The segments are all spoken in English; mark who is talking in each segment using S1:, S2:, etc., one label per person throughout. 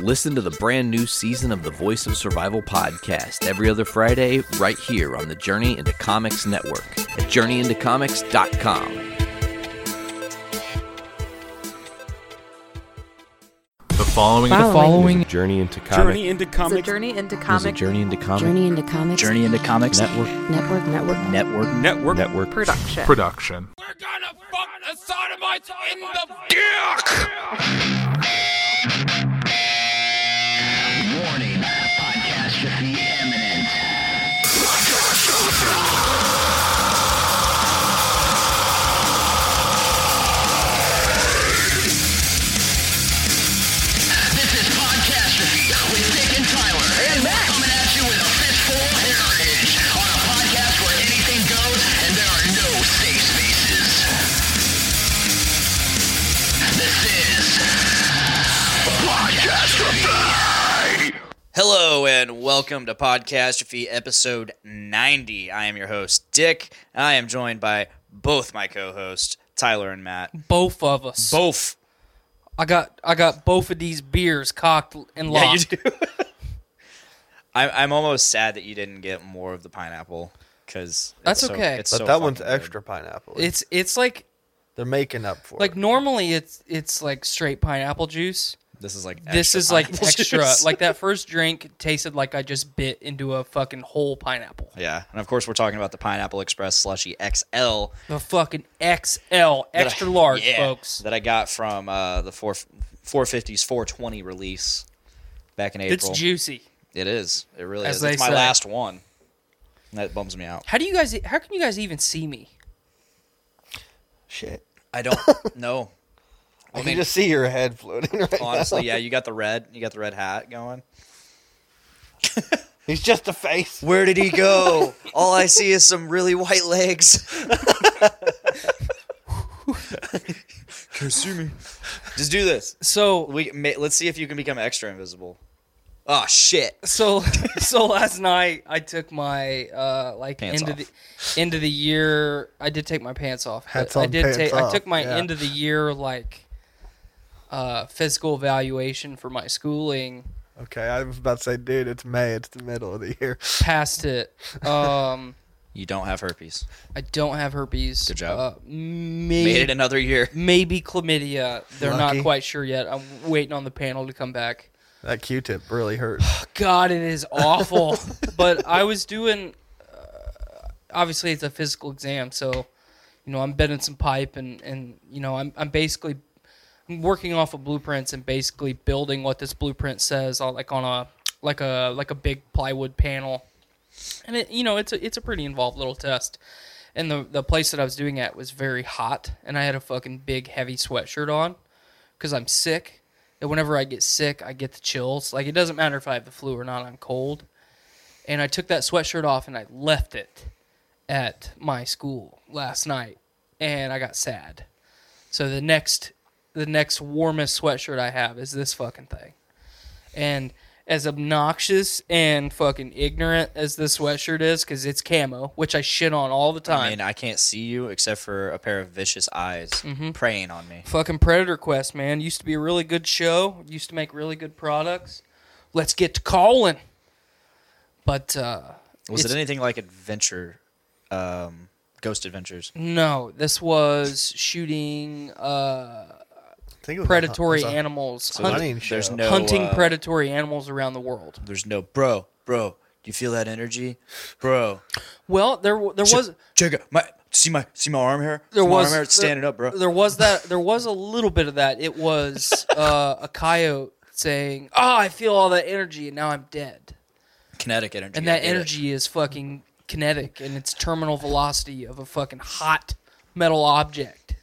S1: listen to the brand new season of the Voice of Survival podcast every other Friday, right here on the Journey into Comics Network at journeyintocomics.com.
S2: The following
S3: The following
S4: Journey into Comic.
S5: Journey into
S6: It's a
S5: comics
S6: journey into
S1: Is it
S6: comic
S1: Journey into Comics
S7: Journey into Comics.
S8: Journey into Comics
S1: Network?
S7: Network. Network.
S8: Network.
S5: network.
S4: Network.
S6: production.
S2: production.
S8: Warning. Podcast should be imminent. This is Podcastrophe with Dick and Tyler. And Matt. Coming at you with a fistful of heritage on a podcast where anything goes and there are no safe spaces. This is Podcastrophe.
S9: Hello and welcome to Podcastrophe episode 90. I am your host, Dick. and I am joined by both my co hosts, Tyler and Matt.
S3: both of us.
S9: Both.
S3: I got I got both of these beers cocked and
S9: Yeah, you
S3: locked.
S9: do. I, I'm almost sad that you didn't get more of the pineapple because
S3: That's okay.
S9: It's
S10: But
S9: so
S10: that one's
S9: fucking good.
S10: extra pineapple.
S3: it's it's like
S10: They're making up for
S3: like
S10: it.
S3: normally it's it's like straight pineapple juice.
S9: This is like
S3: this
S9: extra
S3: is like
S9: pineapple
S3: extra.
S9: juice.
S3: Like that first drink tasted like I just bit into a fucking whole pineapple.
S9: yeah, and of course we're talking about the Pineapple Express slushy XL.
S3: The fucking XL
S9: that I-
S3: extra large,
S9: yeah,
S3: folks.
S9: That I got from uh, the four 450s 420 release back in April.
S3: It's juicy.
S9: It is. It really
S3: As
S9: is.
S3: they
S9: It's my
S3: say.
S9: last one. That bums me out.
S3: How do you guys? How can you guys even see me?
S10: shit.
S9: I don't know.
S10: I,
S9: mean-
S10: can just see your head floating right
S9: Honestly,
S10: now.
S9: yeah, you got the red. You got the red hat going.
S10: He's just a face.
S9: Where did he go? All I see is some really white legs. Can't see me. Just do this.
S3: So
S9: We may, let's see if you can become extra invisible. Oh shit!
S3: so so last night I took my uh like
S9: Pants
S3: end
S9: off.
S3: of the end of the year I did take my pants off. but
S10: Hats
S3: I
S10: on,
S3: did
S10: pants
S3: take I
S10: off,
S3: took my
S10: yeah.
S3: end of the year like uh physical evaluation for my schooling.
S10: Okay, I was about to say, dude, it's May. It's the middle of the year.
S3: Passed it. Um
S9: You don't have herpes.
S3: I don't have herpes.
S9: Good job.
S3: Uh,
S9: Made
S3: maybe
S9: it another year.
S3: maybe chlamydia. They're
S10: Lucky.
S3: not quite sure yet. I'm waiting on the panel to come back.
S10: That Q-tip really hurts.
S3: God, it is awful. but I was doing. Uh, obviously, it's a physical exam, so you know I'm bending some pipe, and and you know I'm I'm basically I'm working off of blueprints and basically building what this blueprint says on like on a like a like a big plywood panel, and it you know it's a it's a pretty involved little test. And the, the place that I was doing at was very hot, and I had a fucking big heavy sweatshirt on because I'm sick. And whenever I get sick, I get the chills. Like it doesn't matter if I have the flu or not, I'm cold. And I took that sweatshirt off and I left it at my school last night and I got sad. So the next the next warmest sweatshirt I have is this fucking thing. And as obnoxious and fucking ignorant as this sweatshirt is, because it's camo, which I shit on all the time.
S9: I mean, I can't see you except for a pair of vicious eyes
S3: Mm-hmm.
S9: preying on me.
S3: Fucking Predator Quest, man. Used to be a really good show. Used to make really good products. Let's get to calling. But uh
S9: Was
S3: It's-
S9: it anything like Adventure, um, Ghost Adventures?
S3: no, this was shooting
S9: Uh-huh.
S3: uh
S10: I think it was a-
S3: predatory
S10: it was a
S3: animals.
S10: hunting
S3: hunting
S10: show.
S9: There's no
S3: hunting
S9: uh,
S3: predatory animals around the world.
S9: There's no bro, bro. Do you feel that energy, bro?
S3: Well, there w- there was
S9: check it. My see my see my arm here.
S3: there
S9: See my
S3: was
S9: arm here? It's standing
S3: there-
S9: up, bro.
S3: There was that. There was a little bit of that. It was uh, a coyote saying, "Oh, I feel all that energy, and now I'm dead."
S9: Kinetic energy.
S3: and
S9: I
S3: that
S9: get it.
S3: energy is fucking kinetic and it's terminal velocity of a fucking hot metal object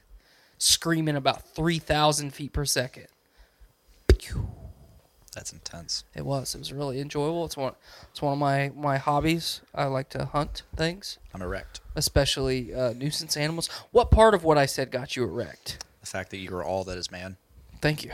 S3: screaming about 3000 feet per second
S9: That's intense.
S3: it was it was really enjoyable it's one it's one of my my hobbies i like to hunt things
S9: I'm erect.
S3: especially uh, nuisance animals what part of what i said got you erect
S9: The fact that you are all that is man.
S3: thank you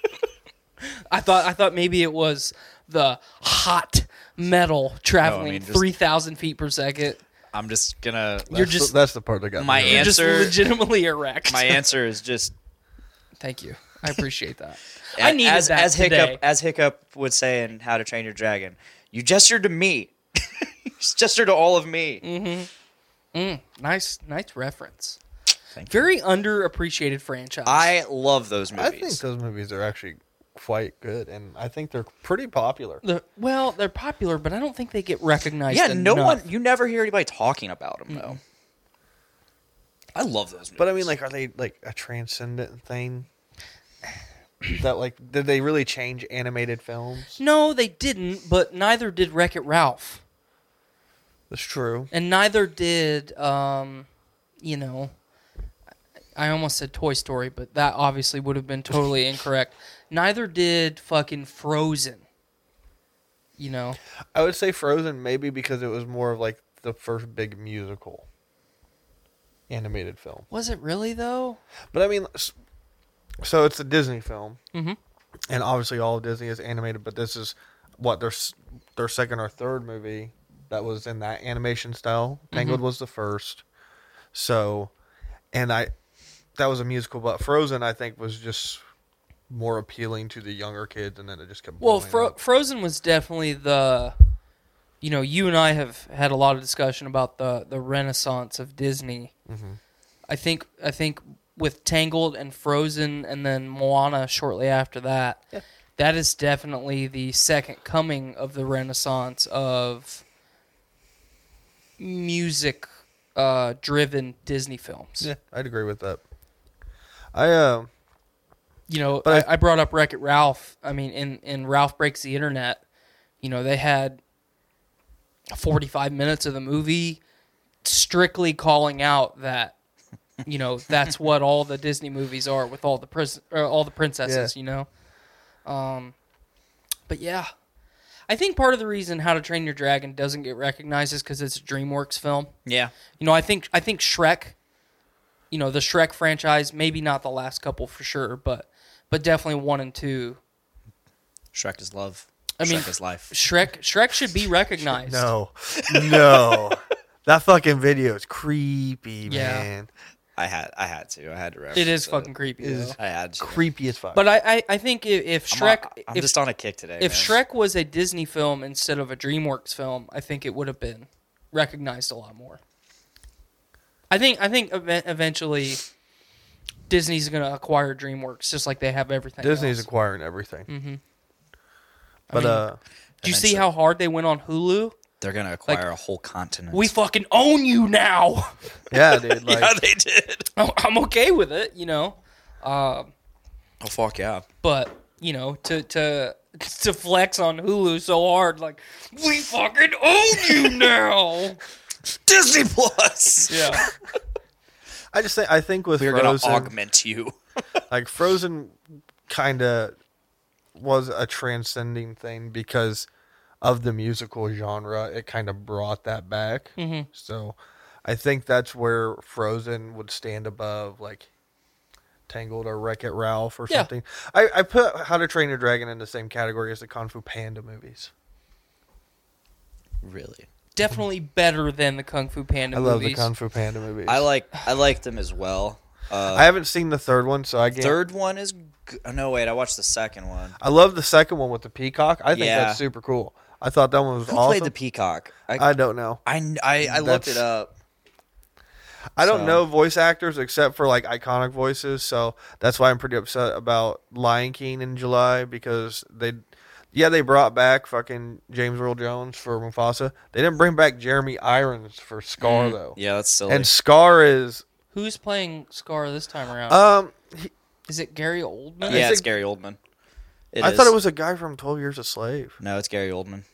S3: i thought i thought maybe it was the hot metal traveling
S9: mean, just-
S3: 3000 feet per second
S9: I'm just gonna.
S3: you're
S10: That's the-
S3: just
S10: that's the part that got
S9: My
S10: me.
S9: aunt-
S3: You're just
S9: answer-
S3: legitimately erect.
S9: my answer is just
S3: Thank you. I appreciate that.
S9: A-
S3: I needed
S9: as,
S3: that
S9: as Hiccup
S3: today.
S9: as Hiccup would say in How to Train Your Dragon. You gestured to me. you gestured to all of me.
S3: Nice, nice reference. Very underappreciated franchise.
S9: I love those movies.
S10: I think those movies are actually quite good, and I think they're pretty popular.
S3: The- well, they're popular, but I don't think they get recognized.
S9: yeah, no one.
S3: enough.
S9: You never hear anybody talking about them though. I love those movies.
S10: But I mean, like, are they like a transcendent thing? that like, did they really change animated films?
S3: No, they didn't. But neither did Wreck It Ralph,
S10: That's true.
S3: and neither did, um, you know, I almost said Toy Story, but that obviously would have been totally incorrect. Neither did fucking Frozen. You know,
S10: I would say Frozen maybe because it was more of like the first big musical animated film.
S3: was it really though?
S10: But I mean, s- so it's a Disney film,
S3: Mhm.
S10: and obviously all of Disney is animated. But this is what their s- their second or third movie that was in that animation style.
S3: Mm-hmm.
S10: Tangled was the first, so and I that was a musical, but Frozen I think was just more appealing to the younger kids, and then it just kept
S3: Well,
S10: blowing
S3: Fro-
S10: up.
S3: Frozen was definitely the, you know, you and I have had a lot of discussion about the the renaissance of Disney. I think I think with Tangled and Frozen, and then Moana shortly after that, that is definitely the second coming of the renaissance of music uh, driven Disney films.
S10: yeah, I'd agree with that. I uh,
S3: you know,
S10: But
S3: I, I brought up Wreck It Ralph. I mean, in, in Ralph Breaks the Internet, you know, they had 45 minutes of the movie strictly calling out that, you know, that's what all the Disney movies are with all the pris- or all the princesses, you know? Um, but yeah, I think part of the reason How to Train Your Dragon doesn't get recognized is because it's a DreamWorks film.
S9: yeah,
S3: You know, I think I think Shrek, you know, the Shrek franchise, maybe not the last couple for sure, but but definitely one and two.
S9: Shrek is love.
S3: I mean-
S9: Shrek is life.
S3: Shrek Shrek should be recognized.
S10: no, no, that fucking video is creepy,
S3: Yeah.
S10: man.
S9: I had I had to. I had to.
S3: It is
S9: reference
S3: fucking creepy.
S10: It
S3: though.
S10: is-
S9: I had to.
S10: Creepy as fuck.
S3: But I, I, I think if, if
S9: I'm
S3: Shrek
S9: on- I'm
S3: if,
S9: just on a kick today. man.
S3: if Shrek was a Disney film instead of a DreamWorks film, I think it would have been recognized a lot more. I think I think ev- eventually Disney's going to acquire DreamWorks just like they have everything.
S10: Disney's
S3: else.
S10: acquiring everything. Mm-hmm. But
S3: mean-
S10: uh,
S3: Do you see
S9: Eventually.
S3: how hard they went on Hulu?
S9: they're gonna acquire a whole continent.
S3: We fucking own you now.
S10: yeah, dude, like
S9: yeah, they did.
S3: I'm- I'm okay with it, you know.
S9: Oh fuck yeah.
S3: But you know, to to to flex on Hulu so hard, like we fucking own you now.
S9: Disney Plus.
S3: yeah,
S10: I just think I think with
S9: We're gonna
S10: Frozen,
S9: augment you.
S10: like Frozen, kind of was a transcending thing because of the musical genre. It kind of brought that back.
S9: Mm-hmm.
S10: So I think that's where Frozen would stand above, like. Tangled or Wreck It Ralph or
S3: Yeah.
S10: something. I, I put How to Train Your Dragon in the same category as the Kung Fu Panda movies.
S9: Really.
S3: definitely better than the Kung Fu Panda
S10: I love the
S3: movies.
S10: Kung Fu Panda movies.
S9: I like I like them as well. Uh,
S10: I haven't seen the third one, so I can't.
S9: Third one is g- oh, no wait. I watched the second one.
S10: I love the second one with the peacock. I think
S9: Yeah.
S10: that's super cool. I thought that one was
S9: Who
S10: awesome.
S9: played the peacock?
S10: I don't know.
S9: I kn- I, I looked it
S10: That's-
S9: up.
S10: I don't
S9: So-
S10: know voice actors except for like iconic voices, so that's why I'm pretty upset about Lion King in July because they, yeah, they brought back fucking James Earl Jones for Mufasa. They didn't bring back Jeremy Irons for Scar though.
S9: Mm, Yeah, that's silly.
S10: And Scar is
S3: Who's playing Scar this time around?
S10: um.
S3: Is it Gary Oldman?
S9: yeah, it's
S10: think-
S9: Gary Oldman. It
S10: I
S9: is.
S10: thought it was a guy from Twelve Years a Slave.
S9: no, it's Gary Oldman.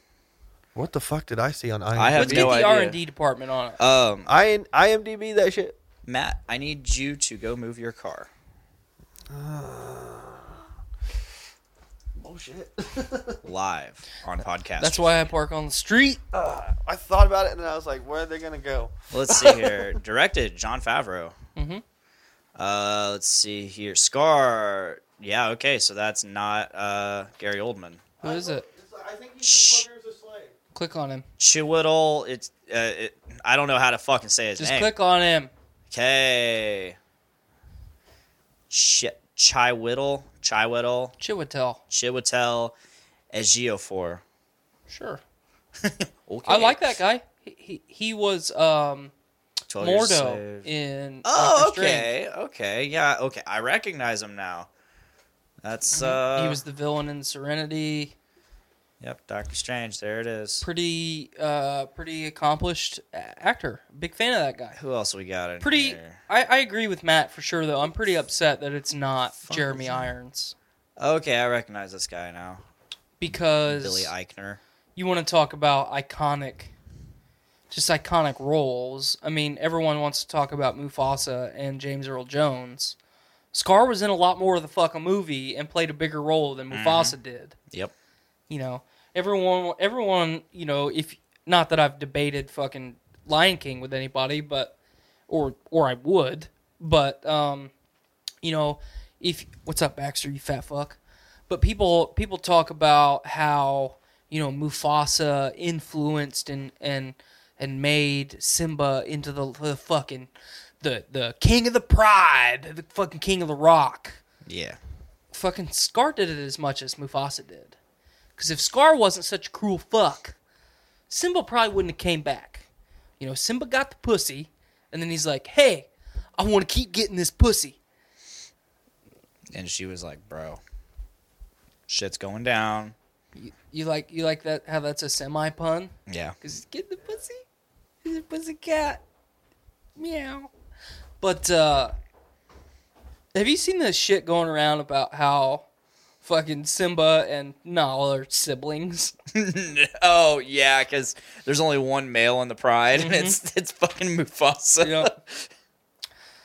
S10: What the fuck did I see on IMDb?
S9: I have
S3: Let's get
S9: no
S3: the
S9: idea.
S3: R and D department on it.
S9: Um,
S10: I IMDb that shit.
S9: Matt, I need you to go move your car.
S10: Oh shit.
S9: live on podcast.
S3: That's why I park on the street.
S10: I thought about it and then I was like, where are they gonna go?
S9: Let's see here. Directed John Favreau. Mm-hmm. Uh, let's see here. Scar. Yeah. Okay. So that's not uh, Gary Oldman.
S3: Who is it?
S10: I think he's
S9: Shh.
S10: years a slave.
S3: Click on him.
S9: Chiwetel. It's. Uh, it, I don't know how to fucking say his
S3: Just
S9: name.
S3: click on him.
S9: Okay. Shit. Chiwetel, Chiwetel,
S3: Chiwetel.
S9: Chiwetel Ejiofor.
S3: Sure.
S9: Okay.
S3: I like that guy. He he, he was um,
S9: 12 years
S3: Mordo
S9: slave.
S3: in
S9: Oh,
S3: Doctor Strange.
S9: okay, okay, yeah, okay. I recognize him now. That's uh.
S3: he was the villain in Serenity.
S9: Yep, Doctor Strange. There it is.
S3: Pretty uh, pretty accomplished a- actor. Big fan of that guy.
S9: Who else we got in
S3: Pretty.
S9: here?
S3: I, I agree with Matt for sure though. I'm pretty upset that it's not Jeremy Irons
S9: Okay, I recognize this guy now.
S3: because
S9: Billy Eichner.
S3: you want to talk about iconic, just iconic roles. I mean, everyone wants to talk about Mufasa and James Earl Jones. Scar was in a lot more of the fucking movie and played a bigger role than Mufasa did.
S9: Yep.
S3: You know, everyone, everyone, you know, if not that I've debated fucking Lion King with anybody, but or or I would, but um, you know, if what's up, Baxter, you fat fuck. But people people talk about how you know Mufasa influenced and and and made Simba into the, the fucking the the king of the pride, the fucking king of the rock
S9: Yeah.
S3: fucking Scar did it as much as Mufasa did. Because if Scar wasn't such a cruel fuck, Simba probably wouldn't have came back. You know, Simba got the pussy, and then he's like, "Hey, I want to keep getting this pussy."
S9: And she was like, "Bro, shit's going down."
S3: You, you like you like that how that's a semi pun?
S9: Yeah.
S3: Cause get the pussy, he's a pussy cat, meow. But uh, have you seen the shit going around about how fucking Simba and Nala are siblings?
S9: oh yeah, because there's only one male in the Pride, and it's it's fucking Mufasa.
S3: Yeah.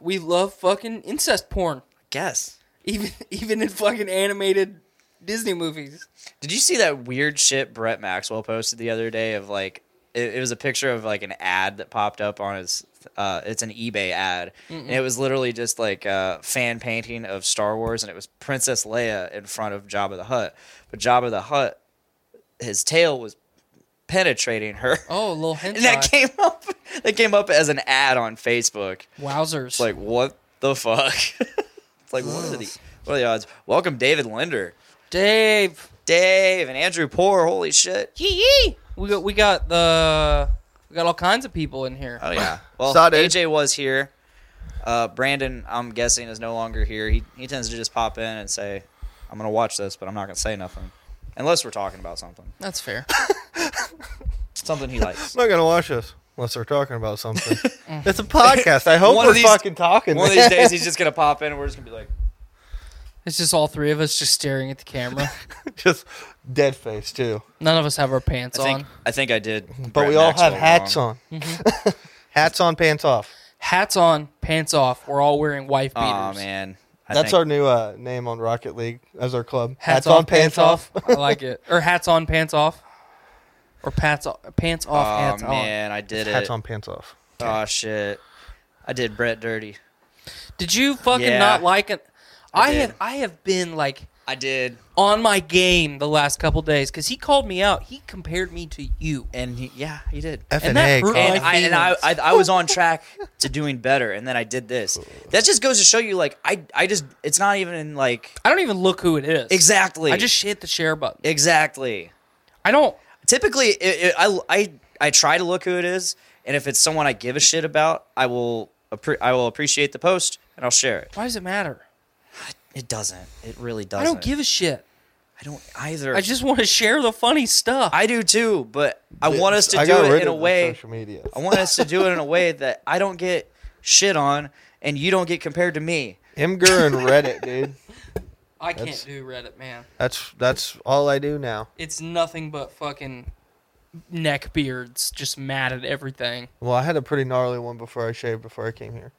S3: we love fucking incest porn,
S9: Guess.
S3: even even in fucking animated Disney movies.
S9: Did you see that weird shit Brett Maxwell posted the other day of like it, it was a picture of like an ad that popped up on his uh it's an eBay ad and it was literally just like a fan painting of Star Wars and it was Princess Leia in front of Jabba the Hutt. But Jabba the Hutt his tail was penetrating her.
S3: Oh, little
S9: And that
S3: hentai.
S9: came up that came up as an ad on Facebook.
S3: Wowzers!
S9: It's like what the fuck? it's like what are the what are the odds? Welcome David Linder.
S3: Dave,
S9: Dave and Andrew Poor, holy shit.
S3: yee yee. We got we got the we got all kinds of people in here.
S9: Oh yeah. Well,
S10: Saw it.
S9: AJ was here. Uh, Brandon, I'm guessing, is no longer here. He he tends to just pop in and say, "I'm gonna watch this, but I'm not gonna say nothing," unless we're talking about something,
S3: That's fair.
S9: something he likes.
S10: I'm not gonna watch this unless they're talking about something.
S3: Mm-hmm.
S10: it's a podcast. I hope
S9: One of
S10: we're
S9: these-
S10: fucking talking.
S9: One of these days, he's just gonna pop in, and we're just gonna be like,
S3: It's just all three of us just staring at the camera.
S10: just dead face too.
S3: None of us have our pants
S9: "I think
S3: on.
S9: I think I did."
S10: But we all have hats on.
S3: Mm-hmm.
S10: hats on, pants off.
S3: Hats on, pants off. We're all wearing wife beaters.
S9: Oh man, I
S10: That's
S9: think-
S10: our new uh, name on Rocket League as our club.
S3: Hats, on, pants, off. I like it. Or hats on, pants off. Or pants off, pants off,
S9: Oh
S3: hats on.
S9: man, I did it.
S10: Hats on, pants off.
S9: Oh shit, I did Brett dirty.
S3: Did you fucking
S9: Yeah.
S3: not like it? I,
S9: did.
S3: have I have been like
S9: I did,
S3: on my game the last couple days because he called me out. He compared me to you.
S9: and he, yeah, he did.
S10: F
S3: And that hurt
S9: and
S3: my
S9: Oh, I, and I, I,
S3: feelings.
S9: I was on track to doing better, and then I did this. That just goes to show you, like, I, I just, it's not even like
S3: I don't even look who it is.
S9: exactly,
S3: I just hit the share button.
S9: exactly.
S3: I don't.
S9: Typically, it, it, I, I, I try to look who it is, and if it's someone I give a shit about, I will, appre- I will appreciate the post and I'll share it.
S3: Why does it matter?
S9: It doesn't. It really
S3: I
S9: doesn't.
S3: don't give a shit.
S9: I don't either.
S3: I just want to share the funny stuff.
S9: I do too, but I want us to
S10: I
S9: do
S10: got
S9: it
S10: rid
S9: in a
S10: of the
S9: way.
S10: Social media.
S9: I want us to do it in a way that I don't get shit on, and you don't get compared to me.
S10: Imgur and Reddit, dude.
S3: I can't
S10: That's-
S3: do Reddit, man.
S10: That's that's all I do now.
S3: It's nothing but fucking neckbeards just mad at everything.
S10: Well, I had a pretty gnarly one before I shaved before I came here.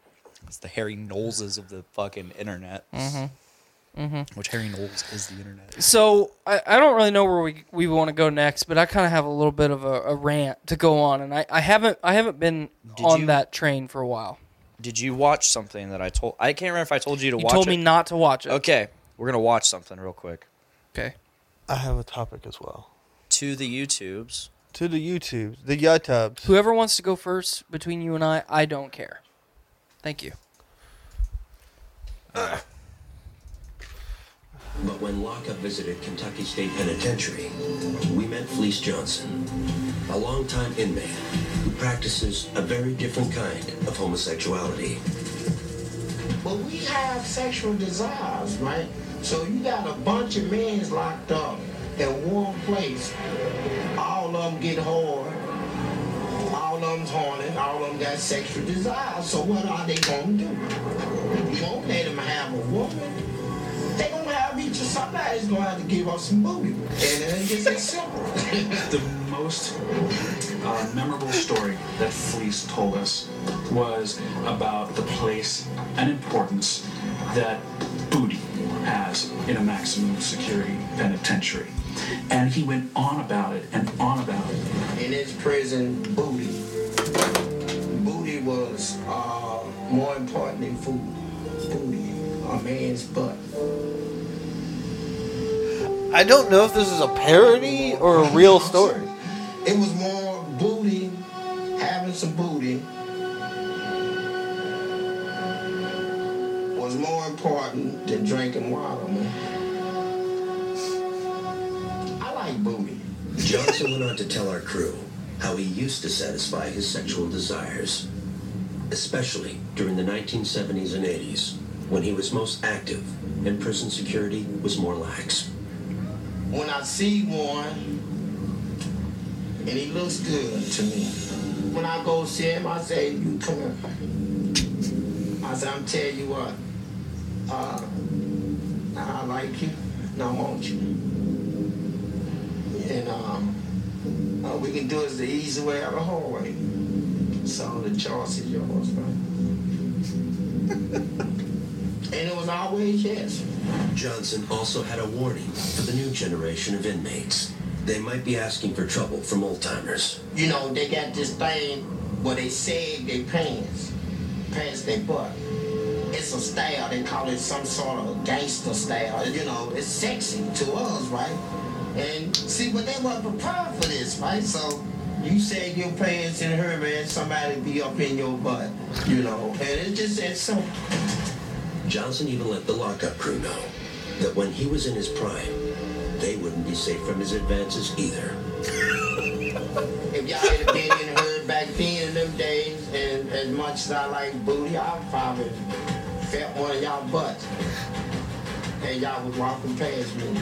S9: It's the Harry Knowleses of the fucking internet.
S3: Mm-hmm.
S9: Which Harry Knowles is the internet.
S3: So I, I don't really know where we, we want to go next, but I kind of have a little bit of a, a rant to go on, and I, I haven't I haven't been
S9: Did
S3: on
S9: you-
S3: that train for a while.
S9: Did you watch something that I told? I can't remember if I told you to
S3: You
S9: watch.
S3: told
S9: it.
S3: me not to watch it.
S9: Okay, we're gonna watch something real quick.
S3: Okay.
S10: I have a topic as well.
S9: To the YouTubes.
S10: To the YouTube, the YouTubes.
S3: Whoever wants to go first between you and I, I don't care. Thank you.
S2: But when Locke visited Kentucky State Penitentiary, we met Fleece Johnson, a longtime inmate who practices a very different kind of homosexuality.
S4: But we have sexual desires, right? So you got a bunch of men's locked up in one place. All of them get hard. All of them's horny. All of them got sexual desires. So what are they gonna do? You gonna let them have a woman? They gonna have each of somebody's gonna have to give up some booty. And it's just that simple.
S5: The most uh, memorable story that Fleece told us was about the place and importance that booty has in a maximum security penitentiary. And he went on about it and on about it.
S4: in his prison booty. Booty was uh, more important than food. Booty, a man's butt.
S10: I don't know if this is a parody or a real story.
S4: It was more booty, having some booty was more important than drinking water, man. I like booty.
S2: Johnson went on to tell our crew how he used to satisfy his sexual desires, especially during the 1970s and 80s, when he was most active and prison security was more lax.
S4: when I see one and he looks good to me. When I go see him, I say, you come here. I say, I'm telling you what, uh, I like you and I want you. And um, all we can do is the easy way out of the hallway. So the choice is yours, man. and it was always yes.
S2: Johnson also had a warning for the new generation of inmates. They might be asking for trouble from old timers.
S4: you know, they got this thing where they sag their pants, pants their butt. It's a style, they call it some sort of gangster style. You know, it's sexy to us, right? And see, but they weren't prepared for this, right? So you sag your pants in her, man, somebody be up in your butt, you know. And it's just that simple.
S2: Johnson even let the lockup crew know that when he was in his prime, they wouldn't be safe from his advances either.
S4: If y'all had been in her back then in them days, and as much as I like booty, I probably felt one of y'all butts. And y'all was walking past me.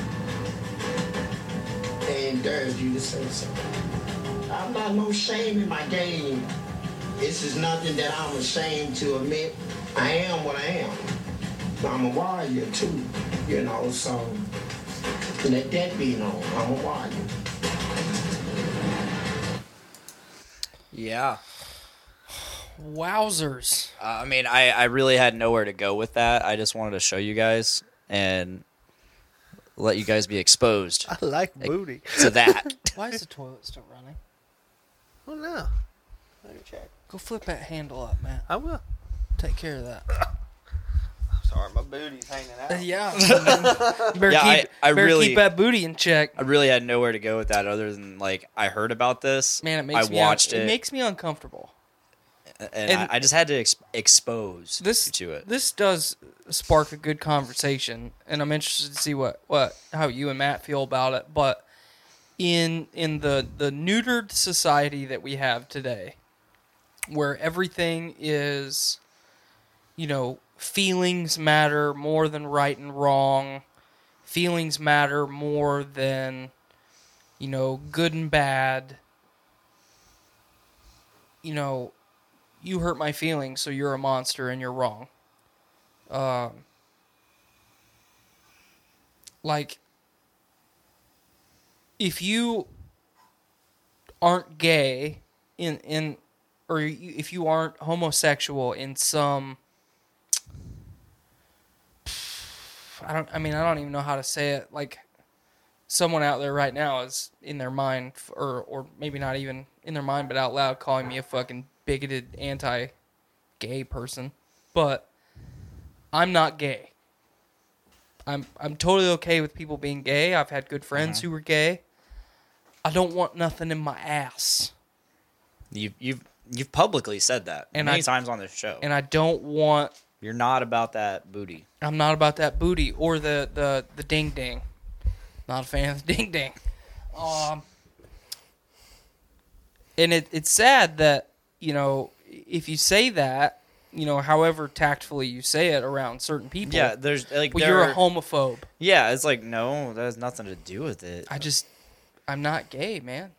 S4: They encouraged you to say something. I'm not no shame in my game. This is nothing that I'm ashamed to admit. I am what I am. I'm a warrior too, you know, so let that be known. I'm a warrior.
S9: Yeah. Uh,
S3: Wowzers.
S9: I mean, I, I really had nowhere to go with that. I just wanted to show you guys and let you guys be exposed
S10: I like booty.
S9: to that.
S3: Why is the toilet still running?
S10: Oh no,
S3: Go flip that handle up, man.
S10: I will.
S3: Take care of that.
S10: I'm sorry, my booty's hanging out.
S3: yeah. You better
S9: Yeah,
S3: keep,
S9: I- I
S3: better
S9: really-
S3: keep that booty in check.
S9: I really had nowhere to go with that other than like I heard about this.
S3: Man, it makes
S9: I
S3: me un-
S9: watched it,
S3: it makes me uncomfortable.
S9: and,
S3: and-
S9: I, I just had to ex- expose
S3: This
S9: you to it.
S3: This does spark a good conversation, and I'm interested to see what, what how you and Matt feel about it. But in in the the neutered society that we have today, where everything is, you know, feelings matter more than right and wrong. Feelings matter more than, you know, good and bad. You know, you hurt my feelings, so you're a monster and you're wrong. Um, like, if you aren't gay in in, or you, if you aren't homosexual in some, I don't. I mean, I don't even know how to say it. Like, someone out there right now is in their mind f- or or maybe not even in their mind but out loud calling me a fucking bigoted anti gay person but i'm not gay i'm i'm totally okay with people being gay i've had good friends who were gay i don't want nothing in my ass
S9: You you've you've publicly said that
S3: And
S9: many
S3: I-
S9: times on this show.
S3: and i don't want
S9: You're not about that booty.
S3: I'm not about that booty or the the the ding ding. Not a fan of the ding ding. Um, and it, it's sad that you know if you say that, you know, however tactfully you say it around certain people.
S9: Yeah, there's like
S3: well,
S9: there
S3: you're
S9: are-
S3: a homophobe.
S9: Yeah, it's like no, that has nothing to do with it.
S3: I just, I'm not gay, man.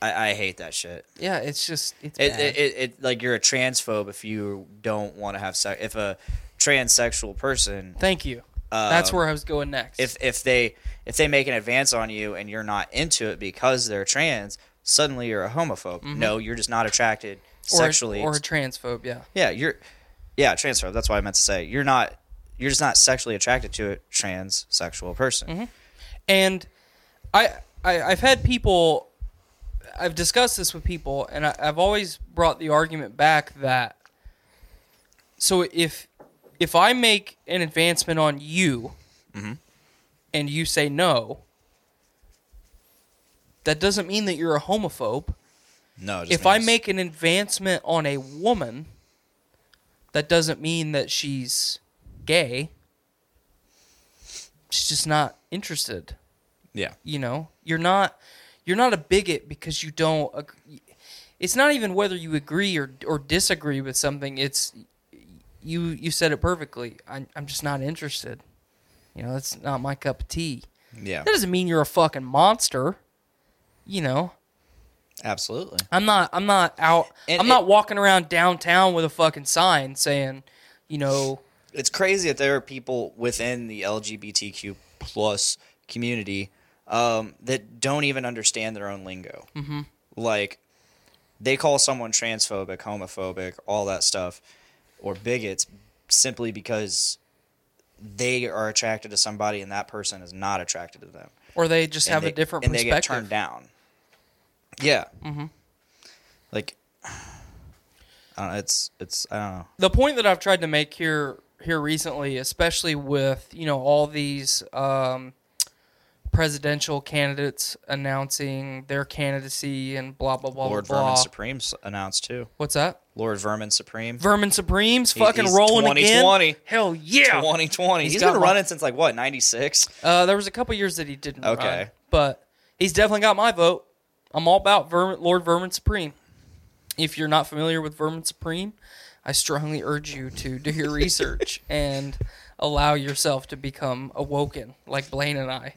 S9: I, I hate that shit.
S3: Yeah, it's just it's
S9: It,
S3: bad.
S9: it, it, it like you're a transphobe if you don't want to have sex. If a transsexual person,
S3: Thank you. That's
S9: Um,
S3: where I was going next.
S9: if if they if they make an advance on you and you're not into it because they're trans, suddenly you're a homophobe. No, you're just not attracted
S3: Mm-hmm. or,
S9: sexually.
S3: or a transphobe, yeah.
S9: yeah, you're yeah transphobe. That's what I meant to say. You're not you're just not sexually attracted to a transsexual person.
S3: Mm-hmm. and I, I I've had people I've discussed this with people and I, I've always brought the argument back that so if if I make an advancement on you
S9: Mm-hmm.
S3: and you say no that doesn't mean that you're a homophobe
S9: No, it just
S3: if I
S9: means-
S3: make an advancement on a woman that doesn't mean that she's gay she's just not interested
S9: yeah
S3: you know you're not you're not a bigot because you don't ag- it's not even whether you agree or or disagree with something it's you you said it perfectly i'm, I'm just not interested you know that's not my cup of tea
S9: yeah
S3: that doesn't mean you're a fucking monster you know
S9: absolutely
S3: i'm not i'm not out
S9: And
S3: i'm
S9: it-
S3: not walking around downtown with a fucking sign saying you know
S9: it's crazy that there are people within the LGBTQ plus community um, that don't even understand their own lingo. Mm-hmm. Like they call someone transphobic, homophobic, all that stuff, or bigots simply because they are attracted to somebody and that person is not attracted to them.
S3: or they just
S9: And
S3: have
S9: they-
S3: a different
S9: and they
S3: perspective
S9: get turned down. Yeah. Mm-hmm. Like I don't know. It's it's I don't know.
S3: the point that I've tried to make here here recently, especially with you know all these um, presidential candidates announcing their candidacy and blah blah blah
S9: Lord
S3: blah.
S9: Vermin
S3: blah.
S9: Supreme s- announced too.
S3: What's that?
S9: Lord Vermin Supreme.
S3: Vermin Supremes fucking
S9: he's
S3: rolling again.
S9: 2020.
S3: Hell yeah.
S9: 2020.
S3: He's
S9: he's
S3: got
S9: been
S3: my-
S9: running since like what 96.
S3: Uh, there was a couple years that he didn't.
S9: Okay.
S3: run, but he's definitely got my vote. I'm all about Vermin, Lord Vermin Supreme. If you're not familiar with Vermin Supreme, I strongly urge you to do your research and allow yourself to become awoken, like Blaine and I.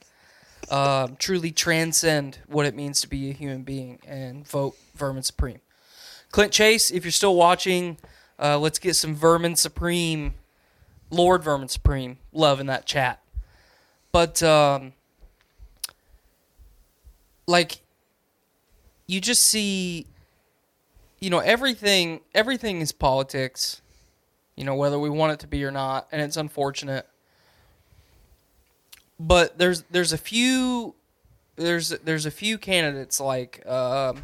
S3: Um, truly transcend what it means to be a human being and vote Vermin Supreme. Clint Chase, if you're still watching, uh, let's get some Vermin Supreme, Lord Vermin Supreme love in that chat. But um, like you just see you know everything everything is politics you know whether we want it to be or not and it's unfortunate but there's there's a few there's there's a few candidates like um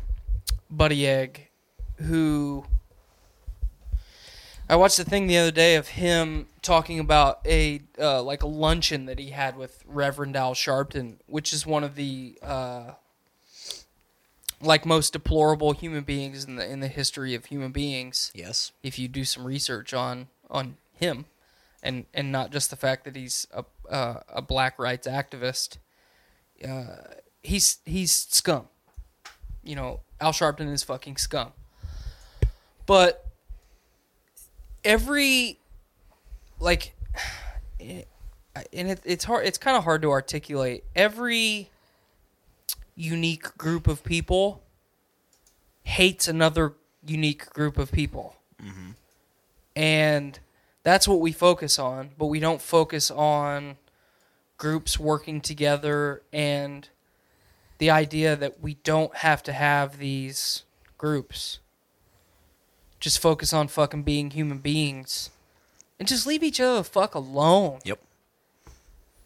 S3: buddy egg who I watched a thing the other day of him talking about a uh, like a luncheon that he had with Reverend Al Sharpton, which is one of the uh, like most deplorable human beings in the in the history of human beings.
S9: Yes.
S3: If you do some research on on him, and and not just the fact that he's a uh, a black rights activist, uh, he's he's scum. You know, Al Sharpton is fucking scum. But every like and it, it's hard it's kind of hard to articulate every unique group of people hates another unique group of people and that's what we focus on but we don't focus on groups working together and the idea that we don't have to have these groups just focus on fucking being human beings and just leave each other the fuck alone.
S9: Yep.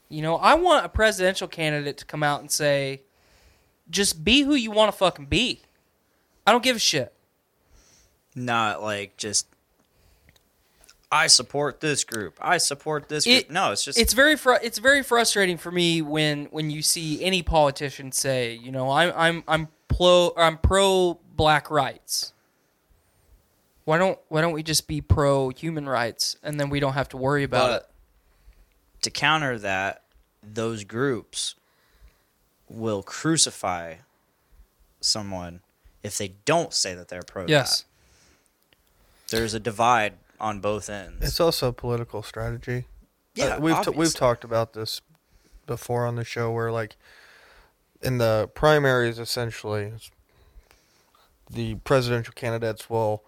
S3: You know, I want a presidential candidate to come out and say, just be who you want to fucking be. I don't give a shit.
S9: Not like just I support this group. I support this group.
S3: It-
S9: no, it's just
S3: it's very fru- it's very frustrating for me when when you see any politician say, you know, I'm I'm I'm pro I'm pro black rights. why don't why don't we just be pro human rights and then we don't have to worry about
S9: But to counter that, those groups will crucify someone if they don't say that they're pro.
S3: it? Yes.
S9: that. there's a divide on both ends.
S10: It's also a political strategy.
S9: yeah,
S10: Uh, we've t- we've
S9: obviously.
S10: talked about this before on the show, where like in the primaries, essentially, it's- the presidential candidates will,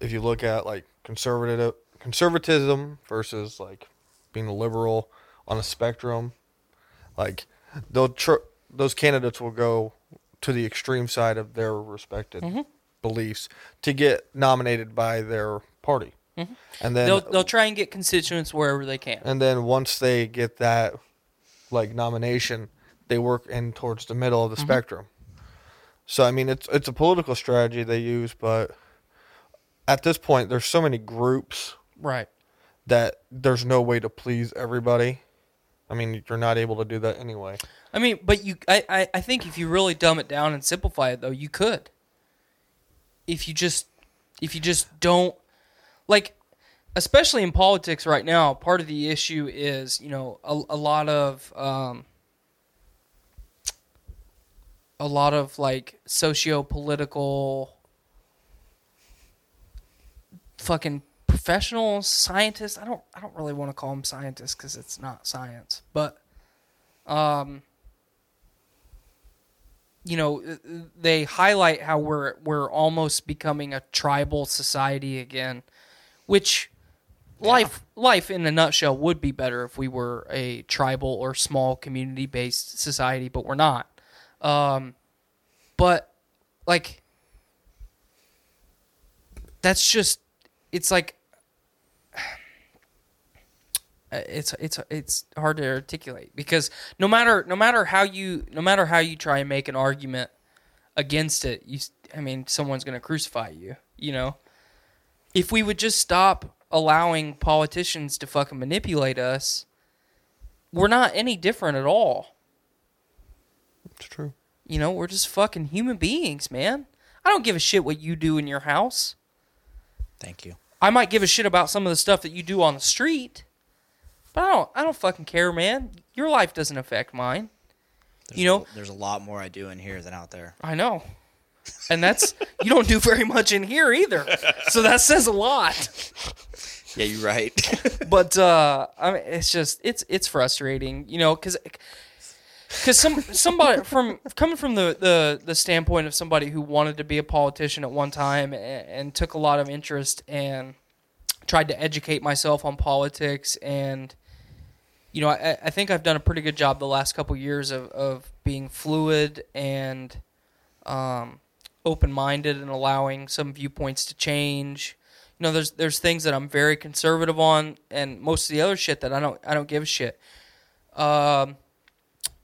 S10: if you look at like conservative conservatism versus like being a liberal on a spectrum, like they'll tr- those candidates will go to the extreme side of their respected beliefs to get nominated by their party, and then
S3: They'll they'll try and get constituents wherever they can.
S10: and then once they get that like nomination, they work in towards the middle of the spectrum. So I mean, it's it's a political strategy they use, but at this point, there's so many groups
S3: Right.
S10: that there's no way to please everybody. I mean, you're not able to do that anyway.
S3: I mean, but you, I, I, I think if you really dumb it down and simplify it, though, you could. If you just, if you just don't, like, especially in politics right now, part of the issue is you know a, a lot of, um, a lot of like socio political, fucking professional scientists. I don't, I don't really want to call them scientists because it's not science, but. you know uh, they highlight how we're we're almost becoming a tribal society again which life life in a nutshell would be better if we were a tribal or small community based society but we're not um but like that's just it's like uh, it's it's it's hard to articulate because no matter no matter how you no matter how you try and make an argument against it you s- i mean someone's going to crucify you you know if we would just stop allowing politicians to fucking manipulate us we're not any different at all
S10: It's true.
S3: you know we're just fucking human beings man i don't give a shit what you do in your house
S9: Thank you.
S3: I might give a shit about some of the stuff that you do on the street, but I don't. I don't fucking care, man. Your life doesn't affect mine. you know.
S9: there's a lot more I do in here than out there.
S3: I know, and that's you don't do very much in here either. So that says a lot.
S9: Yeah, you're right.
S3: But uh, I mean, it's just it's it's frustrating, you know, because. Because some somebody from coming from the, the, the standpoint of somebody who wanted to be a politician at one time and, and took a lot of interest and tried to educate myself on politics and you know I, I think i've done a pretty good job the last couple years of, of being fluid and um, open-minded and allowing some viewpoints to change you know there's there's things that i'm very conservative on and most of the other shit that i don't i don't give a shit um,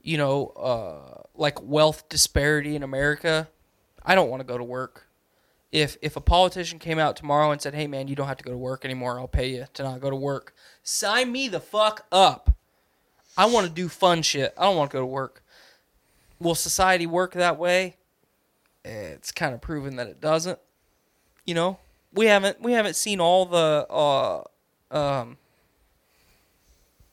S3: you know uh, like wealth disparity in america i don't want to go to work if if a politician came out tomorrow and said, "Hey man, you don't have to go to work anymore. I'll pay you to not go to work." Sign me the fuck up. I want to do fun shit. I don't want to go to work. Will society work that way? It's kind of proven that it doesn't. You know, we haven't we haven't seen all the uh um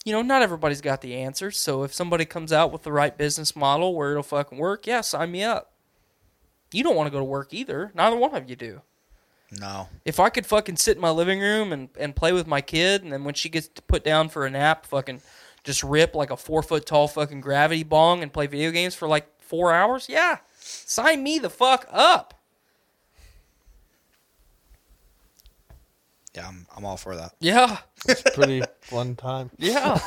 S3: you know, not everybody's got the answers. So if somebody comes out with the right business model where it'll fucking work, yeah, sign me up. You don't want to go to work either. Neither one of you do
S9: no,
S3: if I could fucking sit in my living room and, and play with my kid, and then when she gets to put down for a nap, fucking just rip like a four foot tall fucking gravity bong and play video games for like four hours, yeah, sign me the fuck up.
S9: yeah, I'm, I'm all for that.
S3: Yeah,
S10: Pretty fun time.
S3: yeah,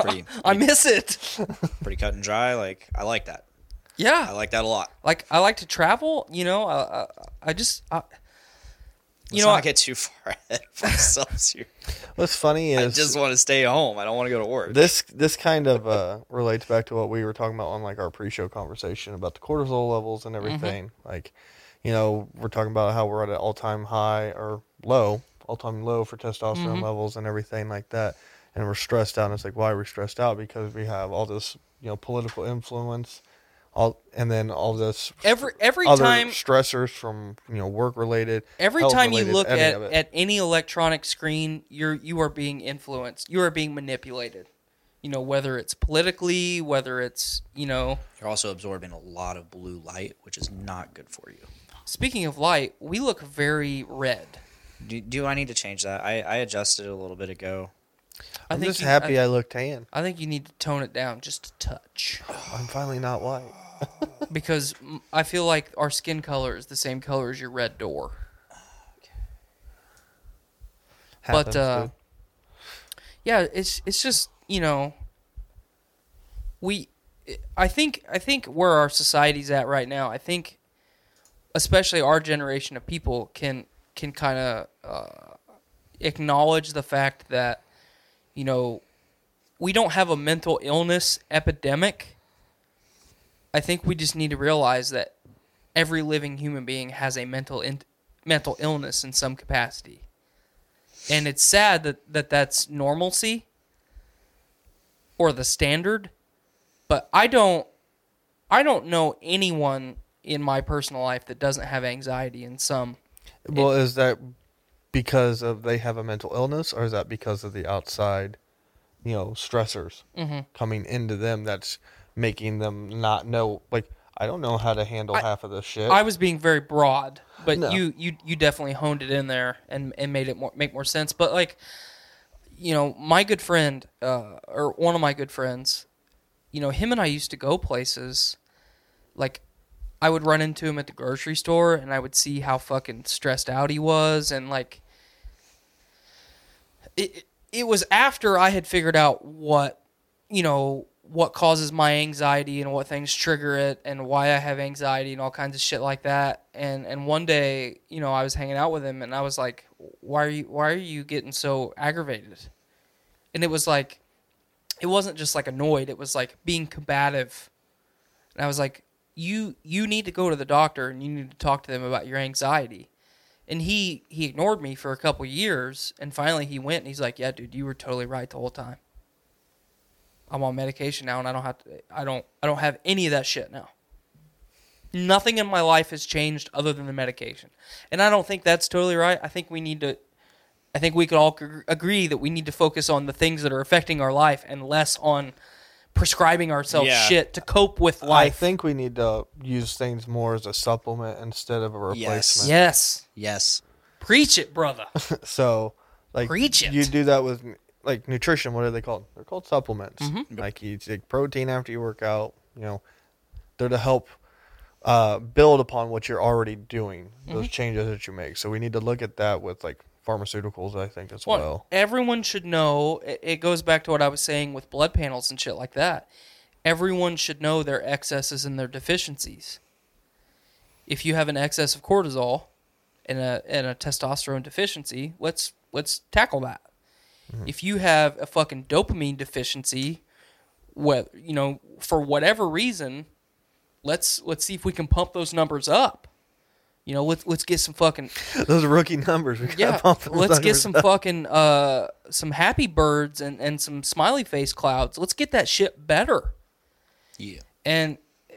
S9: Pretty,
S3: I miss it.
S9: pretty cut and dry. Like I like that. I
S3: Yeah,
S9: like that a lot.
S3: like I like to travel. You know, I I, I just I,
S9: Let's
S3: you know
S9: not
S3: I,
S9: get too far ahead of ourselves here.
S10: What's funny
S9: I
S10: is
S9: just want to stay home. I don't want to go to work.
S10: this this kind of uh, relates back to what we were talking about on like our pre-show conversation about the cortisol levels
S3: Mm-hmm.
S10: and everything. Like, you know, we're talking about how we're at an all-time high or low, all-time low for testosterone
S3: Mm-hmm.
S10: levels and everything like that, and we're stressed out. And it's like, why are we stressed out? Because we have all this, you know, political influence all and then all this
S3: Every every
S10: other
S3: time
S10: stressors from you know work related.
S3: every time you look at, at any electronic screen you're you are being influenced you are being manipulated you know whether it's politically whether it's you know
S6: You're also absorbing a lot of blue light, which is not good for you.
S3: speaking of light we look very red
S9: Do, do I need to change that? I, I adjusted it a little bit ago.
S3: i
S10: I'm
S3: think
S10: just
S3: you,
S10: happy
S3: I,
S10: I, look tan.
S3: I think you need to tone it down just a touch
S10: I'm finally not white.
S3: because mm, i feel like our skin color is the same color as your red door
S10: Happens,
S3: but uh,
S10: dude.
S3: yeah, it's it's just you know, we, I think I think where our society's at right now, I think, especially our generation of people can can kind of uh, acknowledge the fact that you know we don't have a mental illness epidemic. I think we just need to realize that every living human being has a mental in- mental illness in some capacity and it's sad that, that that's normalcy or the standard but i don't i don't know anyone in my personal life that doesn't have anxiety in some
S10: well, is that because of they have a mental illness, or is that because of the outside, you know, stressors coming into them that's making them not know? Like, I don't know how to handle half of this shit.
S3: i was being very broad but
S10: No.
S3: you, you you definitely honed it in there and and made it more make more sense but like you know my good friend uh, or one of my good friends you know him and i used to go places like I would run into him at the grocery store and I would see how fucking stressed out he was and like it it was after I had figured out what you know what causes my anxiety and what things trigger it and why I have anxiety and all kinds of shit like that and and one day you know I was hanging out with him and I was like why are you why are you getting so aggravated and it was like it wasn't just like annoyed it was like being combative and I was like, "You you need to go to the doctor and you need to talk to them about your anxiety." And he he ignored me for a couple years, and finally he went and he's like, "Yeah, dude, you were totally right the whole time. I'm on medication now, and I don't have to. I don't I don't have any of that shit now. Nothing in my life has changed other than the medication, and I don't think that's totally right. I think we need to." I think we could all gr- agree that we need to focus on the things that are affecting our life and less on prescribing ourselves
S9: Yeah.
S3: shit to cope with
S10: I
S3: life.
S10: think we need to use things more as a supplement instead of a
S6: Yes.
S10: replacement.
S3: Yes.
S6: Yes.
S3: Preach it, brother.
S10: So, like,
S3: Preach it.
S10: you do that with like nutrition. What are they called? They're called supplements.
S3: Mm-hmm.
S10: Like you take protein after you work out. You know, they're to help uh, build upon what you're already doing.
S3: Mm-hmm.
S10: Those changes that you make. So we need to look at that with like pharmaceuticals. I think as
S3: Well,
S10: well.
S3: everyone should know. It, it goes back to what I was saying with blood panels and shit like that. Everyone should know their excesses and their deficiencies. If you have an excess of cortisol and a and a testosterone deficiency, let's let's tackle that.
S10: Mm-hmm.
S3: If you have a fucking dopamine deficiency, whether you know for whatever reason, let's let's see if we can pump those numbers up. You know, let's let's get some fucking
S10: Those are rookie numbers. We gotta
S3: yeah,
S10: pump those
S3: let's get
S10: numbers
S3: some
S10: up.
S3: fucking uh some happy birds and and some smiley face clouds. Let's get that shit better.
S6: Yeah.
S3: And uh,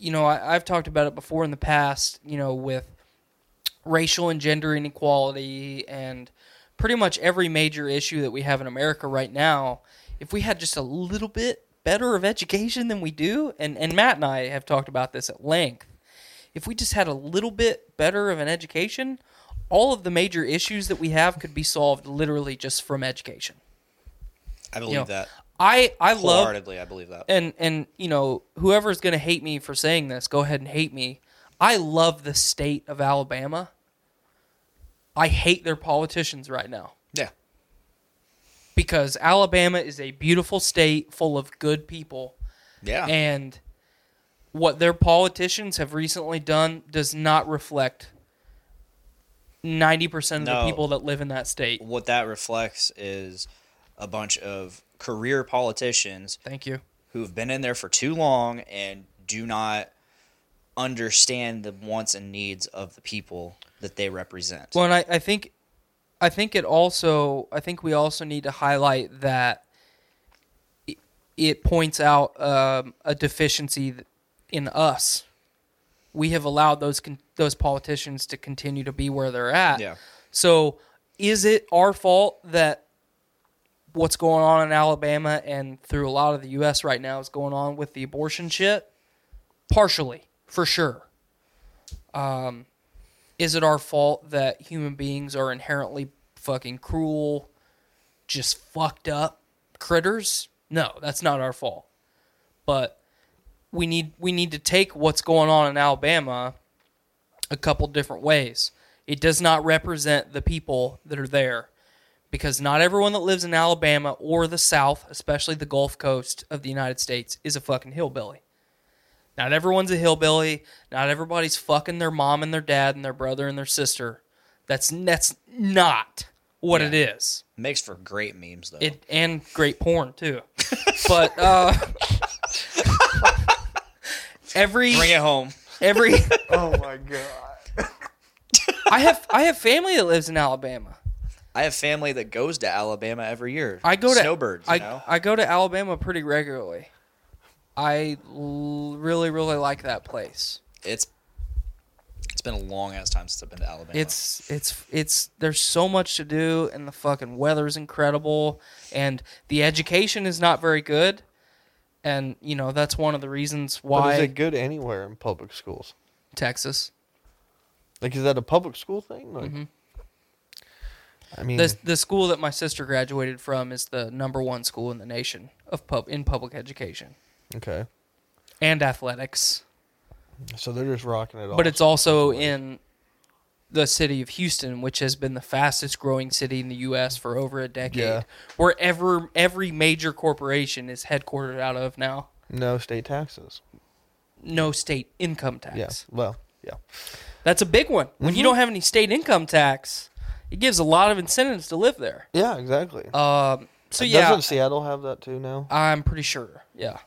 S3: you know, I, I've talked about it before in the past. You know, with racial and gender inequality and pretty much every major issue that we have in America right now. If we had just a little bit better of education than we do, and and Matt and I have talked about this at length. If we just had a little bit better of an education, all of the major issues that we have could be solved literally just from education.
S6: I believe
S3: You know,
S6: that.
S3: I I love
S6: Wholeheartedly, I believe that.
S3: and and you know whoever's going to hate me for saying this go ahead and hate me i love the state of alabama i hate their politicians right now
S6: Yeah.
S3: because alabama is a beautiful state full of good people
S6: Yeah.
S3: and what their politicians have recently done does not reflect 90% of
S6: No.
S3: the people that live in that state
S6: what that reflects is a bunch of career politicians
S3: thank you
S6: who've been in there for too long and do not understand the wants and needs of the people that they represent.
S3: Well, and I, I think, I think it also, I think we also need to highlight that it, it points out um, a deficiency th- in us, we have allowed those con- those politicians to continue to be where they're at.
S6: Yeah.
S3: So, is it our fault that what's going on in Alabama and through a lot of the U.S. right now is going on with the abortion shit? Partially, for sure. Um, is it our fault that human beings are inherently fucking cruel, just fucked up critters? No, that's not our fault. But we need we need to take what's going on in Alabama a couple different ways. It does not represent the people that are there because not everyone that lives in Alabama or the South, especially the Gulf Coast of the United States, is a fucking hillbilly. Not everyone's a hillbilly. Not everybody's fucking their mom and their dad and their brother and their sister. That's that's not what it is.
S6: Makes for great memes though.
S3: It and great porn too. but uh every
S6: Bring it home.
S3: every
S10: Oh my god.
S3: I have I have family that lives in Alabama.
S6: I have family that goes to Alabama every year.
S3: I go to
S6: snowbirds.
S3: I
S6: you know?
S3: I go to Alabama pretty regularly. I l- really really like that place.
S6: it's it's been a long ass time since I've been to Alabama.
S3: It's it's it's there's so much to do and the fucking weather's incredible and the education is not very good. And you know, that's one of the reasons
S10: But is
S3: why
S10: it good anywhere in public schools?
S3: Texas.
S10: Like, is that a public school thing? Like,
S3: Mm-hmm.
S10: I mean,
S3: The the school that my sister graduated from is the number one school in the nation of pub in public education
S10: okay.
S3: and athletics.
S10: So they're just rocking it off.
S3: But it's also in the city of Houston, which has been the fastest growing city in the U.S. for over a decade,
S10: Yeah.
S3: where ever every major corporation is headquartered out of now.
S10: no state taxes.
S3: No state income tax.
S10: Yeah. Mm-hmm. Well, yeah.
S3: That's a big one. When you don't have any state income tax, it gives a lot of incentives to live there.
S10: Yeah, exactly.
S3: Um, so yeah,
S10: Doesn't Seattle have that too now?
S3: I'm pretty sure. Yeah,
S10: I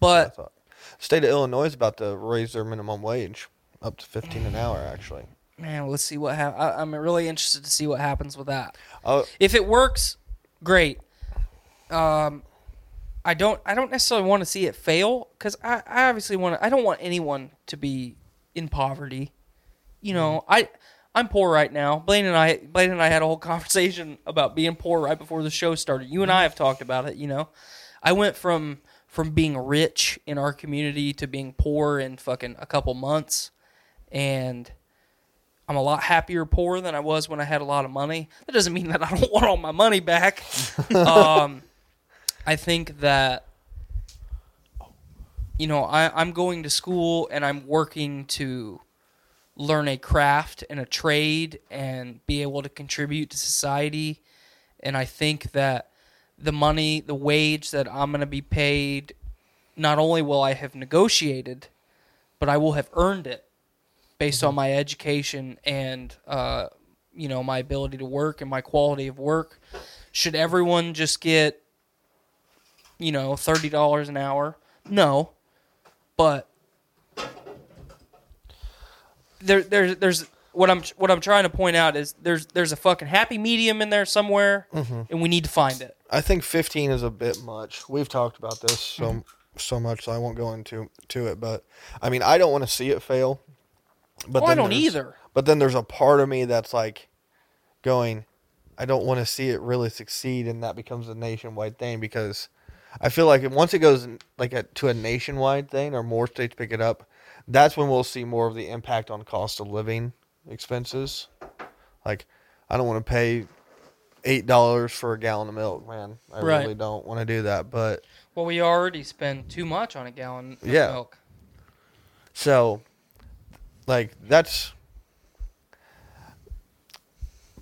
S3: but
S10: thought. State of Illinois is about to raise their minimum wage up to 15 an hour, actually.
S3: man, let's see what happens. I'm really interested to see what happens with that.
S10: Oh,
S3: If it works, great. Um, I don't. I don't necessarily want to see it fail because I, I obviously want. to I don't want anyone to be in poverty. You know, I I'm poor right now. Blaine and I Blaine and I had a whole conversation about being poor right before the show started. You and I have talked about it. You know, I went from from being rich in our community to being poor in fucking a couple months, and I'm a lot happier poor than I was when I had a lot of money. That doesn't mean that I don't want all my money back. um, I think that you know I, I'm going to school and I'm working to learn a craft and a trade and be able to contribute to society. And I think that the money, the wage that I'm going to be paid, not only will I have negotiated, but I will have earned it based
S10: Mm-hmm.
S3: on my education and uh, you know my ability to work and my quality of work. Should everyone just get you know thirty dollars an hour? No, but there, there's there's what I'm what I'm trying to point out is there's there's a fucking happy medium in there somewhere,
S10: Mm-hmm.
S3: and we need to find it.
S10: I think 15 is a bit much. We've talked about this so so much, so I won't go into to it. But I mean, I don't want to see it fail. But
S3: Well, I
S10: then
S3: don't
S10: there's-
S3: either.
S10: But then there's a part of me that's like going, I don't want to see it really succeed, and that becomes a nationwide thing because I feel like once it goes like a, to a nationwide thing or more states pick it up, that's when we'll see more of the impact on cost of living expenses. Like, I don't want to pay eight dollars for a gallon of milk, man. I
S3: Right.
S10: really don't want to do that. But
S3: Well, we already spend too much on a gallon of
S10: Yeah.
S3: milk.
S10: so, like, that's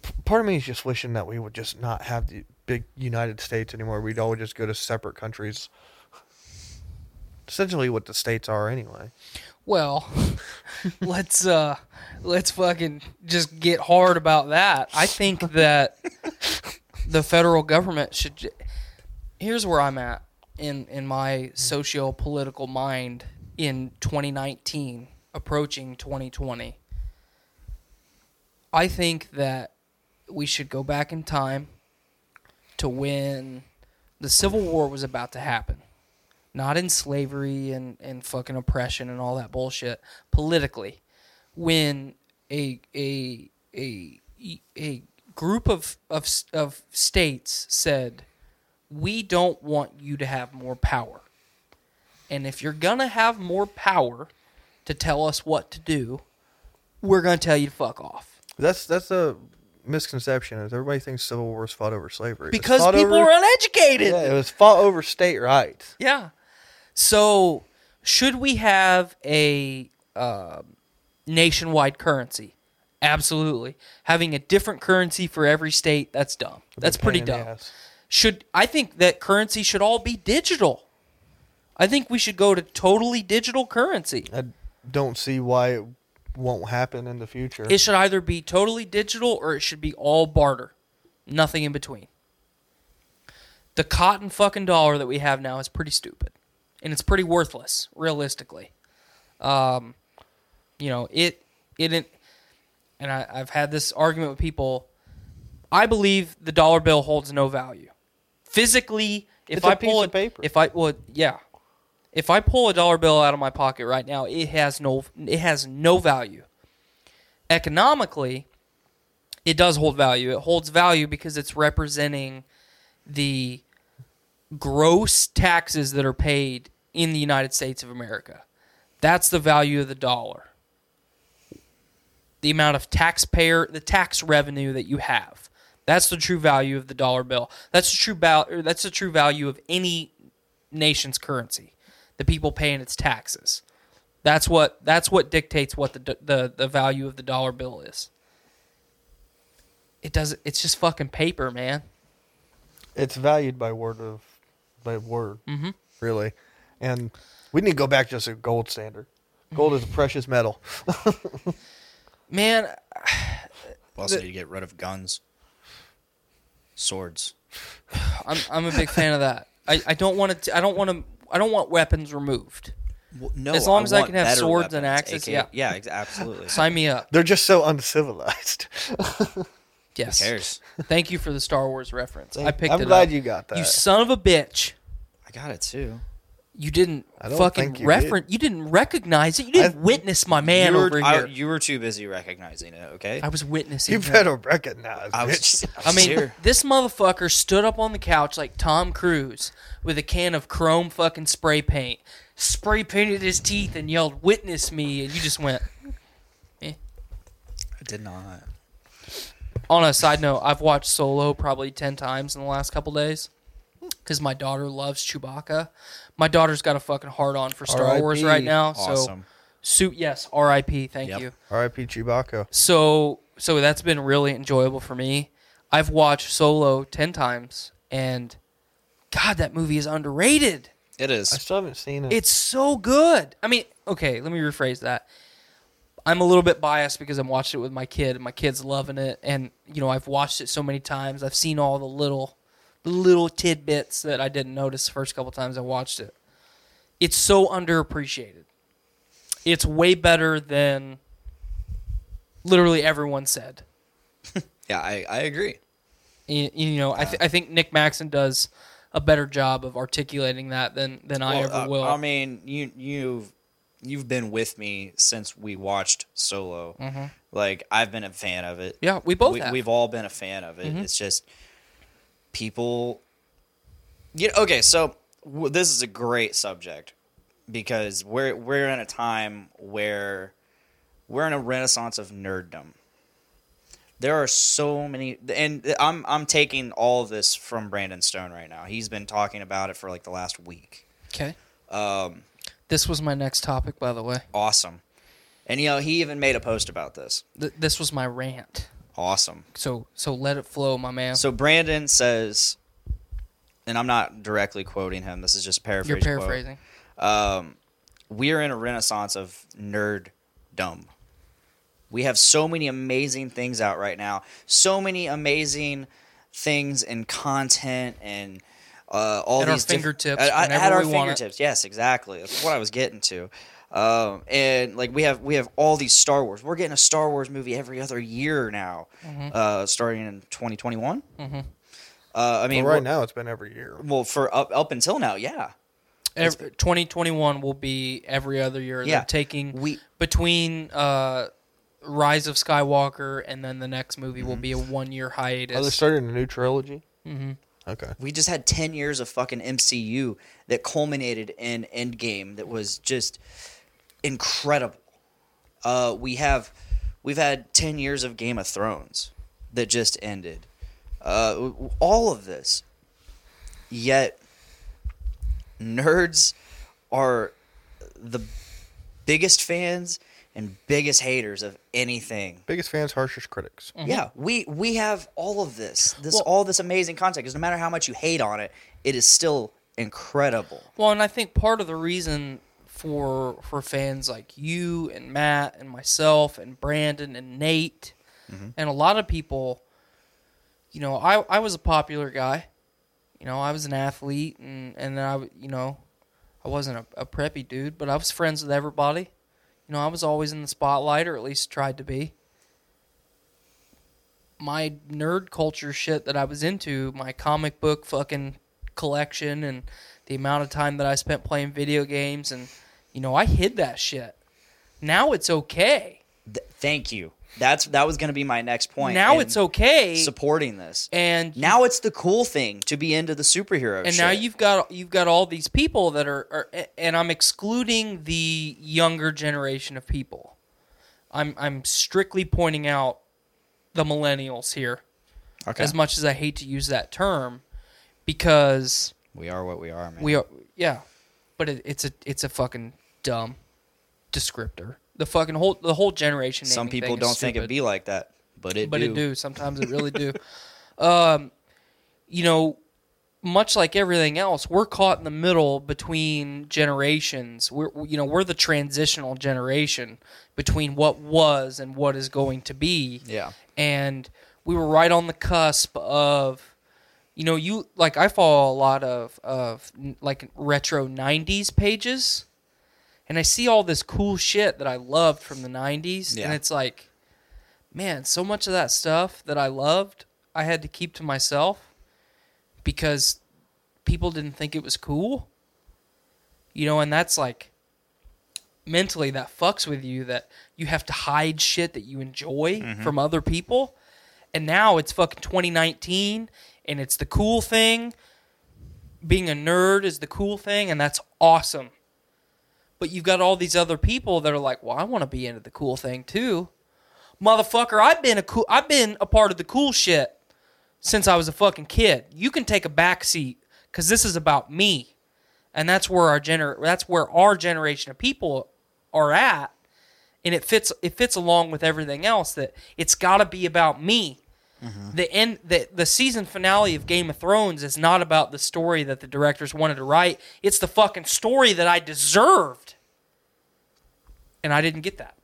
S10: p- part of me is just wishing that we would just not have the big United States anymore. We'd all just go to separate countries. Essentially, what the states are, anyway.
S3: Well, let's uh let's fucking just get hard about that. I think that the federal government should j- Here's where I'm at in in my socio-political mind in 2019 approaching 2020. I think that we should go back in time to when the Civil War was about to happen not in slavery and, and fucking oppression and all that bullshit politically when a a a a group of of of states said we don't want you to have more power and if you're going to have more power to tell us what to do we're going to tell you to fuck off
S10: That's that's a misconception. Is everybody thinks Civil War was fought over slavery? It was
S3: because
S10: fought
S3: people
S10: over,
S3: are uneducated
S10: Yeah, it was fought over state rights.
S3: Yeah. So, should we have a um nationwide currency? Absolutely. Having a different currency for every state, that's dumb. That's pretty
S10: Pain in the
S3: dumb.
S10: ass.
S3: Should I think that currency should all be digital? I think we should go to totally digital currency.
S10: I don't see why it won't happen in the future.
S3: It should either be totally digital or it should be all barter. Nothing in between. The cotton fucking dollar that we have now is pretty stupid. And it's pretty worthless, realistically. Um, you know, it it and I, I've had this argument with people. I believe the dollar bill holds no value. Physically, if
S10: It's a
S3: I pull
S10: piece
S3: it,
S10: of paper.
S3: if I well, yeah, if I pull a dollar bill out of my pocket right now, it has no it has no value. Economically, it does hold value. It holds value because it's representing the gross taxes that are paid in the United States of America. That's the value of the dollar. The amount of taxpayer, the tax revenue that you have. That's the true value of the dollar bill. That's the true val- or that's the true value of any nation's currency. The people paying its taxes. That's what that's what dictates what the d- the, the value of the dollar bill is. It doesn't it's just fucking paper, man.
S10: it's valued by word of by word, mm-hmm. really. And we need to go back just to gold standard. Gold is a precious metal.
S3: Man,
S9: We also need to get rid of guns, swords.
S3: I'm I'm a big fan of that. I, I don't want to. I don't want to. I don't want weapons removed.
S9: Well, no,
S3: As long as I
S9: want
S3: can have
S9: better
S3: swords and
S9: weapons,
S3: axes,
S9: aka
S3: yeah.
S9: yeah, ex- absolutely. Who
S3: Sign me up.
S10: They're just so uncivilized.
S3: Yes.
S9: cares?
S3: Thank you for the Star Wars reference. I picked
S10: I'm
S3: it
S10: glad
S3: up.
S10: you got that.
S3: You son of a bitch.
S9: I got it too.
S3: You didn't
S10: I don't
S3: fucking
S10: think you
S3: reference. You didn't recognize it. You didn't
S10: I-
S3: witness my man
S9: you were,
S3: over
S9: I-
S3: here.
S9: you were too busy recognizing it. Okay,
S3: I was witnessing.
S10: You
S3: him.
S10: better recognize.
S9: I was.
S10: bitch.
S9: Just, I,
S3: I
S9: was
S3: mean,
S9: here.
S3: this motherfucker stood up on the couch like Tom Cruise with a can of chrome fucking spray paint, spray painted his teeth, and yelled, "Witness me!" And you just went.
S9: I did not.
S3: on a side note, I've watched Solo probably 10 times in the last couple days because my daughter loves Chewbacca. My daughter's got a fucking hard on for Star
S10: R.I.P..
S3: Wars right now.
S9: Awesome.
S3: So, suit, yes, RIP. Thank
S9: Yep.
S3: you.
S10: R.I.P. Chewbacca.
S3: So, so that's been really enjoyable for me. I've watched Solo 10 times, and God, that movie is underrated.
S9: It
S10: I
S9: is.
S10: still haven't seen it.
S3: It's so good. I mean, okay, let me rephrase that. I'm a little bit biased because I'm watching it with my kid, and my kid's loving it. And you know, I've watched it so many times. I've seen all the little, little tidbits that I didn't notice the first couple times I watched it. It's so underappreciated. It's way better than literally everyone said.
S9: Yeah, I, I agree.
S3: You, you know, I, th- I think Nick Maxon does a better job of articulating that than than I
S9: Well,
S3: ever
S9: uh,
S3: will.
S9: I mean, you you've you've been with me since we watched Solo. Like I've been a fan of it.
S3: Mm-hmm. yeah, we both
S9: we,
S3: have. Mm-hmm.
S9: we've all been a fan of it. It's just people. You know, okay, so w- this is a great subject because we're we're in a time where we're in a renaissance of nerddom. There are so many, and I'm I'm taking all of this from Brandon Stone right now. He's been talking about it for like the last week.
S3: okay.
S9: Um,
S3: This was my next topic, by the way.
S9: awesome, and you know he even made a post about this.
S3: Th- this was my rant.
S9: Awesome.
S3: So so let it flow, my man.
S9: So Brandon says, and I'm not directly quoting him. This is just paraphrasing.
S3: You're paraphrasing.
S9: Um, we are in a renaissance of nerd dumb. We have so many amazing things out right now. So many amazing things and content and uh, all
S3: At our
S9: these diff-
S3: fingertips
S9: at, at-
S3: whenever
S9: at our
S3: we want it.
S9: fingertips. Yes, exactly. That's what I was getting to. Um, and like we have we have all these Star Wars. We're getting a Star Wars movie every other year now,
S3: Mm-hmm.
S9: uh, starting in 2021. Uh, I mean,
S10: well, right
S9: we're-
S10: now, it's been every year.
S9: well, for up up until now, yeah.
S3: Every, 2021 will be every other year.
S9: Yeah.
S3: They're taking
S9: We-
S3: between uh, Rise of Skywalker and then the next movie will be a one year hiatus.
S10: Are they starting a new trilogy? Mm-hmm. Okay.
S9: We just had 10 years of fucking MCU that culminated in Endgame that was just incredible. Uh, we have we've had 10 years of Game of Thrones that just ended. Uh, w- w- all of this. Yet nerds are the biggest fans and biggest haters of anything
S10: Biggest fans, harshest critics.
S3: Mm. Mm-hmm.
S9: yeah, we we have all of this, this all this amazing content. Because no matter how much you hate on it, it is still incredible.
S3: Well, and I think part of the reason for for fans like you and Matt and myself and Brandon and Nate and a lot of people, you know, I I was a popular guy. You know, I was an athlete and and then I w- you know, I wasn't a, a preppy dude, but I was friends with everybody. You know, I was always in the spotlight or at least tried to be. My nerd culture shit that I was into, my comic book fucking collection and the amount of time that I spent playing video games and you know, I hid that shit. Now it's okay.
S9: Th- thank you. That's that was going to be my next point.
S3: Now
S9: in
S3: it's okay.
S9: Supporting this,
S3: and
S9: now it's the cool thing to be into the superhero.
S3: and now
S9: shit.
S3: you've got you've got all these people that are, are and I'm excluding the younger generation of people. I'm I'm strictly pointing out the millennials here.
S9: Okay.
S3: As much as I hate to use that term because
S9: we are what we are, man.
S3: We are, yeah, but it, it's a it's a fucking dumb descriptor. The fucking whole the whole generation.
S9: Some
S3: naming
S9: people
S3: thing is
S9: don't think it
S3: stupid
S9: be like that, but it
S3: but
S9: do.
S3: it do sometimes it really do um you know much like everything else we're caught in the middle between generations we're you know we're the transitional generation between what was and what is going to be
S9: Yeah.
S3: and we were right on the cusp of you know you like i follow a lot of of like retro 90s pages and i see all this cool shit that i loved from the 90s
S9: Yeah.
S3: and it's like man, so much of that stuff that I loved, I had to keep to myself because people didn't think it was cool. You know, and that's like mentally that fucks with you that you have to hide shit that you enjoy from other people. And now it's fucking 2019 and it's the cool thing. Being a nerd is the cool thing and that's awesome. But you've got all these other people that are like, "Well, I want to be into the cool thing too." motherfucker, I've been a cool, I've been a part of the cool shit since I was a fucking kid. You can take a back seat because this is about me, and that's where our gener, that's where our generation of people are at, and it fits, it fits along with everything else that it's got to be about me. The end, the the season finale of Game of Thrones is not about the story that the directors wanted to write. It's the fucking story that I deserved, and I didn't get that.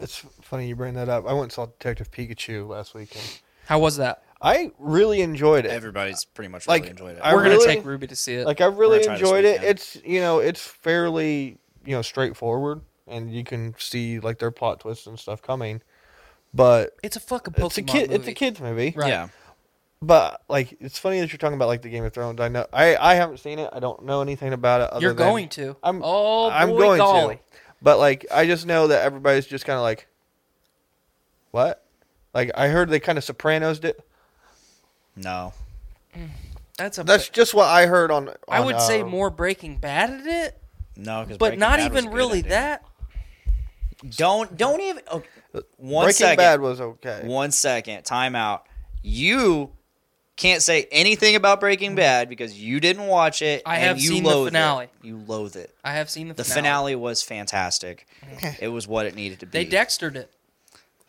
S10: It's funny you bring that up. I went and saw Detective Pikachu last weekend.
S3: How was that?
S10: I really enjoyed it.
S9: Everybody's pretty much
S10: Like,
S9: really enjoyed it.
S10: I
S3: We're
S10: really-
S3: gonna take Ruby to see it.
S10: Like I really
S9: gonna try this
S10: enjoyed it.
S9: weekend.
S10: It's you know it's fairly you know straightforward, and you can see like their plot twists and stuff coming. But
S3: it's a fucking Pokemon
S10: it's a kid.
S3: movie.
S10: It's a kids movie.
S3: Right.
S9: Yeah,
S10: But like it's funny that you're talking about like the Game of Thrones. I know I, I haven't seen it. I don't know anything about it. Other
S3: You're
S10: than-
S3: going to.
S10: I'm
S3: Oh,
S10: I'm
S3: boy,
S10: going
S3: golly.
S10: to. But like I just know that everybody's just kind of like, what? Like I heard they kind of Sopranos did.
S9: no,
S3: That's a.
S10: That's just what I heard on.
S3: I
S10: on,
S3: would say
S10: uh,
S3: more Breaking Bad at it,
S9: no, 'cause
S3: but
S9: Oh, Breaking Bad
S3: not
S9: was
S3: even
S9: good,
S3: really
S9: dude.
S3: that.
S9: Don't don't even. Okay. One
S10: Breaking
S9: second.
S10: Bad was okay.
S9: One second, timeout. You can't say anything about Breaking Bad because you didn't watch it.
S3: Mm-hmm. I
S9: and
S3: have
S9: you
S3: seen the
S9: loathe
S3: finale.
S9: It. You loathe it.
S3: I have seen the
S9: The
S3: finale. Mm-hmm.
S9: finale was fantastic. it was what it needed to be.
S3: They dextered it.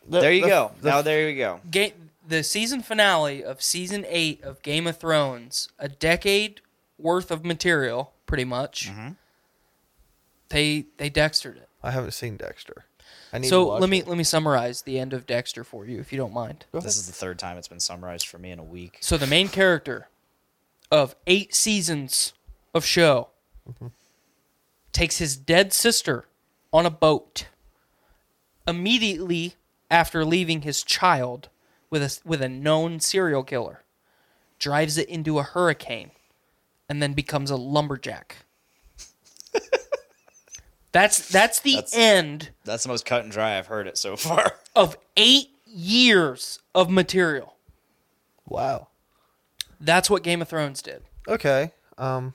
S10: The-
S9: there you
S10: the-
S9: go.
S10: the-
S9: now there you go.
S3: Ga- the season finale of season eight of Game of Thrones, a decade worth of material, pretty much.
S9: Mm-hmm.
S3: They they dextered it.
S10: I haven't seen Dexter. I need to
S3: So
S10: watch
S3: let me
S10: it.
S3: let me summarize the end of Dexter for you, if you don't mind.
S9: This is the third time it's been summarized for me in a week.
S3: So the main character of eight seasons of show takes his dead sister on a boat immediately after leaving his child with a with a known serial killer, drives it into a hurricane, and then becomes a lumberjack. That's that's the
S9: That's-
S3: end
S9: That's the most cut and dry I've heard it so far.
S3: of eight years of material.
S10: Wow.
S3: That's what Game of Thrones did.
S10: Okay. Um,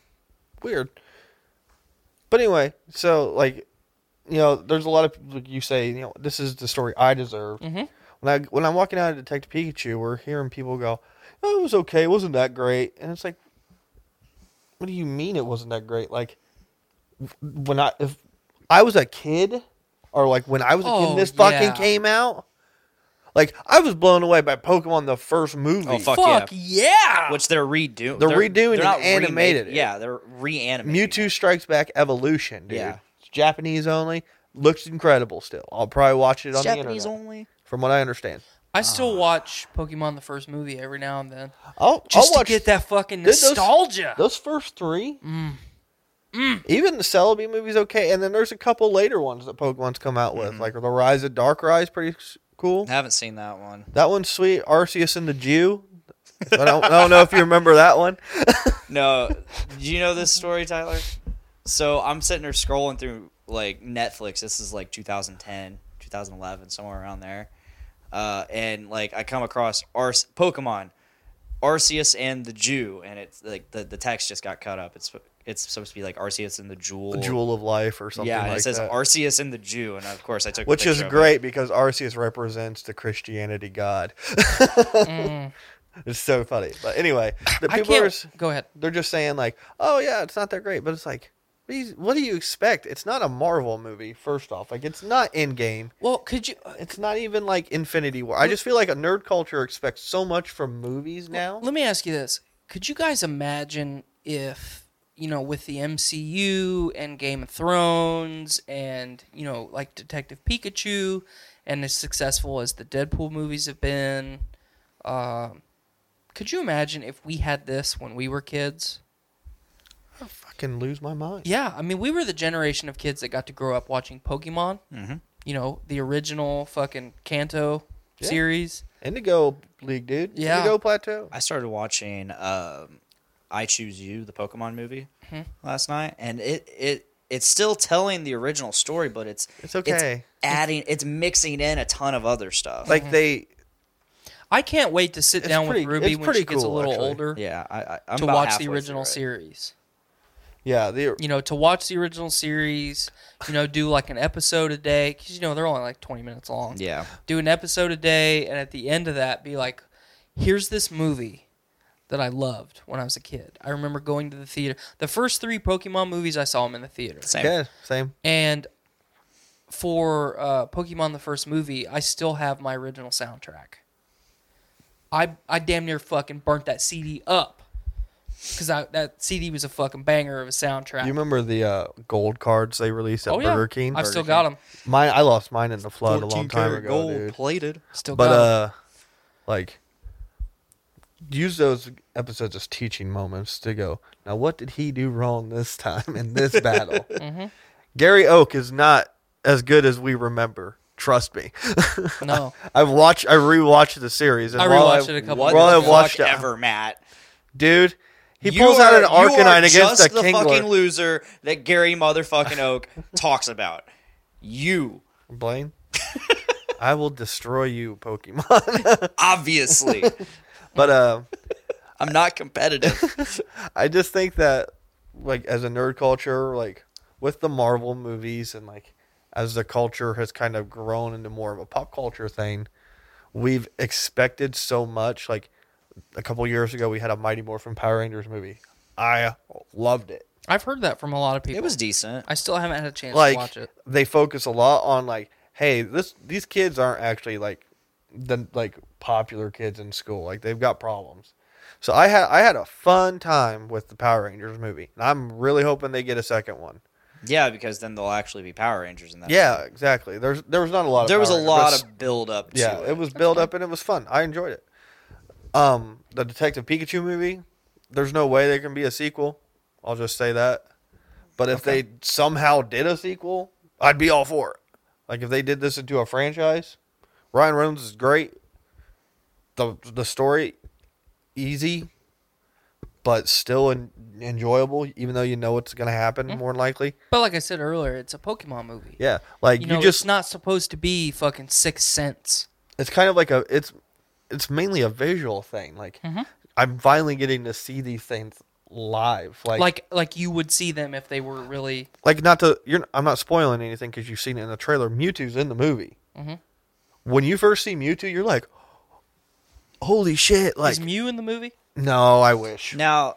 S10: weird. But anyway, so like, you know, there's a lot of people you say, you know, this is the story I deserve. Mm-hmm. When I when I'm walking out of Detective Pikachu, we're hearing people go, "Oh, it was okay. It wasn't that great." And it's like, what do you mean it wasn't that great? Like, w- when I if I was a kid, or like when I was a kid,
S3: Oh,
S10: and this fucking
S3: yeah.
S10: came out. Like I was blown away by Pokemon the first movie.
S9: Oh fuck,
S3: Fuck
S9: yeah!
S3: yeah!
S9: Which they're redoing.
S10: They're redoing
S9: not
S10: and animated
S9: remake-
S10: it.
S9: Yeah, they're reanimating.
S10: Mewtwo Strikes Back Evolution, dude.
S9: Yeah.
S10: It's Japanese only. Looks incredible still. I'll probably watch it on
S9: Japanese
S10: the internet.
S9: only.
S10: From what I understand.
S3: I still watch Pokemon the first movie every now and then
S10: Oh,
S9: Oh,
S10: I'll,
S3: just
S10: I'll watch
S3: to get that fucking
S10: Dude, those-
S3: nostalgia.
S10: those first three.
S9: Mm.
S10: Even the Celebi movie's okay, and then there's a couple later ones that Pokemon's come out with, like the Rise of Darkrai is pretty s- cool.
S9: I haven't seen Mm-hmm. that one.
S10: That one's sweet. Arceus and the Jew. I don't, I don't know if you remember that one.
S9: No, do you know this story, Tyler? So I'm sitting there scrolling through like Netflix. This is like 2010, 2011, somewhere around there. Uh, and like I come across Ar- Pokemon, Arceus and the Jew, and it's like the, the text just got cut up. It's it's supposed to be like Arceus and the Jewel.
S10: The Jewel of Life or something
S9: yeah, and
S10: like
S9: it says
S10: that.
S9: Arceus and the Jew, and of course I took a
S10: Which is
S9: picture of it.
S10: great because Arceus represents the Christianity God. It's so funny. But anyway, the
S3: Mm. I
S10: people are,
S3: can't.
S10: s-
S3: Go ahead.
S10: they're just saying like, oh yeah, it's not that great, but it's like, these- what do you expect? It's not a Marvel movie. First off, like it's not Endgame.
S3: Well, could you?
S10: It's not even like Infinity War. I just feel like a nerd culture expects so much from movies now.
S3: Let me ask you this: Could you guys imagine if you know, with the MCU and Game of Thrones, and you know, like Detective Pikachu, and as successful as the Deadpool movies have been, um, could you imagine if we had this when we were kids?
S10: I fucking lose my mind.
S3: Yeah, I mean, we were the generation of kids that got to grow up watching Pokemon. Mm-hmm. You know, the original fucking Kanto series.
S10: Indigo League, dude.
S3: Yeah.
S10: Indigo Plateau.
S9: I started watching um, I Choose You, the Pokemon movie,
S10: Mm-hmm.
S9: last night, and it it it's still telling the original story, but it's
S10: It's okay.
S9: adding, it's mixing in a ton of other stuff.
S3: Mm-hmm.
S10: Like they,
S3: I can't wait to sit
S10: It's
S3: down
S10: pretty-
S3: with Ruby
S10: it's
S3: when she
S10: pretty
S3: gets a
S10: cool,
S3: little
S10: actually.
S3: older
S9: yeah, I, I, I'm
S3: to
S9: about
S3: watch
S9: halfway
S3: the
S9: through
S3: original
S9: it.
S3: series.
S10: yeah, the
S3: You know, to watch the original series, you know, do like an episode a day because you know they're only like twenty minutes long.
S9: Yeah,
S3: do an episode a day and at the end of that be like here's this movie that i loved when i was a kid i remember going to the theater the first three pokemon movies i saw them in the theater
S9: same.
S10: yeah, same.
S3: and for uh, pokemon the first movie i still have my original soundtrack i, I damn near fucking burnt that cd up because that cd was a fucking banger of a soundtrack
S10: You remember the uh, gold cards they released at
S3: oh, yeah.
S10: Burger King?
S3: i've still
S10: Burger
S3: got
S10: King.
S3: them
S10: Mine, I lost mine in the flood a
S9: 14
S10: long time
S9: karat
S10: ago,
S9: gold
S10: dude.
S9: plated.
S3: still
S10: But
S3: got 'em.
S10: uh, like, use those episodes as teaching moments to go. Now, what did he do wrong this time in this battle?
S3: Mm-hmm.
S10: Gary Oak is not as good as we remember. Trust me. uh,
S3: no
S10: I've watched. I rewatched the series. And
S3: I
S10: while
S3: rewatched it a couple
S9: What
S3: Well,
S10: while I
S9: the
S10: watched
S9: fuck
S10: it,
S9: ever, Matt?
S10: dude. He
S9: You
S10: pulls out
S9: are-
S10: an
S9: you are
S10: Arcanine against
S9: just
S10: the King
S9: fucking
S10: Lord.
S9: loser that Gary motherfucking Oak talks about. You
S10: Blaine, I will destroy you, Pokemon.
S9: obviously.
S10: but uh,
S9: I'm not competitive.
S10: I just think that like as a nerd culture, like with the Marvel movies and like as the culture has kind of grown into more of a pop culture thing, we've expected so much. Like a couple years ago we had a Mighty Morphin Power Rangers movie. I loved it.
S3: i've heard that from a lot of people
S9: It was decent.
S3: i still haven't had a chance
S10: Like
S3: to watch it
S10: they focus a lot on like, hey, this these kids aren't actually like the like popular kids in school. Like they've got problems. So I had I had a fun time with the Power Rangers movie. And I'm really hoping they get a second one.
S9: Yeah, because then they'll actually be Power Rangers in that.
S10: Yeah, exactly. There's there was not a lot. Of
S9: there was a
S10: Power
S9: lot
S10: Rangers, but
S9: of build up.
S10: s- yeah.
S9: to
S10: It. was build up and it was fun. I enjoyed it. Um, the Detective Pikachu movie. There's no way there can be a sequel. I'll just say that. But if they somehow did a sequel, I'd be all for it. Like if they did this into a franchise, Ryan Reynolds is great. the The story, easy. but still en- enjoyable, even though you know what's going to happen more than likely.
S3: But like I said earlier, it's a Pokemon movie.
S10: Yeah, like
S3: You
S10: you,
S3: know,
S10: just
S3: it's not supposed to be fucking Sixth Sense.
S10: it's kind of like a it's it's mainly a visual thing. Like I'm finally getting to see these things live. Like like,
S3: Like like you would see them if they were really
S10: not to you're n- I'm not spoiling anything because you've seen it in the trailer. Mewtwo's in the movie. When you first see Mewtwo, you're like, "Holy shit!" Like
S3: Is Mew in the movie?
S10: no, I wish.
S6: Now,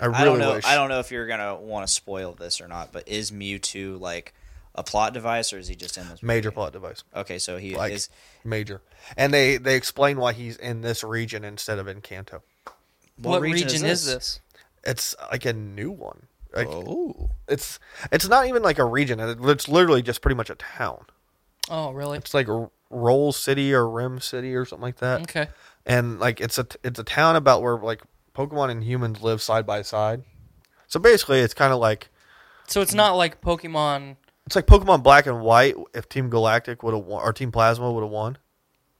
S10: I really
S6: I don't know.
S10: wish.
S6: I don't know if you're gonna want to spoil this or not, but is Mewtwo like a plot device or is he just in this?
S10: Major
S6: movie?
S10: plot device.
S6: Okay, so he
S10: Like
S6: is.
S10: major, and they they explain why he's in this region instead of in Kanto.
S3: What, region, is, this?
S10: It's like a new one. Like, oh, it's it's not even like a region. it- It's literally just pretty much a town.
S3: Oh, really?
S10: It's like R- Roll City or Rim City or something like that.
S3: Okay.
S10: and like it's a t- it's a town about where like Pokemon and humans live side by side. So basically, it's kind of like
S3: So
S6: Hmm.
S3: it's not like Pokemon.
S10: it's like Pokemon Black and White. If Team Galactic would have won, or Team Plasma would have won.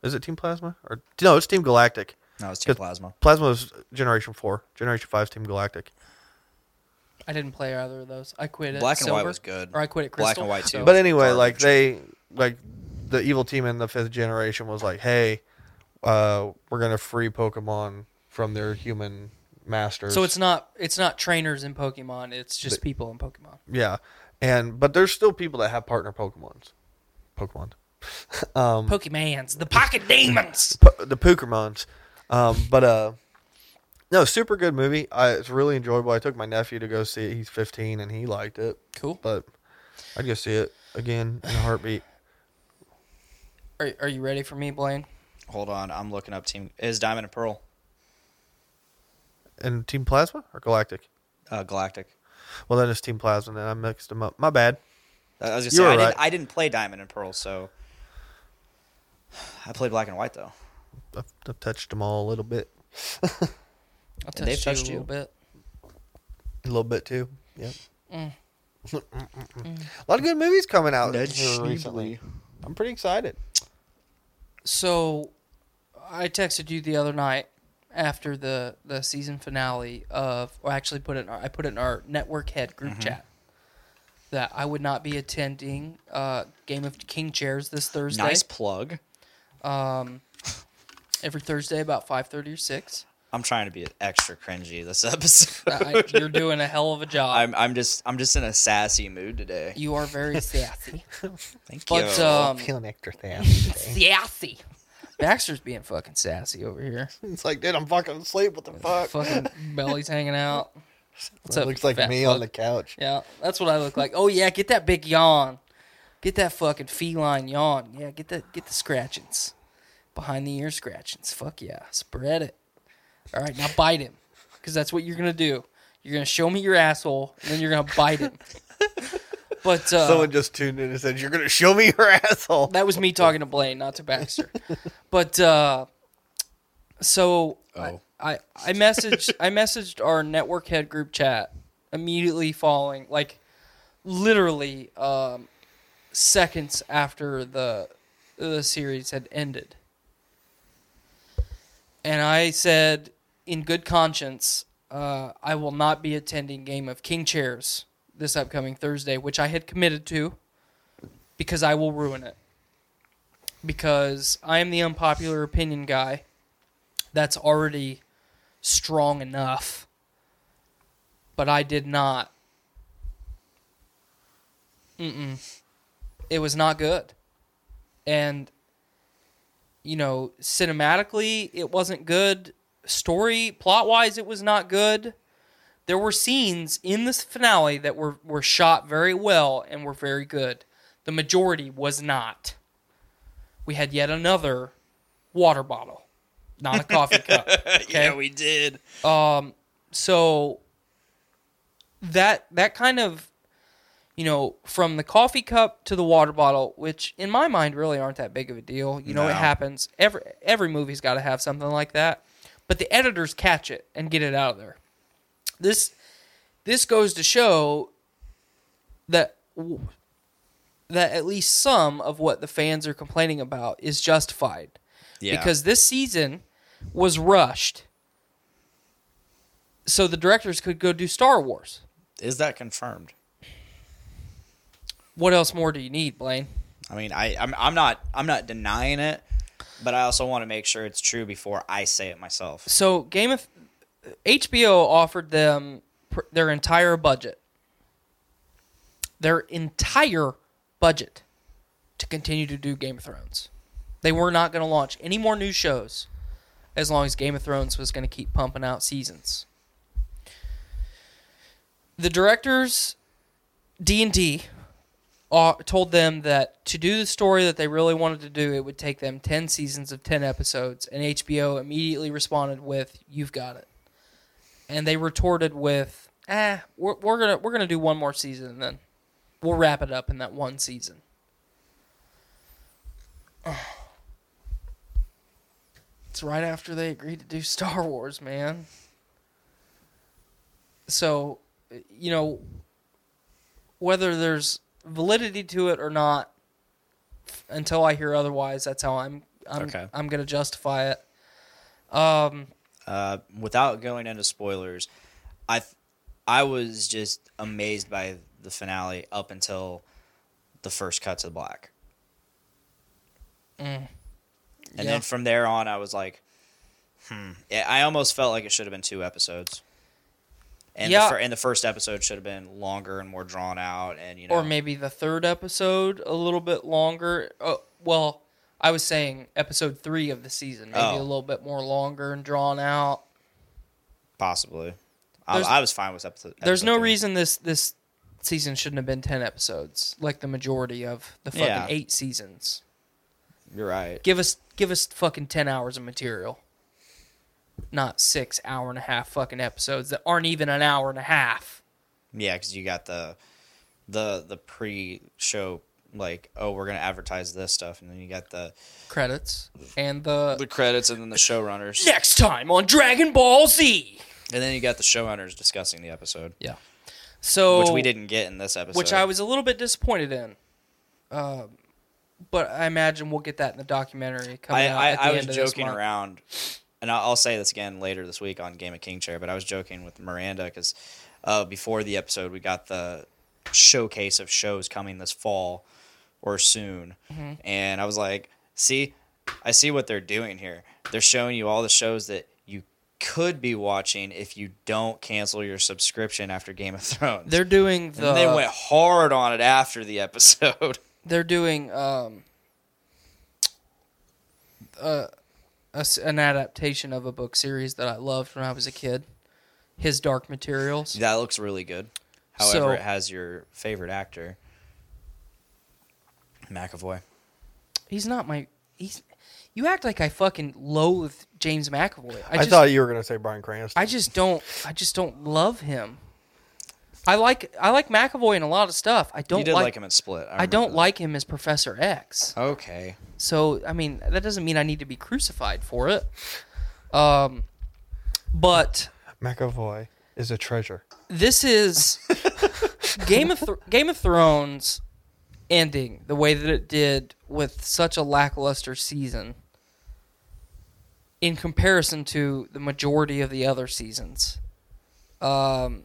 S10: Is it Team Plasma or no? It's Team Galactic.
S6: No, it's Team Plasma.
S10: Plasma was Generation Four. Generation Five's Team Galactic.
S3: I didn't play either of those. I quit it.
S6: Black and
S3: Silver,
S6: White was good.
S3: Or I quit it.
S6: Black
S3: Crystal.
S6: and White, too.
S3: so-
S10: But anyway,
S6: garbage.
S10: like they like the evil team in the fifth generation was like, hey, uh, we're gonna free Pokemon from their human masters.
S3: so it's not it's not trainers in Pokemon. It's just people in Pokemon.
S10: yeah, and but there's still people that have partner Pokemons. Pokemon.
S3: Pokemans, the Pocket Demons.
S10: P- the Pokemons. Um, but uh, no, super good movie. I, it's really enjoyable. I took my nephew to go see it. He's 15 and he liked it.
S3: Cool.
S10: But I'd go see it again in a heartbeat.
S3: Are, are you ready for me, Blaine?
S6: Hold on, I'm looking up Team. Is Diamond and Pearl
S10: And Team Plasma or Galactic?
S6: uh, Galactic?
S10: Well, then it's Team Plasma. Then I mixed them up. My bad.
S6: I was gonna
S10: You
S6: say
S10: were
S6: I,
S10: right.
S6: didn't, I didn't play Diamond and Pearl, so I played Black and White though.
S10: I've, I've touched them all a little bit,
S3: I'll
S6: And they've
S3: touch you a
S6: touched you.
S3: little bit.
S10: a little bit too. Yep. mm. a lot of good movies coming out here recently. I'm pretty excited.
S3: So, I texted you the other night after the the season finale of, or actually put it in our, I put it in our network head group
S6: Mm-hmm.
S3: chat that I would not be attending uh, Game of King Chairs this Thursday.
S6: Nice plug.
S3: Every Thursday about five thirty or six.
S6: I'm trying to be extra cringy this episode.
S3: I, you're doing a hell of a job.
S6: I'm I'm just I'm just in a sassy mood today.
S3: you are very sassy,
S6: Thank
S3: but
S6: you.
S3: um,
S10: Feeling extra fast.
S3: sassy. Baxter's being fucking sassy over here.
S10: it's like, dude, I'm fucking asleep. What the fuck?
S3: fucking belly's hanging out. What's
S10: It
S3: up,
S10: looks like
S3: fat
S10: me
S3: fuck?
S10: on the couch.
S3: Yeah, that's what I look like. Oh yeah, get that big yawn. Get that fucking feline yawn. Yeah, get that get the scratchings. Behind the ear scratchings. Fuck yeah. Spread it. All right, now bite him. Cuz that's what you're going to do. You're going to show me your asshole and then you're going to bite him. But uh,
S10: Someone just tuned in and said, "You're gonna show me your asshole."
S3: that was me talking to Blaine, not to Baxter. but uh, so I, I I messaged I messaged our network head group chat immediately following, like literally um, seconds after the the series had ended, and I said in good conscience, uh, I will not be attending Game of King Chairs this upcoming Thursday, which I had committed to because I will ruin it. Because I am the unpopular opinion guy that's already strong enough. But I did not. Mm-mm. It was not good. And, you know, cinematically, it wasn't good. Story, plot wise, it was not good. There were scenes in this finale that were, were shot very well and were very good. The majority was not. We had yet another water bottle, not a coffee cup.
S6: Yeah, we did.
S3: So that that kind of you know from the coffee cup to the water bottle, which in my mind really aren't that big of a deal. You know
S6: No.
S3: it happens. Every every movie's got to have something like that. But the editors catch it and get it out of there. This this goes to show that w- that at least some of what the fans are complaining about is justified
S6: Yeah.
S3: because this season was rushed. so the directors could go do Star Wars.
S9: Is that confirmed?
S3: What else more do you need, Blaine?
S9: I mean, I I'm, I'm not I'm not denying it, but I also want to make sure it's true before I say it myself.
S3: So Game of HBO offered them pr- their entire budget, their entire budget, to continue to do Game of Thrones. They were not going to launch any more new shows as long as Game of Thrones was going to keep pumping out seasons. The directors, D and D, uh, told them that to do the story that they really wanted to do, it would take them ten seasons of ten episodes, and HBO immediately responded with, "You've got it," and they retorted with, "Ah, we're, we're gonna we're gonna do one more season, and then we'll wrap it up in that one season." It's right after they agreed to do Star Wars, man. So, you know, whether there's validity to it or not, f- until I hear otherwise, that's how I'm I'm
S9: Okay.
S3: I'm gonna justify it.
S9: Uh, without going into spoilers, I th- I was just amazed by the finale up until the first cut to the black. And
S3: Mm. Yeah.
S9: then from there on, I was like, hmm. Yeah, I almost felt like it should have been two episodes. And,
S3: Yeah.
S9: the, fir- and the first episode should have been longer and more drawn out, and you know,
S3: or maybe the third episode a little bit longer. Oh, well, I was saying episode three of the season, maybe
S9: Oh.
S3: a little bit more longer and drawn out.
S9: possibly. I,
S3: There's-
S9: I was fine with episode.
S3: There's
S9: episode
S3: no
S9: three.
S3: reason this this season shouldn't have been ten episodes, like the majority of the fucking
S9: Yeah.
S3: eight seasons.
S9: You're right.
S3: Give us give us fucking ten hours of material, not six hour and a half fucking episodes that aren't even an hour and a half.
S9: Yeah, because you got the the the pre-show like, oh, we're gonna advertise this stuff, and then you got the
S3: Credits and the,
S9: the credits, and then the showrunners,
S3: next time on Dragon Ball Z.
S9: and then you got the showrunners discussing the episode,
S3: Yeah. So
S9: which we didn't get in this episode.
S3: which I was a little bit disappointed in. Um, but I imagine we'll get that in the documentary coming
S9: I
S3: out.
S9: I,
S3: at the
S9: I
S3: end
S9: was
S3: of this
S9: joking
S3: month.
S9: around, and I'll, I'll say this again later this week on Game of King Chair, but I was joking with Miranda because uh, before the episode, we got the showcase of shows coming this fall or soon,
S3: Mm-hmm.
S9: and I was like, see, I see what they're doing here. They're showing you all the shows that you could be watching if you don't cancel your subscription after Game of Thrones.
S3: They're doing
S9: and they went
S3: the.
S9: hard on it after the episode.
S3: They are doing um, uh, a s an adaptation of a book series that I loved when I was a kid. His Dark Materials.
S9: That looks really good. However,
S3: So-
S9: it has your favorite actor, McAvoy.
S3: He's not my. He's. You act like I fucking loathe James McAvoy. I,
S10: I,
S3: just,
S10: thought you were gonna say Brian Cranston.
S3: I just don't. I just don't love him. I like I like McAvoy in a lot of stuff. I
S9: you
S3: don't
S9: did like,
S3: like
S9: him in Split. I,
S3: I
S9: remember
S3: don't
S9: that.
S3: like him as Professor X.
S9: Okay.
S3: So I mean, that doesn't mean I need to be crucified for it. Um, but
S10: McAvoy is a treasure.
S3: this is Game of Thr Game of Thrones ending the way that it did with such a lackluster season in comparison to the majority of the other seasons. Um,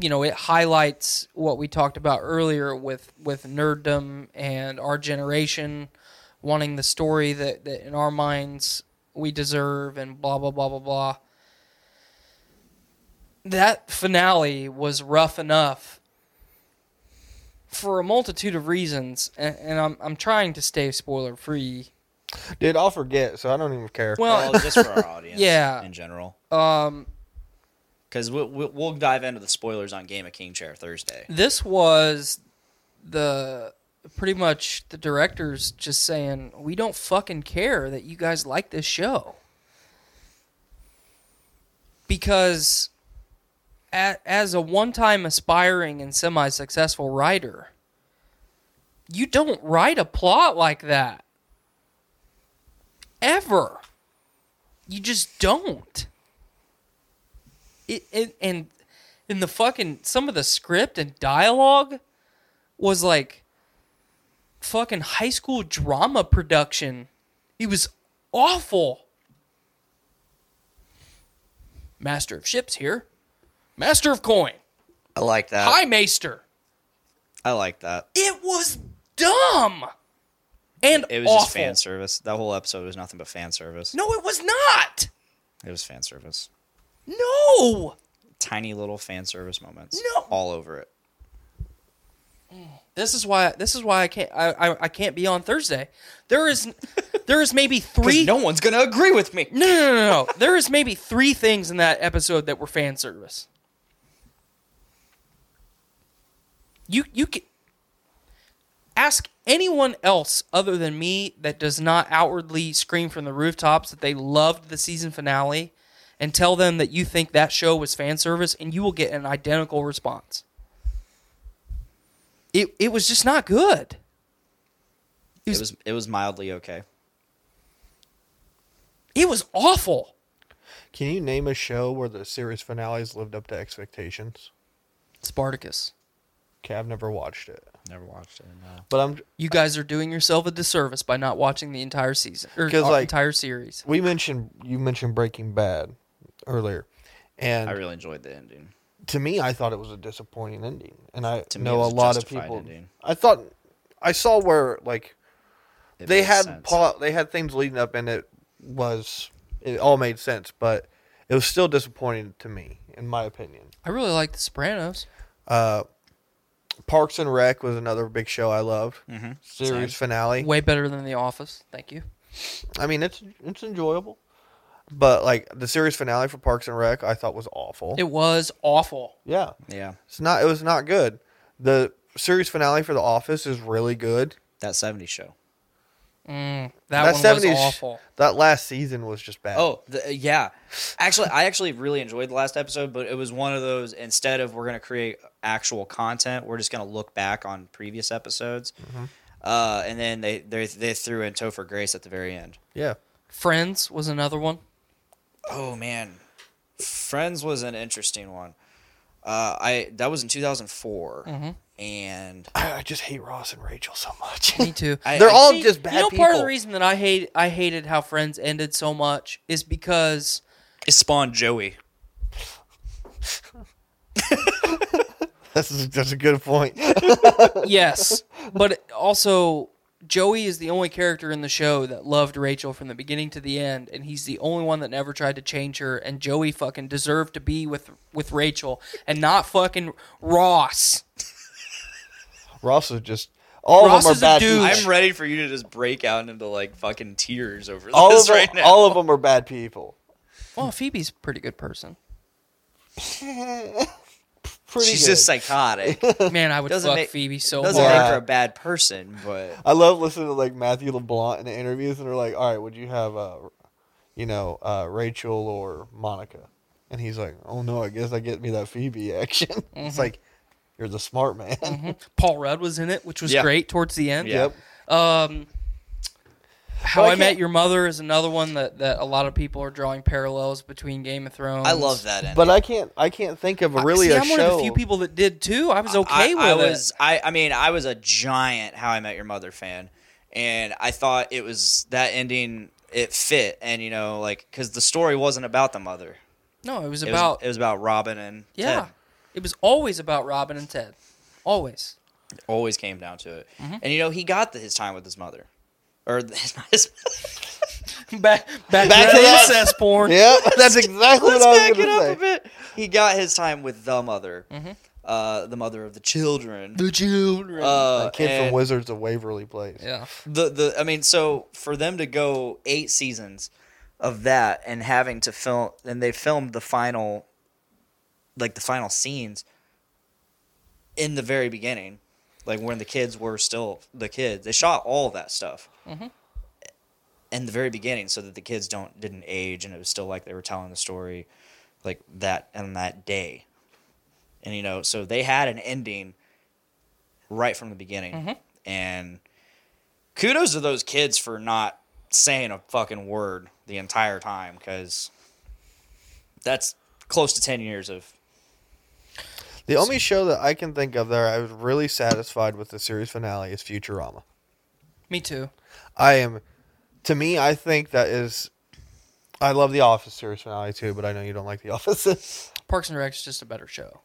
S3: you know, it highlights what we talked about earlier with with nerddom and our generation wanting the story that, that in our minds we deserve and blah blah blah blah blah that finale was rough enough for a multitude of reasons, and, and I'm I'm trying to stay spoiler free.
S10: Dude, I'll forget, so I don't even care.
S3: Well,
S9: Well, just for our audience,
S3: Yeah.
S9: in general. Um, because we'll, we'll we'll dive into the spoilers on Game of King Chair Thursday.
S3: this was the pretty much the directors just saying we don't fucking care that you guys like this show because a as a one-time aspiring and semi-successful writer you don't write a plot like that ever you just don't it, it and and the fucking some of the script and dialogue was like fucking high school drama production. It was awful. Master of ships here. Master of Coin.
S9: I like that.
S3: Hi, Maester.
S9: I like that.
S3: It was dumb and
S9: It was
S3: awful.
S9: just fan service. That whole episode was nothing but fan service.
S3: No, it was not.
S9: It was fan service.
S3: No.
S9: Tiny little fan service moments.
S3: No.
S9: All over it.
S3: This is why. This is why I can't. I, I, I can't be on Thursday. There is, there is maybe three.
S9: No one's gonna agree with me.
S3: No, no, no, no, no. there is maybe three things in that episode that were fan service. You you can ask anyone else other than me that does not outwardly scream from the rooftops that they loved the season finale and tell them that you think that show was fan service and you will get an identical response. It it was just not good.
S9: It was it was mildly okay.
S3: It was awful.
S10: Can you name a show where the series finales lived up to expectations?
S3: Spartacus.
S10: Okay, I've never watched it,
S9: Never watched it. No.
S10: but I'm
S3: you guys are doing yourself a disservice by not watching the entire season or
S10: 'Cause,
S3: uh,
S10: like-
S3: entire series.
S10: we mentioned you mentioned Breaking Bad earlier, and
S9: I really enjoyed the ending.
S10: to me, I thought it was a disappointing ending, and I
S9: To me, it
S10: know
S9: was
S10: a
S9: a
S10: lot of
S9: justified
S10: people.
S9: ending.
S10: I thought I saw where like
S9: It
S10: they
S9: made
S10: had
S9: sense.
S10: plot, they had things leading up, and it was it all made sense, but it was still disappointing to me, in my opinion.
S3: I really like The Sopranos.
S10: Parks and Rec was another big show I loved. Mm-hmm. Series finale.
S3: Way better than The Office. Thank you.
S10: I mean, it's it's enjoyable, but like the series finale for Parks and Rec, I thought was awful.
S3: It was awful.
S10: yeah,
S9: Yeah.
S10: it's not. It was not good. The series finale for The Office is really good.
S9: That 70s show.
S3: That,
S10: That
S3: one
S10: seventies,
S3: was awful.
S10: that last season was just bad.
S9: Oh, the, yeah. Actually, I actually really enjoyed the last episode, but it was one of those instead of we're going to create actual content, we're just going to look back on previous episodes.
S10: Mm-hmm.
S9: Uh, and then they, they they threw in Topher Grace at the very end.
S10: yeah,
S3: Friends was another one.
S9: Oh man. Friends was an interesting one. Uh, I that was in 2004. And
S10: I, I just hate Ross and Rachel so much.
S3: Me too.
S9: I-
S10: They're
S9: I-
S10: all
S3: See,
S10: just bad
S3: You know,
S10: people.
S3: part of the reason that I hate I hated how Friends ended so much is because
S9: it spawned Joey.
S10: that's that's a good point.
S3: yes, but also Joey is the only character in the show that loved Rachel from the beginning to the end, and he's the only one that never tried to change her. And Joey fucking deserved to be with with Rachel and not fucking Ross.
S10: Ross is just all
S3: Ross
S10: of
S3: is a
S10: them are bad.
S3: douche.
S10: people.
S9: I'm ready for you to just break out into like fucking tears over
S10: all of
S9: this
S10: them,
S9: right now.
S10: all of them are bad people.
S3: Well, Phoebe's a pretty good person.
S10: Pretty
S9: She's
S10: good.
S9: just psychotic.
S3: Man, I would
S9: Doesn't
S3: fuck
S9: make-
S3: Phoebe so hard.
S9: Doesn't make
S10: Yeah.
S9: her a bad person, but
S10: I love listening to like Matthew LeBlanc in the interviews, and they're like, "All right, would you have, uh, you know, uh, Rachel or Monica?" And he's like, "Oh no, I guess I get me that Phoebe action." It's like you're the smart man.
S3: Paul Rudd was in it, which was
S9: Yeah.
S3: great towards the end.
S9: Yeah.
S10: Yep.
S3: Um, How
S10: Well, I
S3: I, Met
S10: can't-
S3: Your Mother is another one that, that a lot of people are drawing parallels between Game of Thrones.
S9: I love that ending.
S10: But I can't, I can't think of a really
S3: See,
S10: a
S3: I'm one
S10: show.
S3: of the few people that did too. I was okay
S9: I,
S3: with
S9: I
S3: it.
S9: was I, I mean I was a giant How I Met Your Mother fan, and I thought it was that ending it fit, and you know like because the story wasn't about the mother.
S3: No, it was
S9: It
S3: about
S9: was, it was about Robin and
S3: yeah.
S9: Ted.
S3: It was always about Robin and Ted. Always.
S9: Always came down to it,
S3: Mm-hmm.
S9: and you know he got the, his time with his mother, or his, his
S3: back back,
S10: Back
S3: to
S10: to that.
S3: incest porn.
S10: Yep, that's exactly what
S9: let's
S10: I was
S9: back it
S10: gonna
S9: up a
S10: say.
S9: bit. He got his time with the mother,
S3: Mm-hmm.
S9: uh, the mother of the children.
S3: The children.
S9: Uh,
S10: That kid
S9: and-
S10: from Wizards of Waverly Place.
S3: yeah.
S9: the the I mean, so for them to go eight seasons of that and having to film, and they filmed the final, like the final scenes in the very beginning, like when the kids were still the kids. They shot all that stuff in the very beginning, so that the kids don't didn't age, and it was still like they were telling the story, like that and that day, and you know, so they had an ending right from the beginning, and kudos to those kids for not saying a fucking word the entire time because that's close to 10 years of
S10: The only show that I can think of there I was really satisfied with the series finale is Futurama.
S3: Me too.
S10: I am, to me, I think that is. I love the Office series finale too, but I know you don't like the Office.
S3: Parks and Rec's just a better show.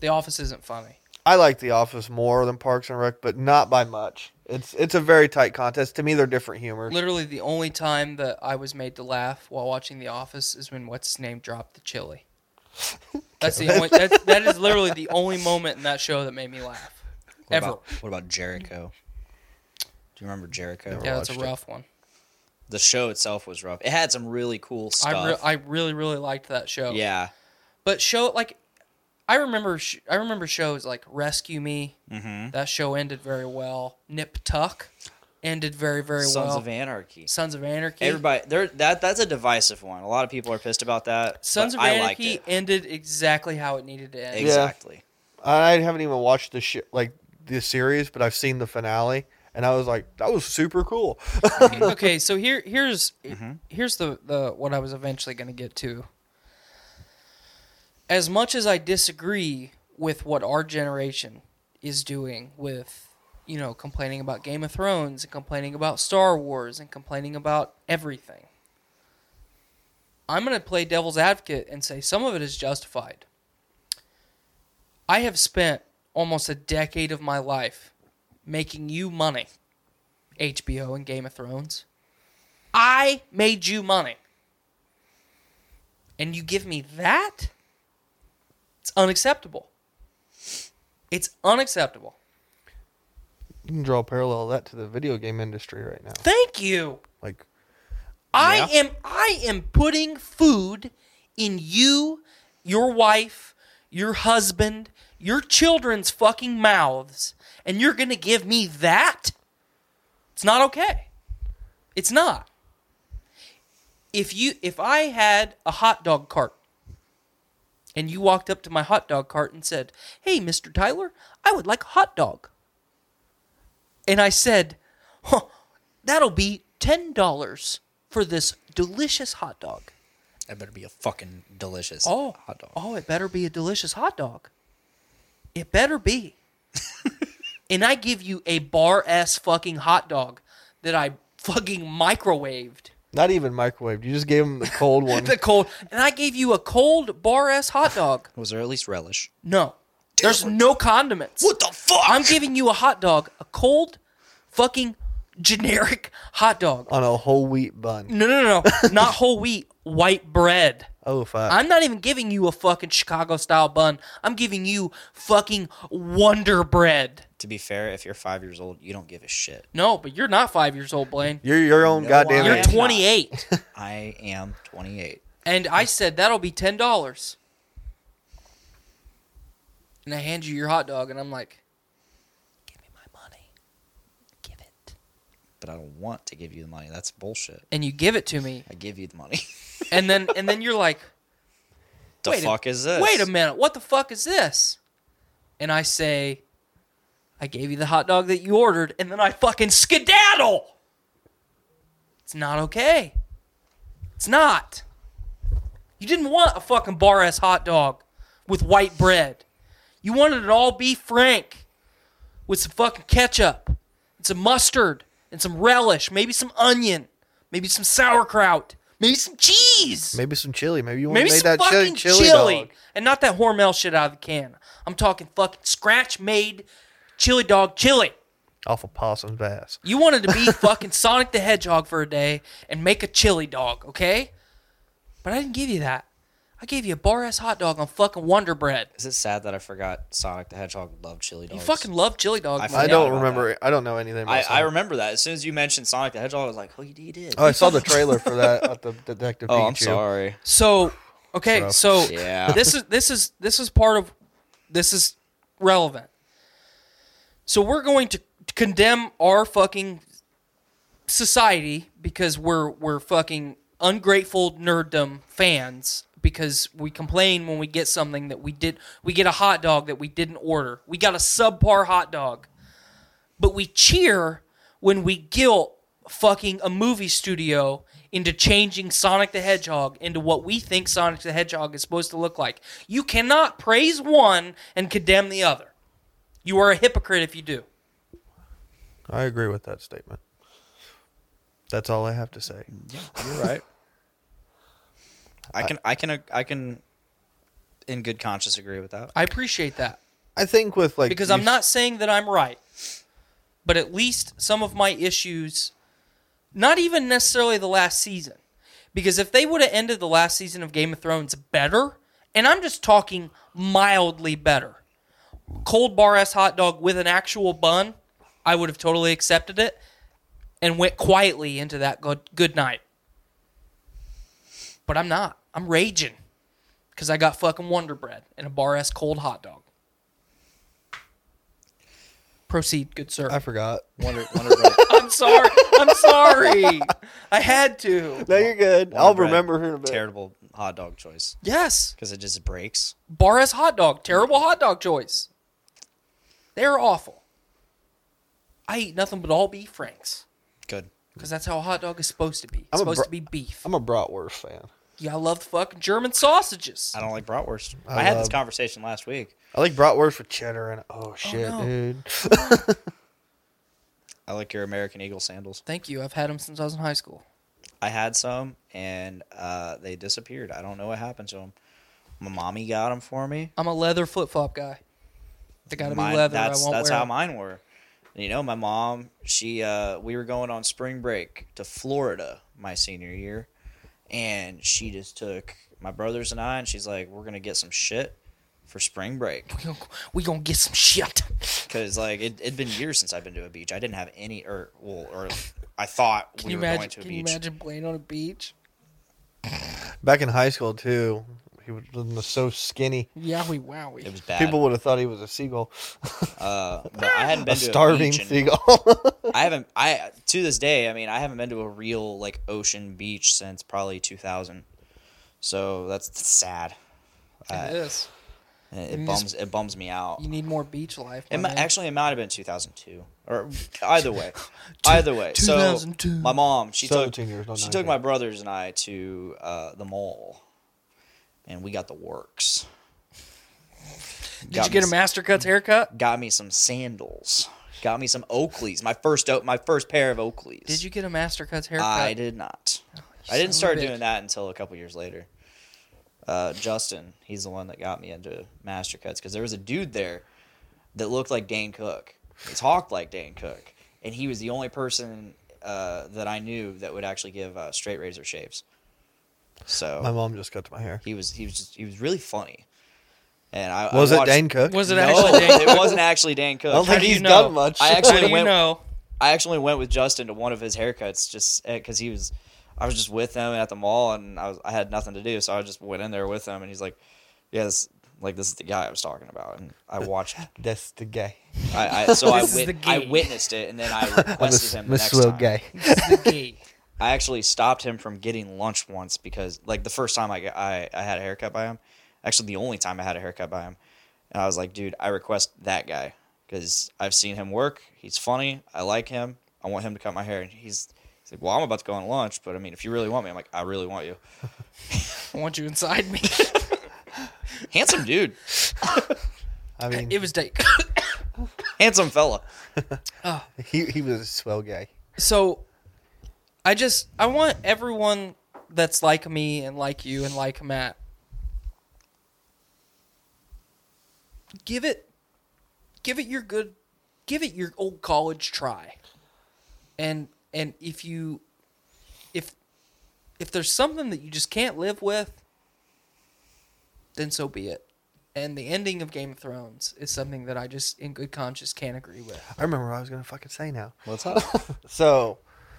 S3: The Office isn't funny.
S10: I like The Office more than Parks and Rec, but not by much. It's it's a very tight contest. To me, they're different humors.
S3: Literally, the only time that I was made to laugh while watching The Office is when what's his name dropped the chili. That's the only. That's, that is literally the only moment in that show that made me laugh. Ever.
S6: About, what about Jericho? Do you remember Jericho?
S3: yeah, that's a rough one.
S6: The show itself was rough. It had some really cool stuff.
S3: I, re- I really really liked that show.
S6: yeah,
S3: But show like, I remember sh- I remember shows like Rescue Me. Mm-hmm. That show ended very well. Nip Tuck ended very very
S6: Sons
S3: well.
S6: of Anarchy.
S3: Sons of Anarchy.
S6: Everybody, there that that's a divisive one. A lot of people are pissed about that.
S3: Sons
S6: but
S3: of
S6: I liked
S3: Anarchy
S6: it.
S3: ended exactly how it needed to end.
S6: Exactly.
S10: I haven't even watched the sh- like the series, but I've seen the finale, and I was like, that was super cool.
S3: okay, so here here's here's the, the what I was eventually going to get to. As much as I disagree with what our generation is doing with you know complaining about Game of Thrones and complaining about Star Wars and complaining about everything. I'm going to play devil's advocate and say some of it is justified. I have spent almost a decade of my life making you money. HBO and Game of Thrones. I made you money. And you give me that? It's unacceptable. It's unacceptable.
S10: You can draw a parallel of that to the video game industry right now.
S3: Thank you.
S10: Like,
S3: I am I am putting food in you, your wife, your husband, your children's fucking mouths, and you're gonna give me that? It's not okay. It's not. If you if I had a hot dog cart and you walked up to my hot dog cart and said, Hey, Mr. Tyler, I would like a hot dog. And I said, huh, that'll be ten dollars for this delicious hot dog.
S6: That better be a fucking delicious
S3: Oh,
S6: hot dog.
S3: oh, it better be a delicious hot dog. It better be. and I give you a bar ass fucking hot dog that I fucking microwaved.
S10: not even microwaved. You just gave them the cold one.
S3: The cold, and I gave you a cold bar ass hot dog.
S6: Was there at least relish?
S3: No, there's no condiments.
S6: What the fuck?
S3: I'm giving you a hot dog, a cold, fucking generic hot dog.
S10: on a whole wheat bun.
S3: No, no, no, no. not whole wheat, white bread.
S10: Oh fuck!
S3: I'm not even giving you a fucking Chicago style bun. I'm giving you fucking Wonder Bread.
S6: to be fair, if you're five years old, you don't give a shit.
S3: No, but you're not five years old, Blaine.
S10: You're your own goddamn.
S3: You're
S6: am
S10: ant.
S6: tw-
S3: 28.
S6: I am 28.
S3: and I said, that'll be $10. And I hand you your hot dog, and I'm like, give me my money. Give it.
S6: but I don't want to give you the money. That's bullshit.
S3: And you give it to me.
S6: I give you the money.
S3: And then, and then you're like,
S6: the
S3: Wait a-
S6: fuck is this?
S3: Wait a minute, what the fuck is this? And I say, I gave you the hot dog that you ordered, and then I fucking skedaddle. It's not okay. It's not. You didn't want a fucking bar ass hot dog with white bread. You wanted an all beef frank with some fucking ketchup and some mustard and some relish, maybe some onion, maybe some sauerkraut, maybe some cheese.
S10: Maybe some chili. Maybe you want
S3: Maybe
S10: to make
S3: some
S10: that chili,
S3: fucking
S10: chili,
S3: chili,
S10: dog.
S3: and not that Hormel shit out of the can. I'm talking fucking scratch made chili dog chili.
S10: off a possum's ass.
S3: You wanted to be fucking Sonic the Hedgehog for a day and make a chili dog, okay? But I didn't give you that. I gave you a bar ass hot dog on fucking Wonder Bread.
S6: Is it sad that I forgot Sonic the Hedgehog loved chili dogs?
S3: You fucking love chili
S6: I
S3: dogs.
S10: I
S3: man.
S6: forgot
S10: don't
S6: about
S10: remember. it. I don't know anything. About
S6: I, I
S10: Sonic.
S6: remember that. As soon as you mentioned Sonic the Hedgehog, I was like, oh, you did.
S10: Oh, I saw the trailer for that at the Detective
S6: Oh,
S10: Pikachu.
S6: I'm sorry.
S3: So okay, so
S6: Yeah.
S3: this is this is this is part of this is relevant. So we're going to condemn our fucking society because we're we're fucking ungrateful nerddom fans because we complain when we get something that we did we get a hot dog that we didn't order. We got a subpar hot dog. But we cheer when we guilt fucking a movie studio into changing Sonic the Hedgehog into what we think Sonic the Hedgehog is supposed to look like. You cannot praise one and condemn the other. You are a hypocrite if you do.
S10: I agree with that statement. That's all I have to say.
S6: You're right. I can, I can, I can
S9: in good conscience agree with that.
S3: I appreciate that
S10: I think with like
S3: because
S10: you
S3: I'm not
S10: s-
S3: saying that I'm right, but at least some of my issues, not even necessarily the last season, because if they would have ended the last season of Game of Thrones better, and I'm just talking mildly better, cold bar ass hot dog with an actual bun, I would have totally accepted it and went quietly into that good, good night. But I'm not. I'm raging because I got fucking Wonder Bread and a bar ass cold hot dog. Proceed, good sir.
S10: I forgot.
S9: Wonder, Wonder Bread.
S3: I'm sorry. I'm sorry. I had to.
S10: No, you're good. I'll remember her in a bit.
S9: Terrible hot dog choice
S3: Yes.
S9: because it just breaks.
S3: Bar as hot dog. Terrible hot dog choice. They're awful. I eat nothing but all beef franks
S9: Good.
S3: because that's how a hot dog is supposed to be. It's
S10: I'm a
S3: supposed
S10: bro-
S3: to be beef.
S10: I'm a bratwurst fan.
S3: Yeah, I love fucking German sausages.
S9: I don't like bratwurst. I, had this conversation last week.
S10: I like bratwurst with cheddar and oh shit,
S3: no.
S10: dude.
S9: I like your American Eagle sandals.
S3: Thank you. I've had them since I was in high school.
S9: I had some and uh, they disappeared. I don't know what happened to them. My mommy got them for me.
S3: I'm a leather flip flop guy. They gotta
S9: Mine-
S3: be leather.
S9: That's
S3: I won't
S9: that's
S3: wear
S9: how
S3: them.
S9: mine were. You know, my mom. She uh, we were going on spring break to Florida my senior year, and she just took my brothers and I, and she's like, "We're gonna get some shit for spring break."
S3: We gonna- We gonna get some shit.
S9: Because like it had been years since I've been to a beach. I didn't have any, or well, or I thought
S3: Can
S9: we
S3: you
S9: were
S3: imagine?
S9: going to a
S3: Can you
S9: beach.
S3: imagine playing on a beach?
S10: Back in high school too, he was was so skinny.
S3: Yeah, we wowie.
S9: It was bad.
S10: People would have thought he was a seagull,
S9: uh, but I hadn't been
S10: a
S9: to a
S10: starving
S9: beach in-
S10: seagull.
S9: I haven't. I to this day. I mean, I haven't been to a real like ocean beach since probably 2000. So that's, that's sad.
S3: It is.
S9: And It,
S3: And you
S9: bums.
S3: just-
S9: it bums me out.
S3: You need more beach life.
S9: It
S3: my
S9: mi-
S3: man.
S9: actually, it might have been 2002, or either way, either way. So
S3: 2002.
S9: my mom, she took
S10: 17 years, not
S9: she took
S10: 19.
S9: my brothers and I to uh, the mall, and we got the works.
S3: Did you get a master cuts haircut?
S9: Got me some sandals. Got me some Oakleys. My first o- my first pair of Oakleys.
S3: Did you get a master cuts haircut? Oh,
S9: I did not. I
S3: son of
S9: didn't
S3: a
S9: start
S3: bitch.
S9: doing that until a couple years later. Uh, Justin, he's the one that got me into master cuts because there was a dude there that looked like Dan Cook. He talked like Dan Cook, and he was the only person uh, that I knew that would actually give uh, straight razor shaves.
S10: my
S9: So
S10: mom just cut my hair.
S9: he was he was just, he was really funny, and I I
S10: Was it
S9: watched-
S10: Dane Cook?
S3: Was it
S9: No,
S3: actually Dan?
S9: it wasn't actually Dan Cook.
S10: I don't
S3: How
S10: think
S3: do you
S10: he's
S3: know?
S10: done much.
S9: I
S3: How do
S9: actually
S3: you
S9: went.
S3: know?
S9: I actually went with Justin to one of his haircuts just because he was, I was just with him at the mall and I was I had nothing to do, so I just went in there with him and he's like, yeah, this like this is the guy I was talking about and I watched,
S10: That's the gay.
S9: I, I so I
S3: This is the
S9: wit- I
S3: gay.
S9: witnessed it and then I
S10: I'm a
S9: requested
S10: s-
S9: him the
S10: Miss
S9: next
S10: Slow
S9: time.
S10: Gay.
S3: Gay.
S9: I actually stopped him from getting lunch once because like the first time I, got- I I had a haircut by him, actually the only time I had a haircut by him, and I was like, dude, I request that guy because I've seen him work. He's funny. I like him. I want him to cut my hair. And he's he's like, well, I'm about to go on lunch, but I mean, if you really want me, I'm like, I really want you.
S3: I want you inside me.
S9: Handsome dude,
S10: I mean,
S3: it was Dake.
S9: handsome fella.
S10: he, he was a swell gay.
S3: so, I just I want everyone that's like me and like you and like Matt. Give it, give it your good, give it your old college try, and and if you, if, if there's something that you just can't live with, then so be it. And the ending of Game of Thrones is something that I just, in good conscience, can't agree with.
S10: I remember what I was gonna fucking say now.
S9: What's up?
S10: So,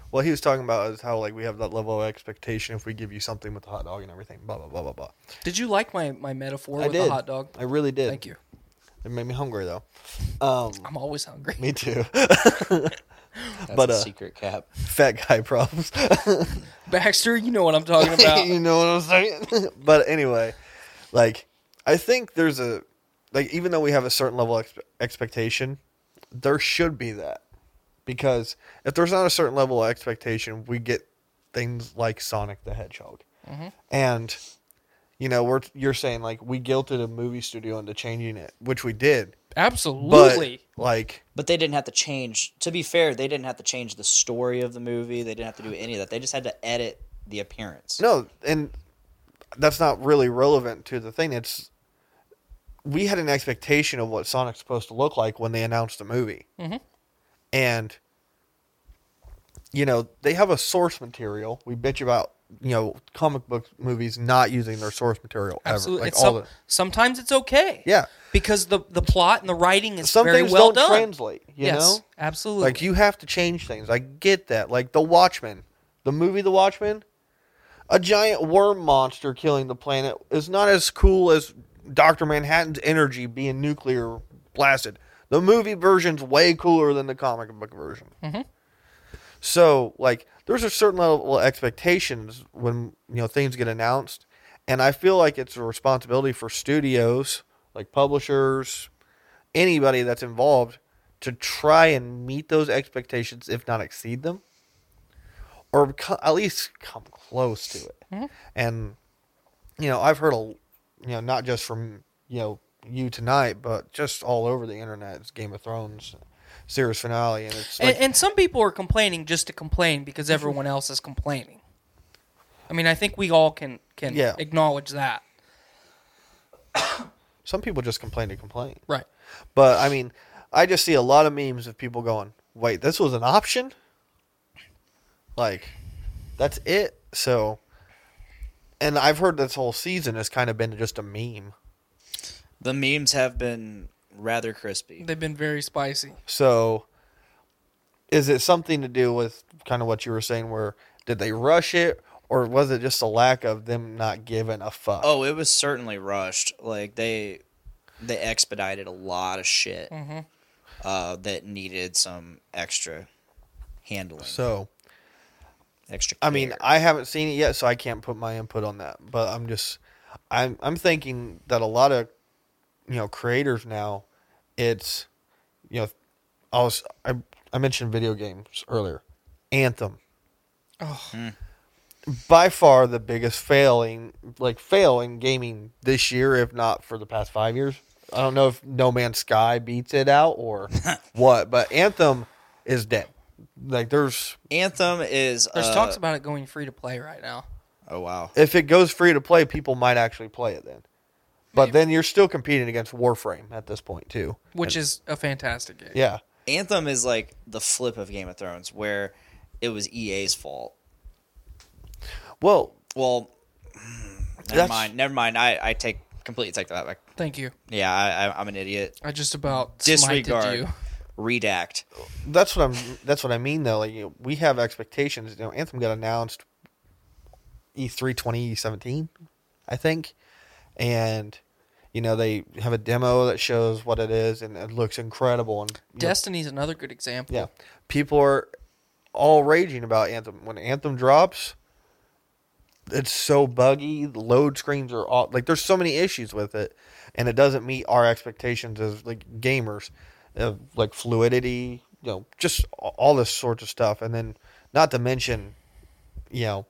S10: what he was talking about is how like we have that level of expectation if we give you something with the hot dog and everything. Blah blah blah blah blah.
S3: Did you like my, my metaphor
S10: I
S3: with
S10: did.
S3: the hot dog?
S10: I really did.
S3: Thank you.
S10: It made me hungry though. Um,
S3: I'm always hungry.
S10: me too.
S9: That's
S10: But,
S9: a
S10: uh,
S9: secret cap.
S10: Fat guy problems.
S3: Baxter, you know what I'm talking about.
S10: you know what I'm saying? but anyway, like I think there's a like even though we have a certain level of ex- expectation, there should be that because if there's not a certain level of expectation, we get things like Sonic the Hedgehog, and you know we're you're saying like we guilted a movie studio into changing it, which we did, but
S3: Absolutely.
S10: like
S9: But they didn't have to change. To be fair, they didn't have to change the story of the movie. They didn't have to do any of that. They just had to edit the appearance.
S10: no, and that's not really relevant to the thing. It's we had an expectation of what Sonic's supposed to look like when they announced the movie,
S3: Mm-hmm.
S10: and you know they have a source material. We bitch about you know comic book movies not using their source material ever,
S3: Absolutely.
S10: like
S3: It's
S10: all
S3: some-
S10: the
S3: sometimes it's okay.
S10: Yeah.
S3: Because the the plot and the writing is
S10: some
S3: very
S10: things
S3: well done.
S10: don't translate. You
S3: yes,
S10: know,
S3: absolutely.
S10: Like you have to change things. I get that. Like The Watchmen, the movie The Watchmen, a giant worm monster killing the planet is not as cool as Doctor Manhattan's energy being nuclear blasted. The movie version's way cooler than the comic book version. So like, there's a certain level of expectations when you know things get announced, and I feel like it's a responsibility for studios, like publishers, anybody that's involved to try and meet those expectations, if not exceed them, or co- at least come close to it. And you know, I've heard a, you know, not just from you know you tonight, but just all over the internet, it's Game of Thrones series finale, and it's like,
S3: and, and some people are complaining just to complain because everyone else is complaining. I mean, I think we all can can
S10: Yeah.
S3: acknowledge that.
S10: some people just complain to complain.
S3: Right.
S10: But I mean, I just see a lot of memes of people going, "Wait, this was an option?" Like, that's it. So, and I've heard this whole season has kind of been just a meme.
S9: The memes have been rather crispy.
S3: They've been very spicy.
S10: So, is it something to do with kind of what you were saying, where did they rush it, or was it just a lack of them not giving a fuck?
S9: Oh, it was certainly rushed. Like they they expedited a lot of shit
S3: Mm-hmm.
S9: uh, that needed some extra handling.
S10: So,
S9: extra.
S10: I mean,
S9: care.
S10: I haven't seen it yet, so I can't put my input on that. But I'm just, I'm, I'm thinking that a lot of, you know, creators now, it's, you know, I was, I, I mentioned video games earlier, Anthem. Oh. By far the biggest failing, like fail in gaming this year, if not for the past five years. I don't know if No Man's Sky beats it out or what, but Anthem is dead. Like there's
S9: Anthem is.
S3: There's
S9: uh,
S3: talks about it going free to play right now.
S9: Oh wow.
S10: if it goes free to play, people might actually play it then. But then you're still competing against Warframe at this point too.
S3: which is a fantastic game.
S10: Yeah.
S9: Anthem is like the flip of Game of Thrones, where it was EA's fault.
S10: Well,
S9: Well, never
S10: That's-
S9: mind. Never mind. I, I take completely take that back.
S3: Thank you.
S9: Yeah, I, I, I'm an idiot.
S3: I just about smited
S9: Disregard.
S3: you.
S9: Redact.
S10: that's what I'm. That's what I mean though. Like you know, we have expectations. You know, Anthem got announced E E3 2017, I think, and you know they have a demo that shows what it is and it looks incredible. And you know,
S3: Destiny's another good example.
S10: Yeah. People are all raging about Anthem. When Anthem drops, it's so buggy. The load screens are all like there's so many issues with it and it doesn't meet our expectations as like gamers of like fluidity, you know, just a- all this sorts of stuff. And then not to mention, you know,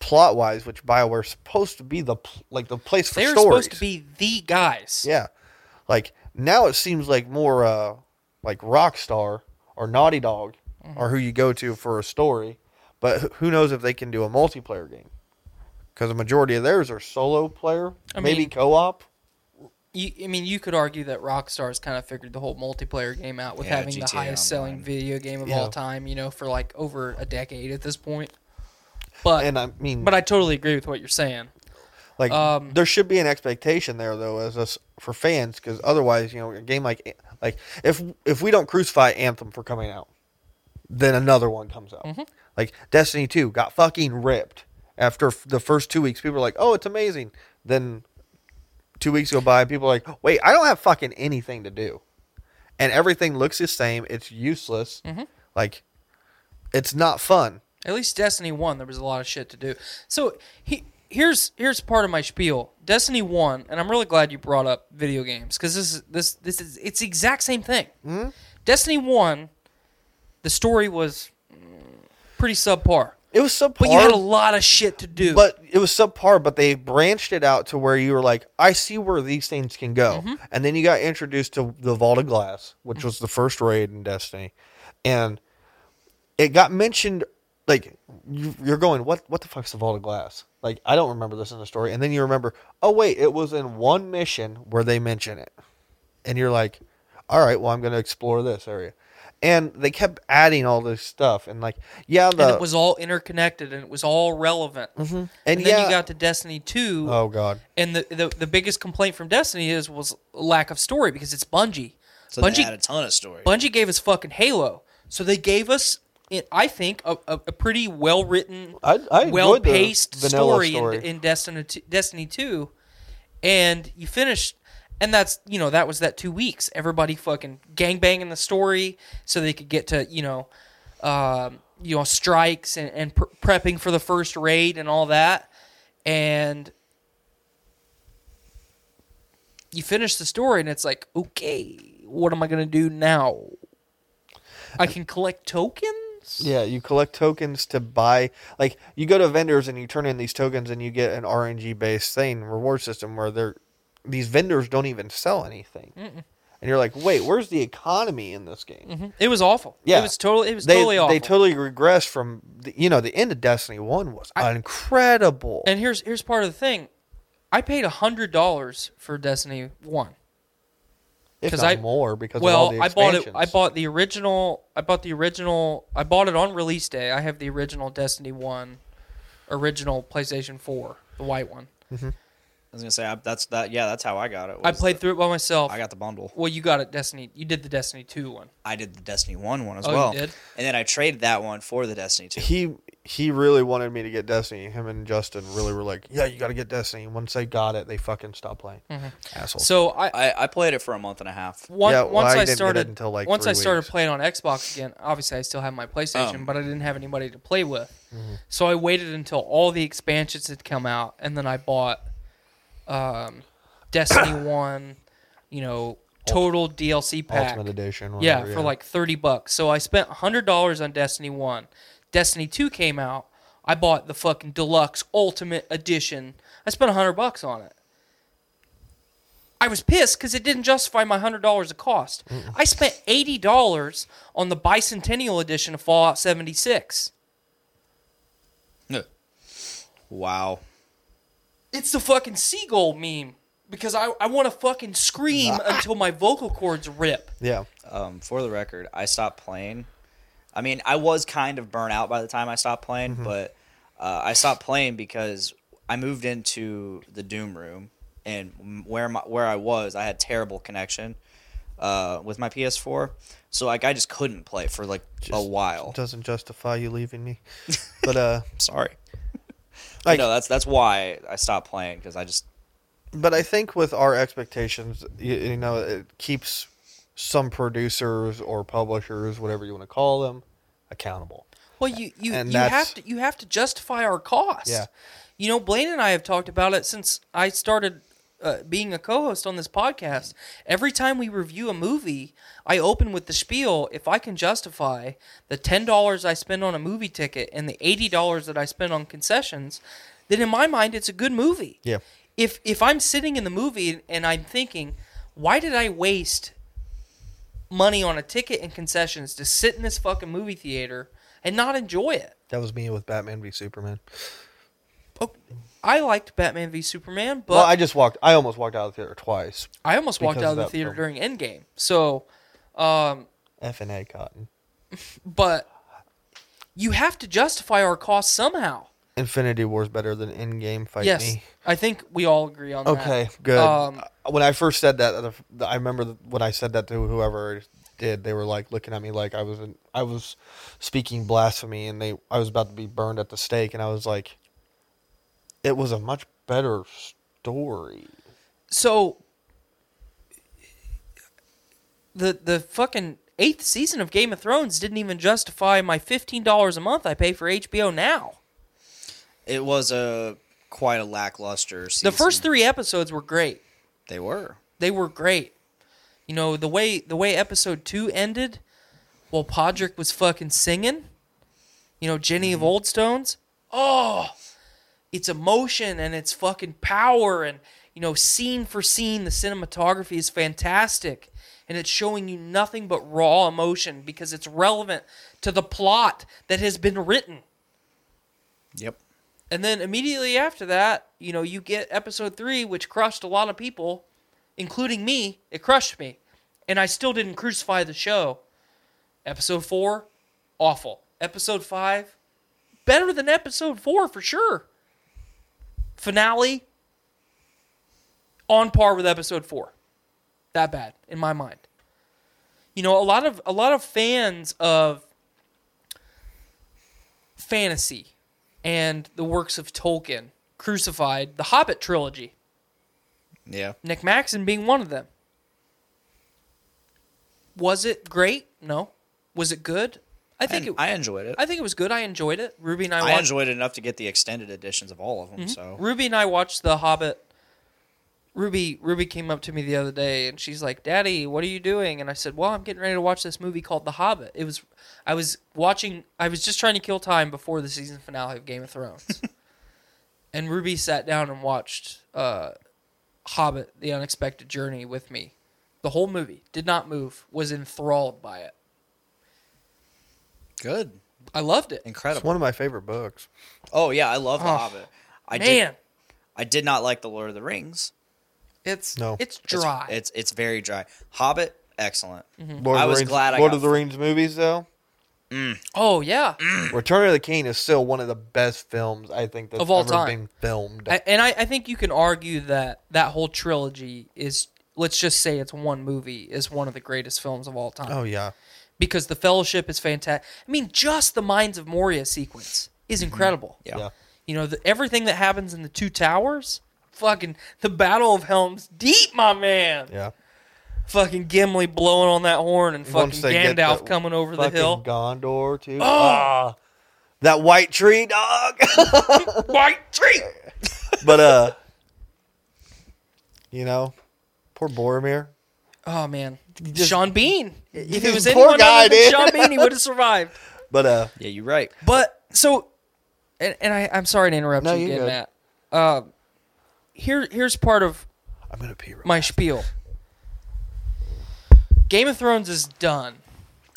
S10: plot wise, which BioWare's supposed to be the pl- like the place for
S3: They're
S10: stories.
S3: supposed to be the guys.
S10: Yeah. Like now it seems like more uh like Rockstar or Naughty Dog
S3: Mm-hmm.
S10: are who you go to for a story, but wh- who knows if they can do a multiplayer game. Cuz the majority of theirs are solo player,
S3: I
S10: maybe
S3: mean-
S10: co-op.
S3: You, I mean, you could argue that Rockstar's kind of figured the whole multiplayer game out with
S9: Yeah,
S3: having the
S9: GTA
S3: highest selling
S9: Online.
S3: video game of
S10: Yeah.
S3: all time, you know, for like over a decade at this point. But
S10: And I mean
S3: but I totally agree with what you're saying.
S10: like
S3: um,
S10: there should be an expectation there though as us for fans cuz otherwise, you know, a game like like if if we don't crucify Anthem for coming out, then another one comes out.
S3: Mm-hmm.
S10: Like Destiny 2 got fucking ripped after f- the first two weeks. People are like, oh, it's amazing. Then two weeks go by, and people are like, wait, I don't have fucking anything to do. And everything looks the same. It's useless.
S3: Mm-hmm.
S10: Like, it's not fun.
S3: At least Destiny One, there was a lot of shit to do. So he, here's here's part of my spiel. Destiny One, and I'm really glad you brought up video games because this is this this is it's the exact same thing.
S10: Hmm?
S3: Destiny One, the story was mm, pretty subpar,
S10: It was subpar.
S3: but you had a lot of shit to do.
S10: but it was subpar, but they branched it out to where you were like, I see where these things can go.
S3: Mm-hmm.
S10: And then you got introduced to the Vault of Glass, which was the first raid in Destiny. And it got mentioned like you, you're going, what what the fuck's Volta Glass? Like I don't remember this in the story, and then you remember, oh wait, it was in one mission where they mention it, and you're like, all right, well I'm going to explore this area, and they kept adding all this stuff, and like yeah, the
S3: and it was all interconnected and it was all relevant. And,
S10: uh,
S3: then
S10: and yeah,
S3: you got to Destiny Two.
S10: oh god,
S3: And the, the the biggest complaint from Destiny is was lack of story because it's Bungie.
S6: So
S3: Bungie
S6: they had a ton of story.
S3: Bungie gave us fucking Halo, so they gave us, it- I think, a, a, a pretty well written,
S10: I- I enjoyed the
S3: well paced
S10: vanilla
S3: story, in,
S10: story.
S3: in Destiny t- Destiny Two, and you finished, and that's you know that was that two weeks. Everybody fucking gangbanging the story so they could get to you know, um, you know strikes and, and pr- prepping for the first raid and all that, and you finish the story and it's like, okay, what am I gonna do now? I can collect tokens.
S10: Yeah, you collect tokens to buy. Like you go to vendors and you turn in these tokens, and you get an RNG based thing reward system where they're these vendors don't even sell anything, and you're like, wait, where's the economy in this game?
S3: Mm-hmm. It was awful.
S10: Yeah.
S3: it was totally. It was
S10: They
S3: totally awful.
S10: they totally regressed from the, you know the end of Destiny One was incredible.
S3: and here's here's part of the thing. I paid hundred dollars for Destiny One.
S10: if
S3: 'cause
S10: not
S3: I-
S10: more because of all
S3: Well,
S10: the
S3: I bought it.
S10: expansions.
S3: I bought the original. I bought the original. I bought it on release day. I have the original Destiny One, original PlayStation Four, the white one.
S6: I was gonna say I, that's that. Yeah, that's how I got it.
S3: I
S6: was
S3: played
S6: the-
S3: through it by myself.
S6: I got the bundle.
S3: well, you got it, Destiny. You did the Destiny Two one.
S6: I did the Destiny One one as
S3: Oh, you
S6: well.
S3: did?
S6: And then I traded that one for the Destiny Two.
S10: he he really wanted me to get Destiny. Him and Justin really were like, yeah, you got to get Destiny. Once they got it, they fucking stopped playing.
S3: Mm-hmm.
S10: Asshole.
S3: So I,
S6: I, I played it for a month and a half.
S3: One,
S10: Yeah, well,
S3: once
S10: I
S3: I,
S10: didn't get it
S3: started
S10: until, like,
S3: once
S10: three
S3: I started
S10: weeks.
S3: playing on Xbox again, obviously I still have my PlayStation, but I didn't have anybody to play with.
S10: Mm-hmm.
S3: So I waited until all the expansions had come out, and then I bought um, Destiny One, you know, total DLC pack,
S10: Ultimate Edition.
S3: yeah,
S10: whatever,
S3: for like thirty bucks. So I spent hundred dollars on Destiny One. Destiny Two came out. I bought the fucking deluxe ultimate edition. I spent hundred bucks on it. I was pissed because it didn't justify my hundred dollars of cost. I spent eighty dollars on the bicentennial edition of Fallout seventy six.
S6: Wow.
S3: It's the fucking seagull meme because I, I want to fucking scream until my vocal cords rip.
S10: yeah.
S6: Um, for the record, I stopped playing. I mean, I was kind of burnt out by the time I stopped playing,
S3: Mm-hmm.
S6: but uh, I stopped playing because I moved into the Doom room, and where my, where I was, I had terrible connection uh, with my PS4, so like I just couldn't play for like a while.
S10: doesn't justify you leaving me. But uh
S6: Sorry. I
S10: like
S6: know that's that's why I stopped playing because I just
S10: but I think with our expectations, you, you know, it keeps some producers or publishers, whatever you want to call them, accountable.
S3: Well, you you,
S10: And
S3: you have
S10: that's-
S3: to you have to justify our cost.
S10: Yeah.
S3: You know, Blaine and I have talked about it since I started uh, being a co-host on this podcast. Every time we review a movie, I open with the spiel. If I can justify the ten dollars I spend on a movie ticket and the eighty dollars that I spend on concessions, then in my mind it's a good movie.
S10: Yeah.
S3: If if I'm sitting in the movie and I'm thinking, why did I waste money on a ticket and concessions to sit in this fucking movie theater and not enjoy it.
S10: That was me with Batman v Superman.
S3: Oh, I liked Batman v Superman, but
S10: well,
S3: I,
S10: I just walked. I almost walked out of the theater twice.
S3: almost walked
S10: because
S3: out of
S10: of
S3: the
S10: that
S3: theater
S10: film.
S3: during Endgame. So, um,
S10: F and A Cotton.
S3: but you have to justify our cost somehow.
S10: Infinity War's better than Endgame. Fight
S3: yes,
S10: me.
S3: I think we all agree on that.
S10: Okay, good.
S3: Um,
S10: Uh, when I first said that, the f- the- I remember th- when I said that to whoever did, they were like looking at me like I was an, I was speaking blasphemy, and they I was about to be burned at the stake, and I was like, it was a much better story.
S3: so the the fucking eighth season of Game of Thrones didn't even justify my fifteen dollars a month I pay for HBO now.
S6: it was a quite a lackluster. Season.
S3: The first three episodes were great.
S6: they were.
S3: they were great. You know the way the way episode two ended, while Podrick was fucking singing, you know Jenny of Old Stones. Oh, it's emotion and it's fucking power and you know scene for scene the cinematography is fantastic and it's showing you nothing but raw emotion because it's relevant to the plot that has been written.
S9: Yep.
S3: And then immediately after that, you know, you get episode three, which crushed a lot of people, including me. It crushed me. And I still didn't crucify the show. Episode four, awful. Episode five, better than episode four for sure. Finale, on par with episode four. That bad, in my mind. You know, a lot of a lot of fans of fantasy and the works of Tolkien, Crucified, the Hobbit trilogy,
S9: Yeah.
S3: Nick Maxon being one of them. Was it great? No. Was it good? I think it,
S9: I enjoyed it.
S3: I think it was good. I enjoyed it. Ruby and I
S9: I,
S3: watched Mm-hmm.
S9: enjoyed it enough to get the extended editions of all of them. So
S3: Ruby and I watched The Hobbit. Ruby Ruby came up to me the other day and she's like, "Daddy, what are you doing?" And I said, "Well, I'm getting ready to watch this movie called The Hobbit." It was I was watching I was just trying to kill time before the season finale of Game of Thrones. and Ruby sat down and watched uh Hobbit: The Unexpected Journey with me. The whole movie did not move, was enthralled by it.
S9: good,
S3: I loved it.
S10: It's
S9: incredible.
S10: one of my favorite books.
S9: Oh yeah, I love The Hobbit. I
S3: Man,
S9: did. I did not like The Lord of the Rings.
S3: it's
S10: No.
S3: it's
S9: It's-
S3: dry. Mm-hmm.
S9: It's it's, very dry. Hobbit, excellent.
S10: Lord
S9: I
S10: of the
S9: was
S10: Rings,
S9: glad I
S10: Lord
S9: got
S10: of the Rings movies though.
S3: oh yeah.
S10: Return of the King is still one of the best films I think that's
S3: Of all
S10: ever
S3: time.
S10: been filmed.
S3: I, and I, I think you can argue that that whole trilogy is let's just say it's one movie is one of the greatest films of all time
S10: oh yeah.
S3: because the fellowship is fantastic i mean just the minds of moria sequence is incredible
S9: Yeah.
S10: Mm-hmm. Yeah.
S3: you know the, everything that happens in the two towers fucking the battle of helms deep my man
S10: Yeah.
S3: fucking gimli blowing on that horn and fucking
S10: Once they get
S3: gandalf
S10: the
S3: coming over the
S10: fucking
S3: hill Oh!
S10: Gondor too. Ah, that white tree, dog.
S3: white tree
S10: but uh, you know, poor Boromir.
S3: oh man sean bean if it was
S10: Poor
S3: anyone
S10: guy,
S3: other than
S10: dude.
S3: sean bean he would have survived
S10: But uh,
S9: Yeah, you're right.
S3: But so, and, and I, I'm sorry to interrupt
S10: No,
S3: you
S10: you're
S3: again,
S10: good.
S3: Matt. Uh, here, here's part of
S10: I'm gonna pee. Real
S3: my spiel. Game of Thrones is done.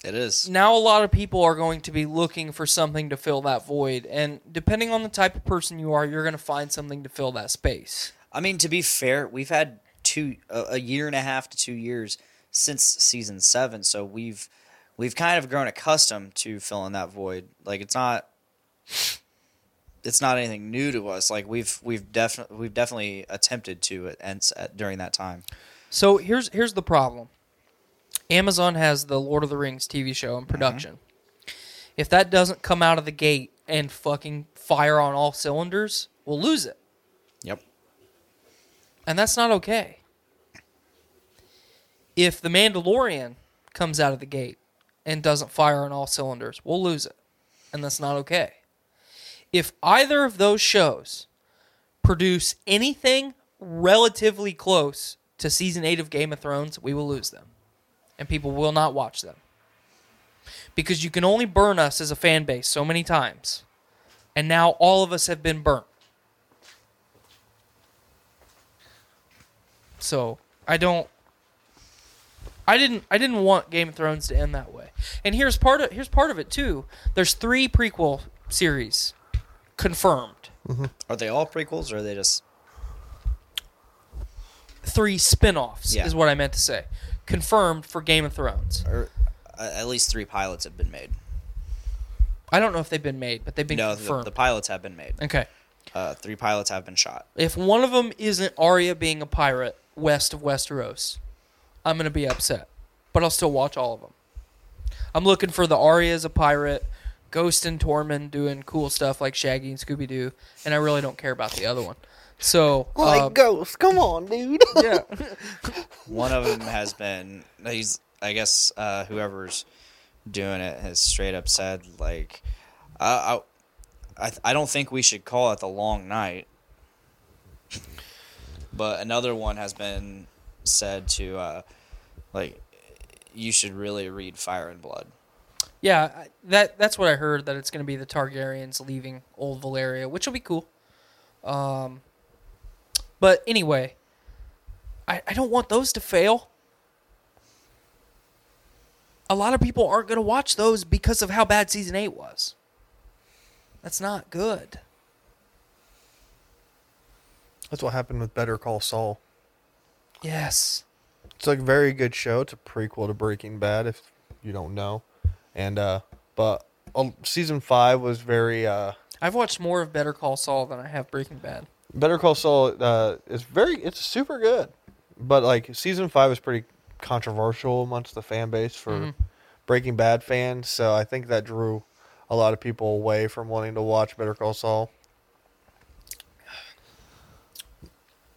S9: It is.
S3: Now a lot of people are going to be looking for something to fill that void, and depending on the type of person you are, you're going to find something to fill that space.
S9: I mean, to be fair, we've had two a, a year and a half to two years since season seven, so we've we've kind of grown accustomed to filling that void. Like it's not it's not anything new to us. Like we've we've definitely we've definitely attempted to at, and s- at, during that time.
S3: So here's here's the problem. Amazon has the Lord of the Rings TV show
S10: Mm-hmm.
S3: in production. If that doesn't come out of the gate and fucking fire on all cylinders, we'll lose it.
S9: Yep.
S3: And that's not okay. If The Mandalorian comes out of the gate and doesn't fire on all cylinders, we'll lose it. And that's not okay. If either of those shows produce anything relatively close to season 8 of Game of Thrones, we will lose them. And people will not watch them. Because you can only burn us as a fan base so many times. And now all of us have been burnt. So I don't. I didn't. I didn't want Game of Thrones to end that way. And here's part of here's part of it too. There's three prequel series confirmed.
S9: Are they all prequels or are they just
S3: Three spin-offs
S9: Yeah.
S3: is what I meant to say. Confirmed for Game of Thrones.
S9: or uh, at least three pilots have been made?
S3: I don't know if they've been made, but they've been
S9: No, the,
S3: confirmed.
S9: the pilots have been made.
S3: okay.
S9: Uh, three pilots have been shot.
S3: If one of them isn't Arya being a pirate west of Westeros, I'm gonna be upset. But I'll still watch all of them. I'm looking for the Arya as a pirate, Ghost and Tormund doing cool stuff like Shaggy and Scooby Doo, and I really don't care about the other one. So uh,
S10: ghosts, come on, dude.
S3: yeah,
S9: One of them has been he's I guess uh, whoever's doing it has straight up said like I I I, I don't think we should call it the long night. But another one has been said to uh, like you should really read Fire and Blood.
S3: yeah. I- That that's what I heard. That it's gonna be the Targaryens leaving Old Valeria, which will be cool. Um, but anyway, I I don't want those to fail. A lot of people aren't gonna watch those because of how bad season eight was. That's not good.
S10: That's what happened with Better Call Saul.
S3: Yes.
S10: It's a very good show. It's a prequel to Breaking Bad, if you don't know. And uh, but um, season five was very uh,
S3: I've watched more of Better Call Saul than I have Breaking Bad.
S10: Better Call Saul uh, is very it's super good, but like season five is pretty controversial amongst the fan base for
S3: Mm-hmm.
S10: Breaking Bad fans. So I think that drew a lot of people away from wanting to watch Better Call Saul.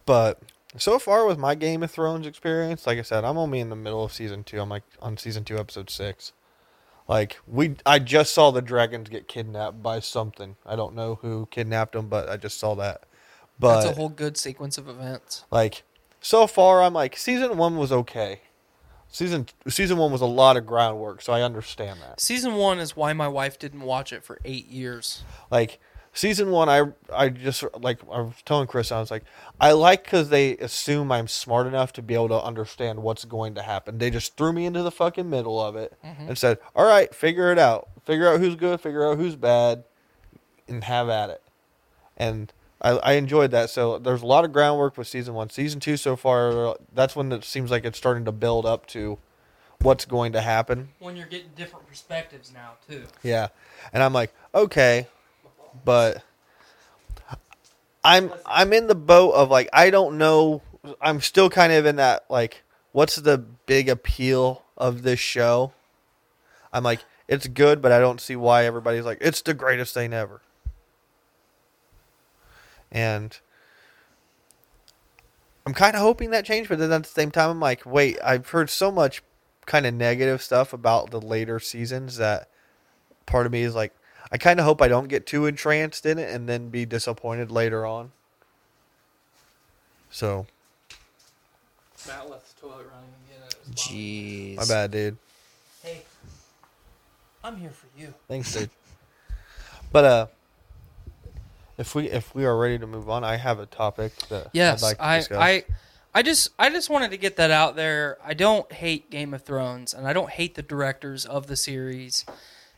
S10: But so far with my Game of Thrones experience, like I said, I'm only in the middle of season two. I'm like on season two, episode six. Like we, I just saw the dragons get kidnapped by something. I don't know who kidnapped them, but I just saw that. But
S3: That's a whole good sequence of events.
S10: like so far, I'm like season one was okay. Season season one was a lot of groundwork, so I understand that.
S3: Season one is why my wife didn't watch it for eight years.
S10: Like season one, I I just like I was telling Chris, I was like, I like because they assume I'm smart enough to be able to understand what's going to happen. They just threw me into the fucking middle of it and said, "All right, figure it out. Figure out who's good, figure out who's bad, and have at it." And I, I enjoyed that. So there's a lot of groundwork with season one. Season two so far, that's when it seems like it's starting to build up to what's going to happen.
S3: When you're getting different perspectives now, too.
S10: Yeah. And I'm like, okay, but I'm I'm in the boat of like I don't know I'm still kind of in that like what's the big appeal of this show? I'm like it's good, but I don't see why everybody's like it's the greatest thing ever. And I'm kind of hoping that changed, but then at the same time, I'm like, wait, I've heard so much kind of negative stuff about the later seasons that part of me is like, I kind of hope I don't get too entranced in it and then be disappointed later on. So,
S3: Matt left the toilet running again.
S9: Jeez.
S10: my bad, dude.
S3: Hey, I'm here for you.
S10: Thanks, dude. but uh, if we if we are ready to move on, I have a topic that
S3: Yes,
S10: I'd like to
S3: I,
S10: discuss.
S3: I, I just, I just wanted to get that out there. I don't hate Game of Thrones, and I don't hate the directors of the series,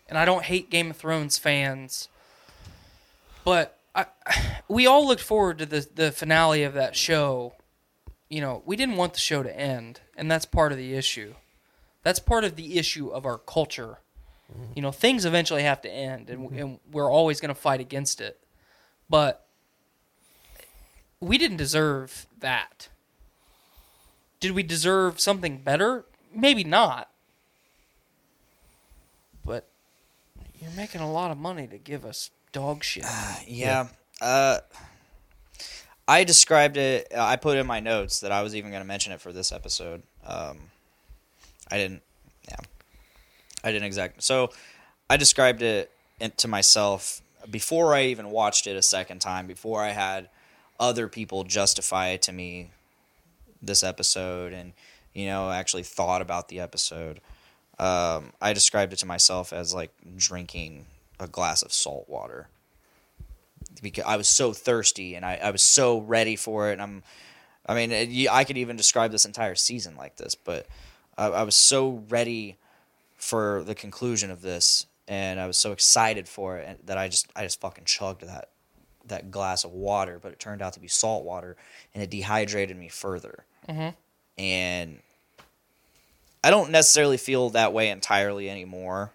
S3: and I don't hate Game of Thrones fans. But I, we all looked forward to the the finale of that show. You know, we didn't want the show to end, and that's part of the issue. That's part of the issue of our culture.
S10: Mm-hmm.
S3: You know, things eventually have to end, and, and we're always going to fight against it. But we didn't deserve that. Did we deserve something better? Maybe not. But you're making a lot of money to give us dog shit.
S9: Yeah. Uh, I described it. I put in my notes that I was even going to mention it for this episode. Um, I didn't. Yeah. I didn't exact. So I described it in- to myself before I even watched it a second time. Before I had other people justify to me this episode, and you know, actually thought about the episode. Um, I described it to myself as like drinking a glass of salt water because I was so thirsty and I, I was so ready for it. And I'm, I mean, it, you- I could even describe this entire season like this, but I, I was so ready for the conclusion of this, and I was so excited for it and that I just, I just fucking chugged that that glass of water, but it turned out to be salt water, and it dehydrated me further. And I don't necessarily feel that way entirely anymore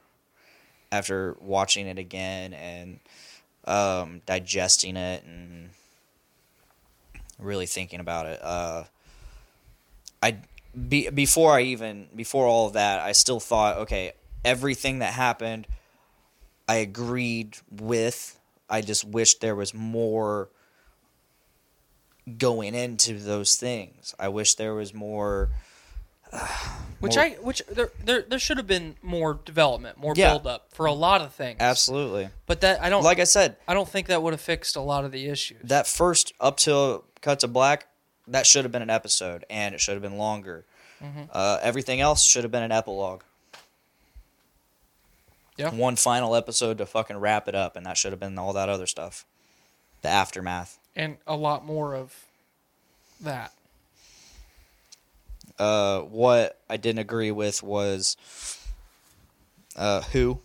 S9: after watching it again and um, digesting it and really thinking about it. Uh, I be, before I even before all of that, I still thought, okay, everything that happened, I agreed with. I just wish there was more going into those things. I wish there was more.
S3: Which I, which there, there, there should have been more development, more
S9: Yeah.
S3: build up for a lot of things.
S9: Absolutely.
S3: But that I don't
S9: Like
S3: like.
S9: I said,
S3: I don't think that would have fixed a lot of the issues.
S9: that first up till cut to black that should have been an episode and it should have been longer
S3: Mm-hmm.
S9: uh, everything else should have been an epilogue
S3: Yeah.
S9: one final episode to fucking wrap it up and that should have been all that other stuff the aftermath
S3: and a lot more of that.
S9: uh, what i didn't agree with was uh, who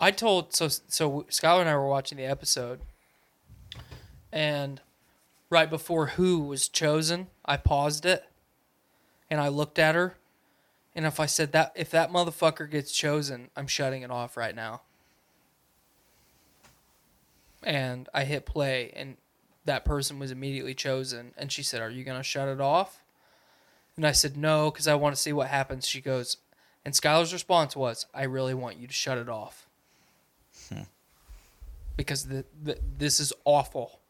S3: I told so so Skylar and I were watching the episode, and right before who was chosen, I paused it and I looked at her. And if I said that, if that motherfucker gets chosen, I'm shutting it off right now. And I hit play, and that person was immediately chosen. And she said, Are you going to shut it off? And I said, No, because I want to see what happens. She goes, And Skylar's response was, I really want you to shut it off. Because the, the, this is awful.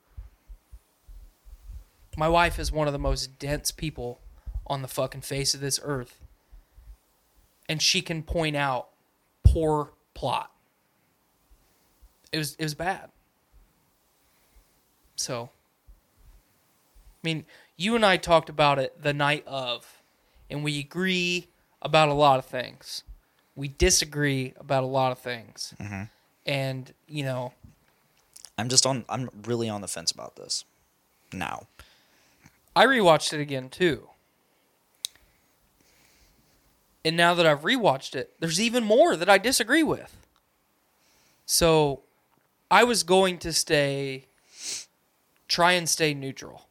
S3: My wife is one of the most dense people on the fucking face of this earth. And she can point out poor plot. It was it was bad. So I mean, you and I talked about it the night of, and we agree about a lot of things. We disagree about a lot of things. And, you know,
S6: I'm just on. I'm really on the fence about this. Now,
S3: I rewatched it again too. And now that I've rewatched it, there's even more that I disagree with. So I was going to stay, try and stay neutral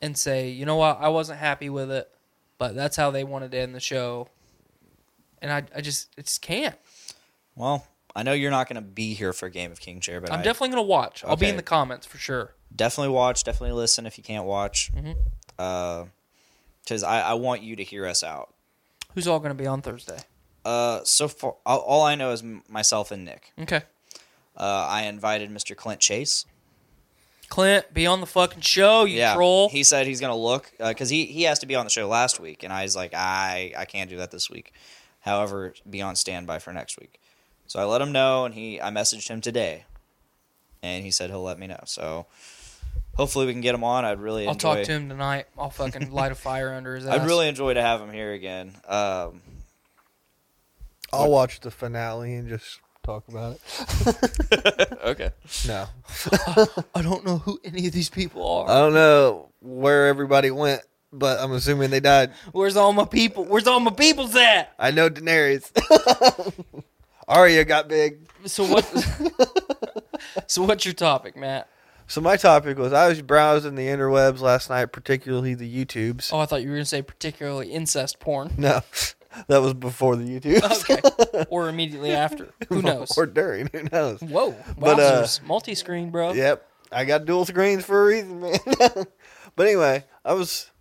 S3: and say, you know what, I wasn't happy with it, but that's how they wanted to end the show. And I, I just, I just can't.
S6: well, I know you're not going to be here for Game of King Chair, but
S3: I'm
S6: I
S3: definitely going to watch. I'll be in
S6: Okay.
S3: the comments for sure.
S6: definitely watch. Definitely listen if you can't watch,
S3: Mm-hmm.
S6: because I, I want you to hear us out.
S3: Who's all going to be on Thursday?
S6: Uh, so far, all, all I know is m- myself and Nick.
S3: Okay.
S6: Uh, I invited Mr. Clint Chase.
S3: Clint, be on the fucking show, you troll.
S6: He said he's gonna look because he he asked to be on the show last week, and I was like, I I can't do that this week. However, be on standby for next week. So I let him know, and he I messaged him today, and he said he'll let me know. So hopefully we can get him on. I'd really
S3: I'll
S6: enjoy,
S3: talk to him tonight. I'll fucking light a fire under his ass.
S6: I'd really enjoy to have him here again. Um,
S10: I'll watch the finale and just talk about it.
S6: okay.
S10: No,
S3: I don't know who any of these people are.
S10: I don't know where everybody went, but I'm assuming they died.
S3: Where's all my people? Where's all my people's at?
S10: I know Daenerys. Arya got big.
S3: So what? so what's your topic, Matt?
S10: So my topic was I was browsing the interwebs last night, particularly the YouTubes.
S3: Oh, I thought you were gonna say particularly incest porn,
S10: No, that was before the YouTubes.
S3: okay, or immediately after. Who knows?
S10: or during. Who knows?
S3: Whoa,
S10: But, uh,
S3: wowzers! multi-screen, bro.
S10: Yep, I got dual screens for a reason, man. but anyway, I was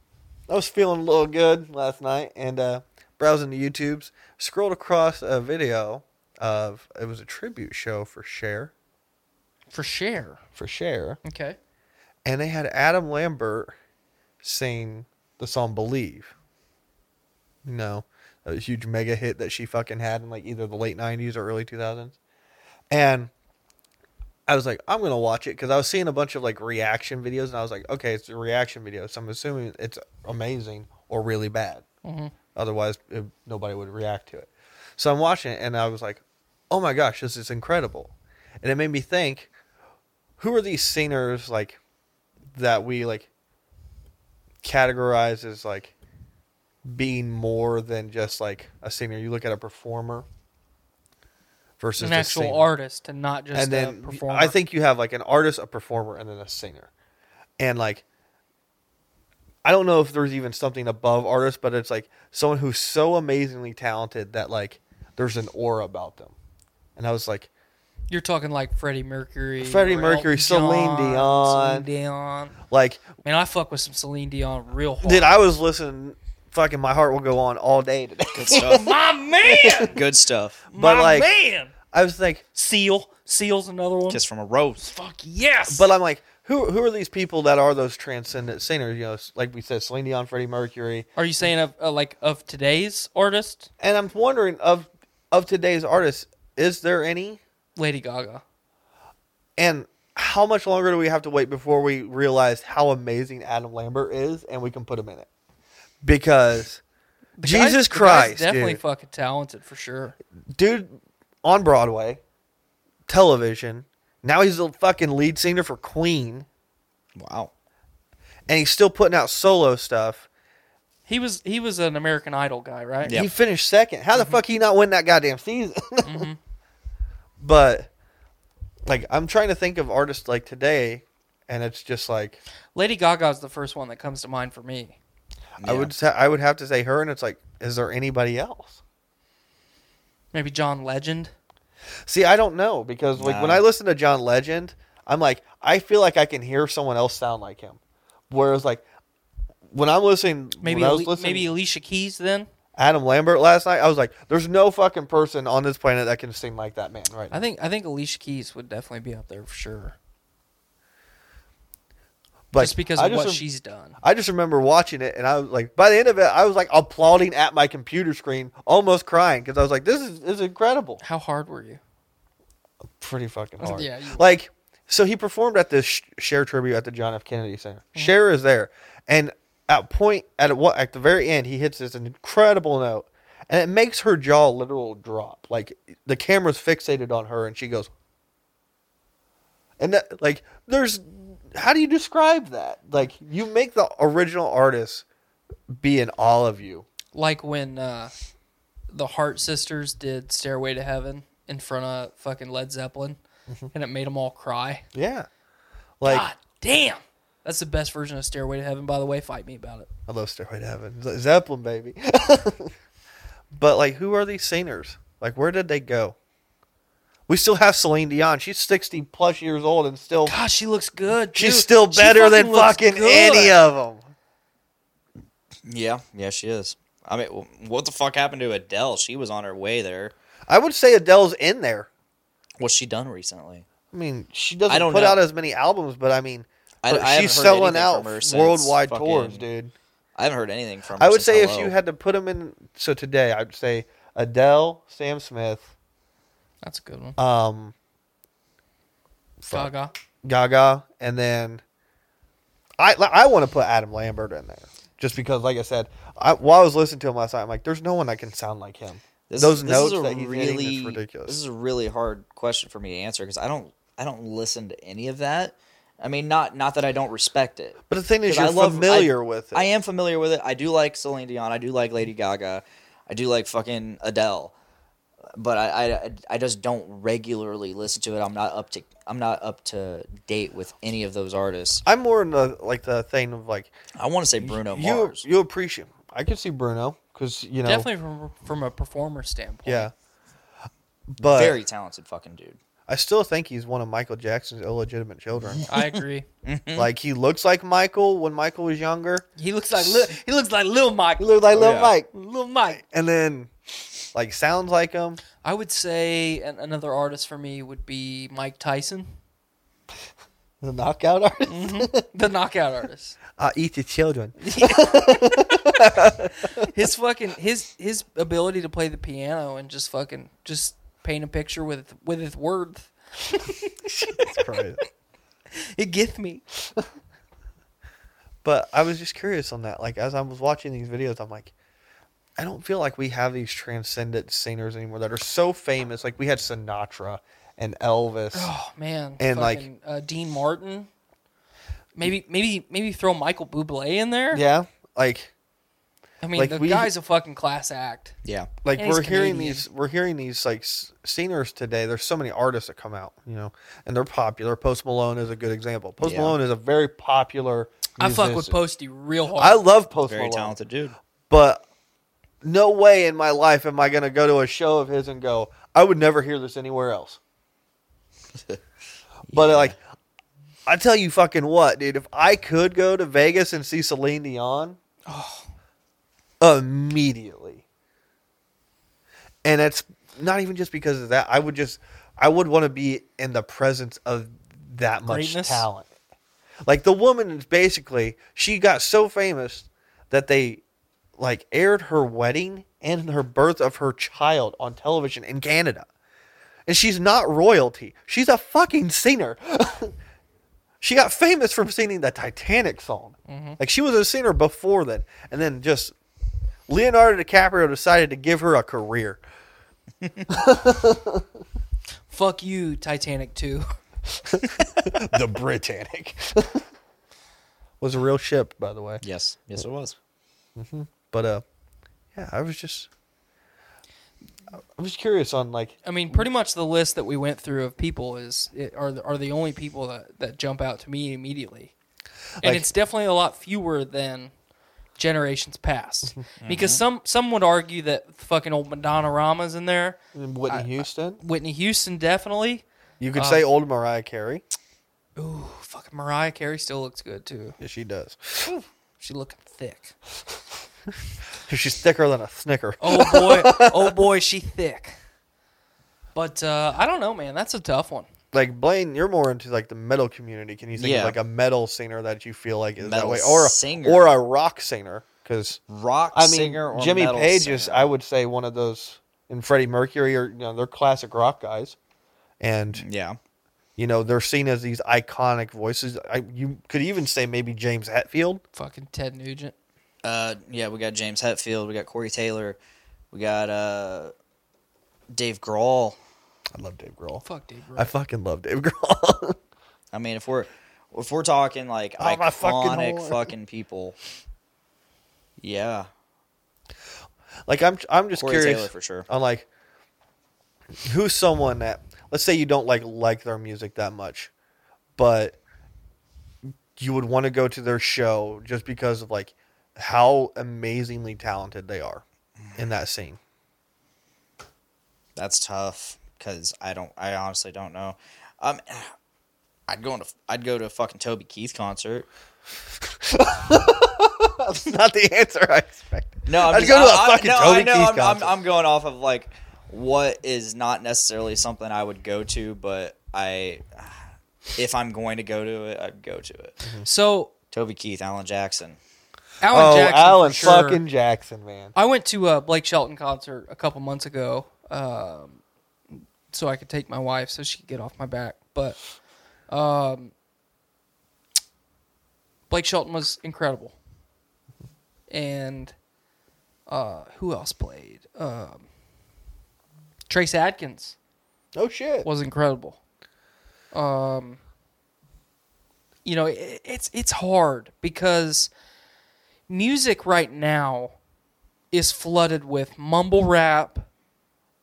S10: I was feeling a little good last night and uh, browsing the YouTubes, scrolled across a video of it was a tribute show for Cher
S3: For share.
S10: for Cher,
S3: Okay.
S10: and they had Adam Lambert sing the song "Believe." You know, a huge mega hit that she fucking had in like either the late '90s or early 2000s, and I was like, I'm gonna watch it because I was seeing a bunch of like reaction videos, and I was like, okay, it's a reaction video, so I'm assuming it's amazing or really bad.
S3: Mm-hmm.
S10: Otherwise, it, nobody would react to it. So I'm watching it, and I was like, oh my gosh, this is incredible, and it made me think, who are these singers like that we like categorize as like being more than just like a singer? You look at a performer versus
S3: An
S10: the
S3: actual
S10: singer
S3: artist and not just
S10: and then
S3: a performer.
S10: I think you have like an artist, a performer, and then a singer. And like, I don't know if there's even something above artist, but it's like someone who's so amazingly talented that like there's an aura about them. And I was like,
S3: you're talking like Freddie Mercury,
S10: Freddie
S3: or
S10: Mercury,
S3: Elton
S10: Celine
S3: John,
S10: Dion.
S3: Celine Dion.
S10: like,
S3: Man, I fuck with some Celine Dion real hard.
S10: dude, I was listening. Fucking, my heart will go on all day today.
S6: Good stuff.
S3: My Ah, man,
S6: Good stuff.
S10: But
S3: my
S10: like,
S3: man.
S10: I was like,
S3: Seal, Seal's another one.
S6: Kiss from a rose.
S3: Fuck yes.
S10: But I'm like, who who are these people that are those transcendent singers? You know, like we said, Celine Dion, Freddie Mercury,
S3: are you saying of uh, like of today's artist,
S10: and I'm wondering of of today's artists, is there any?
S3: Lady Gaga?
S10: And how much longer do we have to wait before we realize how amazing Adam Lambert is and we can put him in it? Because
S3: Guys-
S10: Jesus
S3: the guy's
S10: Christ,
S3: definitely
S10: dude.
S3: fucking talented for sure.
S10: dude on Broadway, television. Now he's the fucking lead singer for Queen
S6: Wow.
S10: and he's still putting out solo stuff.
S3: He was he was an American Idol guy, right?
S6: Yeah.
S10: He finished second. How the
S3: Mm-hmm.
S10: fuck he not win that goddamn season? But like I'm trying to think of artists like today and it's just like
S3: Lady Gaga's the first one that comes to mind for me.
S10: I would say I would have to say her, and it's like, is there anybody else?
S3: Maybe John Legend.
S10: See, I don't know because like when I listen to John Legend, I'm like, I feel like I can hear someone else sound like him. Whereas like when I'm listening,
S3: Maybe
S10: when I was
S3: Ali-
S10: listening
S3: maybe Alicia Keys then.
S10: Adam Lambert last night, I was like, there's no fucking person on this planet that can sing like that man right
S3: I
S10: now.
S3: think I think Alicia Keys would definitely be up there for sure.
S10: But
S3: just because
S10: I
S3: of what
S10: rem-
S3: she's done.
S10: I just remember watching it, and I was like, by the end of it, I was like applauding at my computer screen, almost crying because I was like, this is, this is incredible.
S3: How hard were you?
S10: pretty fucking hard.
S3: Yeah, you-
S10: Like, so he performed at this Sh- Cher tribute at the John F. Kennedy Center.
S3: Mm-hmm.
S10: Cher is there, and at point at what at the very end, he hits this incredible note, and it makes her jaw literal drop. Like the camera's fixated on her, and she goes, and that like there's how do you describe that? Like you make the original artist be in all of you.
S3: Like when uh, the Hart sisters did "Stairway to Heaven" in front of fucking Led Zeppelin, and it made them all cry.
S10: Yeah. Mm-hmm. Like
S3: God damn, that's the best version of "Stairway to Heaven." By the way, fight me about it.
S10: I love Stairway to Heaven. Ze- Zeppelin, baby. but like, who are these singers? Like, where did they go? We still have Celine Dion. She's sixty plus years old and still
S3: Gosh, she looks good.
S10: she's
S3: dude.
S10: still
S3: She
S10: better than
S3: looks
S10: fucking
S3: good.
S10: any of them.
S9: Yeah, yeah, she is. I mean, wh- what the fuck happened to Adele? She was on her way there.
S10: I would say Adele's in there.
S9: What's she done recently?
S10: I mean, she doesn't
S9: don't
S10: put
S9: know.
S10: out as many albums, but I mean,
S9: I-
S10: her-
S9: I haven't
S10: she's
S9: heard
S10: selling
S9: anything
S10: out
S9: from her since
S10: worldwide
S9: fucking-
S10: tours, dude.
S9: I haven't heard anything from. her
S10: I would
S9: since
S10: say if
S9: Hello.
S10: you had to put them in, so today I'd say Adele, Sam Smith,
S3: That's a good one.
S10: um,
S3: Gaga.
S10: Gaga, and then I like, I want to put Adam Lambert in there just because, like I said, I, while I was listening to him last night, I'm like, there's no one that can sound like him.
S9: This
S10: Those
S9: is-
S10: notes
S9: this is a
S10: that he's hitting
S9: really
S10: is ridiculous.
S9: This is a really hard question for me to answer because I don't I don't listen to any of that. I mean, not not that I don't respect it,
S10: but the thing is,
S9: 'Cause
S10: you're
S9: I love-
S10: familiar
S9: I-
S10: with it.
S9: I am familiar with it. I do like Celine Dion. I do like Lady Gaga. I do like fucking Adele. But I, I I just don't regularly listen to it. I'm not up to I'm not up to date with any of those artists.
S10: I'm more in the like the thing of like
S9: I want to say Bruno
S10: you
S9: Mars.
S10: you appreciate. I could see Bruno because you know
S3: Definitely from from a performer standpoint.
S10: yeah, but
S9: Very talented fucking dude.
S10: I still think he's one of Michael Jackson's illegitimate children.
S3: I agree.
S9: Mm-hmm.
S10: like he looks like Michael when Michael was younger.
S3: he looks like li- he looks like Lil Mike.
S10: He looked like little
S9: yeah.
S10: Mike,
S3: Lil Mike.
S10: and then like sounds like him.
S3: I would say an, another artist for me would be Mike Tyson,
S10: The knockout artist.
S3: the knockout artist.
S10: I'll eat your children.
S3: His fucking his his ability to play the piano and just fucking just paint a picture with with his words. It gets me.
S10: but I was just curious on that. Like as I was watching these videos, I'm like, I don't feel like we have these transcendent singers anymore that are so famous. Like we had Sinatra and Elvis.
S3: Oh man.
S10: And, like-
S3: Fucking, uh, Dean Martin. Maybe maybe maybe throw Michael Bublé in there.
S10: yeah, like
S3: I mean
S10: like
S3: the
S10: we-
S3: guy's a fucking class act.
S9: Yeah.
S10: like
S3: And he's
S10: we're hearing
S3: Canadian.
S10: these we're hearing these like s- singers today. There's so many artists that come out, you know, and they're popular. Post Malone is a good example. Post
S9: Yeah.
S10: Malone is a very popular.
S3: I fuck with
S10: musician.
S3: Posty real hard.
S10: I love Post
S9: Very
S10: Malone.
S9: talented dude.
S10: but no way in my life am I going to go to a show of his and go, I would never hear this anywhere else. But like, I tell you fucking what, dude, if I could go to Vegas and see Celine Dion, immediately. And it's not even just because of that. I would just, I would want to be in the presence of that much
S3: Greatness?
S10: talent. Like the woman is basically, she got so famous that they like aired her wedding and her birth of her child on television in Canada. And she's not royalty. She's a fucking singer. she got famous from singing the Titanic song. Like she was a singer before then. And then just Leonardo DiCaprio decided to give her a career.
S3: fuck you, Titanic 2.
S10: The Britannic. was a real ship, by the way.
S9: Yes. Yes, it was.
S10: But uh yeah, I was just I'm just curious on like
S3: I mean, pretty much the list that we went through of people is it, are the, are the only people that, that jump out to me immediately, and
S10: Like-
S3: it's definitely a lot fewer than generations past.
S10: Mm-hmm.
S3: Because some some would argue that fucking old Madonna Rama's in there,
S10: Whitney Houston. Uh,
S3: Whitney Houston definitely.
S10: You could say old Mariah Carey.
S3: Ooh, fucking Mariah Carey still looks good too.
S10: Yeah, she does.
S3: She looking thick.
S10: She's thicker than a snicker.
S3: Oh boy, oh boy, she thick. But uh, I don't know, man. That's a tough one.
S10: Like Blaine, you're more into like the metal community. Can you think
S6: Yeah.
S10: of like a metal singer that you feel like is
S6: Metal
S10: that way, or a,
S6: singer.
S10: or a rock singer? Because
S6: Rock
S10: I mean,
S6: singer or
S10: Jimmy
S6: metal
S10: Page
S6: singer.
S10: is, I would say, one of those, and Freddie Mercury are you know they're classic rock guys, and
S6: yeah.
S10: you know they're seen as these iconic voices. I, you could even say maybe James Hetfield.
S3: Fucking Ted Nugent.
S6: Uh, yeah, we got James Hetfield, we got Corey Taylor, we got uh, Dave Grohl.
S10: I love Dave Grohl.
S3: Fuck, dude.
S10: I fucking love Dave Grohl.
S6: I mean, if we're if we're talking like
S10: Oh, my
S6: iconic
S10: fucking
S6: fucking,
S10: whore.
S6: people, yeah,
S10: like I'm, I'm just
S6: Corey
S10: curious
S6: Taylor for sure.
S10: on like who's someone that let's say you don't like like their music that much, but you would want to go to their show just because of like how amazingly talented they are in that scene.
S6: that's tough because I don't. I honestly don't know. Um, I'd go into I'd go to a fucking Toby Keith concert.
S10: That's not the answer I expected.
S6: No, I'm
S10: I'd
S6: just,
S10: go to a
S6: I- I-
S10: fucking
S6: no,
S10: Toby
S6: I know,
S10: Keith
S6: I'm, I'm,
S10: concert.
S6: I'm going off of like what is not necessarily something I would go to, but I, if I'm going to go to it, I'd go to it.
S3: So
S6: Toby Keith, Alan Jackson.
S3: Alan
S10: Oh,
S3: Jackson.
S10: Alan
S3: for sure.
S10: fucking Jackson, man.
S3: I went to a Blake Shelton concert a couple months ago, um, so I could take my wife so she could get off my back. But um, Blake Shelton was incredible, and uh, who else played? Um, Trace Adkins
S10: Oh shit.
S3: was incredible. Um, you know, it, it's it's hard because music right now is flooded with mumble rap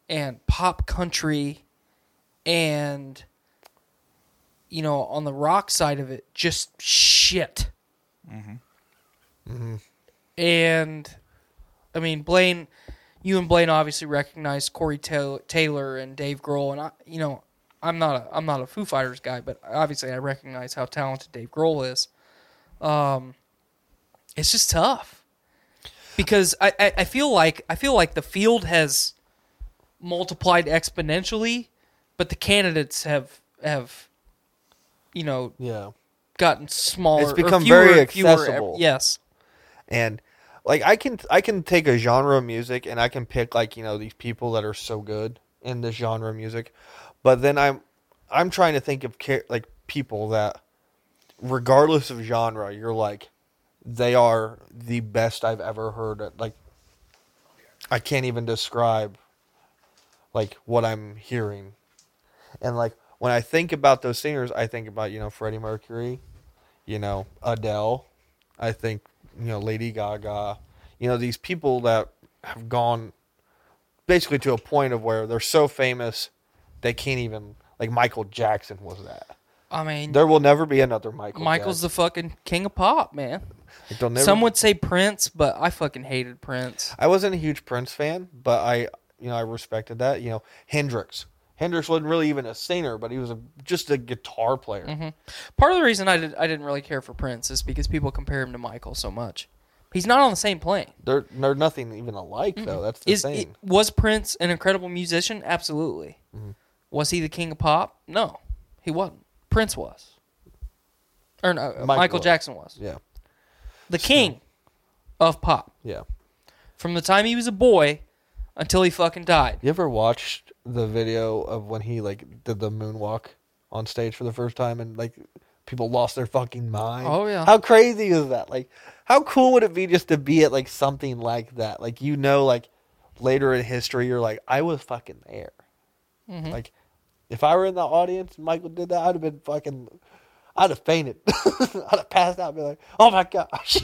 S3: and pop country and you know on the rock side of it just shit mm-hmm. and i mean blaine you and blaine obviously recognized corey Ta- taylor and dave grohl and i you know i'm not a i'm not a foo fighters guy but obviously i recognize how talented dave grohl is um it's just tough because I, I, I feel like I feel like the field has multiplied exponentially, but the candidates have have you know
S10: yeah.
S3: gotten smaller.
S10: It's
S3: or
S10: become
S3: fewer
S10: very
S3: and fewer ev-
S10: accessible.
S3: yes,
S10: and like I can I can take a genre of music and I can pick like you know these people that are so good in the genre of music, but then I'm I'm trying to think of ca- like people that regardless of genre you're like they are the best I've ever heard like I can't even describe like what I'm hearing and like when I think about those singers I think about you know Freddie Mercury you know Adele I think you know Lady Gaga, you know these people that have gone basically to a point of where they're so famous they can't even like Michael Jackson was that.
S3: I mean
S10: There will never be another Michael.
S3: Michael's the fucking king of pop, man.
S10: the they'll never,
S3: Some would say Prince, but I fucking hated Prince.
S10: I wasn't a huge Prince fan, but I you know I respected that. You know Hendrix. Hendrix wasn't really even a singer, but he was a, just a guitar player.
S3: Mm-hmm. Part of the reason I did I didn't really care for Prince is because people compare him to Michael so much. He's not on the same plane.
S10: They're they're nothing even alike though. That's the
S3: Mm-hmm. is
S10: thing.
S3: it- was Prince an incredible musician? Absolutely.
S10: Mm-hmm.
S3: Was he the king of pop? No, he wasn't. Prince was, or no, uh, Michael,
S10: Michael was.
S3: Jackson was
S10: yeah,
S3: the king of pop
S10: yeah.
S3: from the time he was a boy until he fucking died.
S10: You ever watched the video of when he like did the moonwalk on stage for the first time and like people lost their fucking mind?
S3: Oh, yeah.
S10: How crazy is that? Like how cool would it be just to be at like something like that? Like you know like later in history you're like I was fucking there.
S3: Mm-hmm.
S10: Like if I were in the audience and Michael did that I'd have been fucking I'd have fainted. I'd have passed out and be like, "Oh my gosh."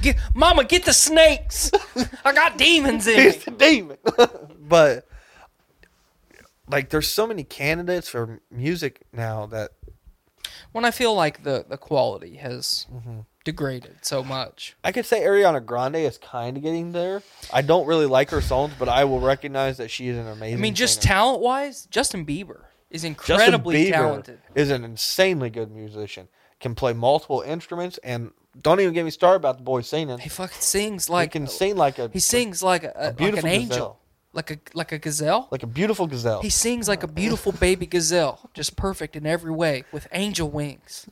S3: Get, Mama, get the snakes. I got demons in me.
S10: He's the demon. but like, there's so many candidates for music now that
S3: When I feel like the, the quality has
S10: Mm-hmm.
S3: degraded so much.
S10: I could say Ariana Grande is kind of getting there. I don't really like her songs, but I will recognize that she is an amazing.
S3: I mean, just
S10: singer.
S3: talent wise, Justin Bieber is
S10: Justin
S3: incredibly
S10: Bieber
S3: talented.
S10: Is an insanely good musician. Can play multiple instruments, and don't even get me started about the boy singing.
S3: He fucking sings like
S10: he can sing like a
S3: he sings like a, like an
S10: beautiful
S3: angel,
S10: gazelle.
S3: like a like a gazelle.
S10: like a beautiful gazelle.
S3: He sings like a beautiful baby gazelle, just perfect in every way, with angel wings,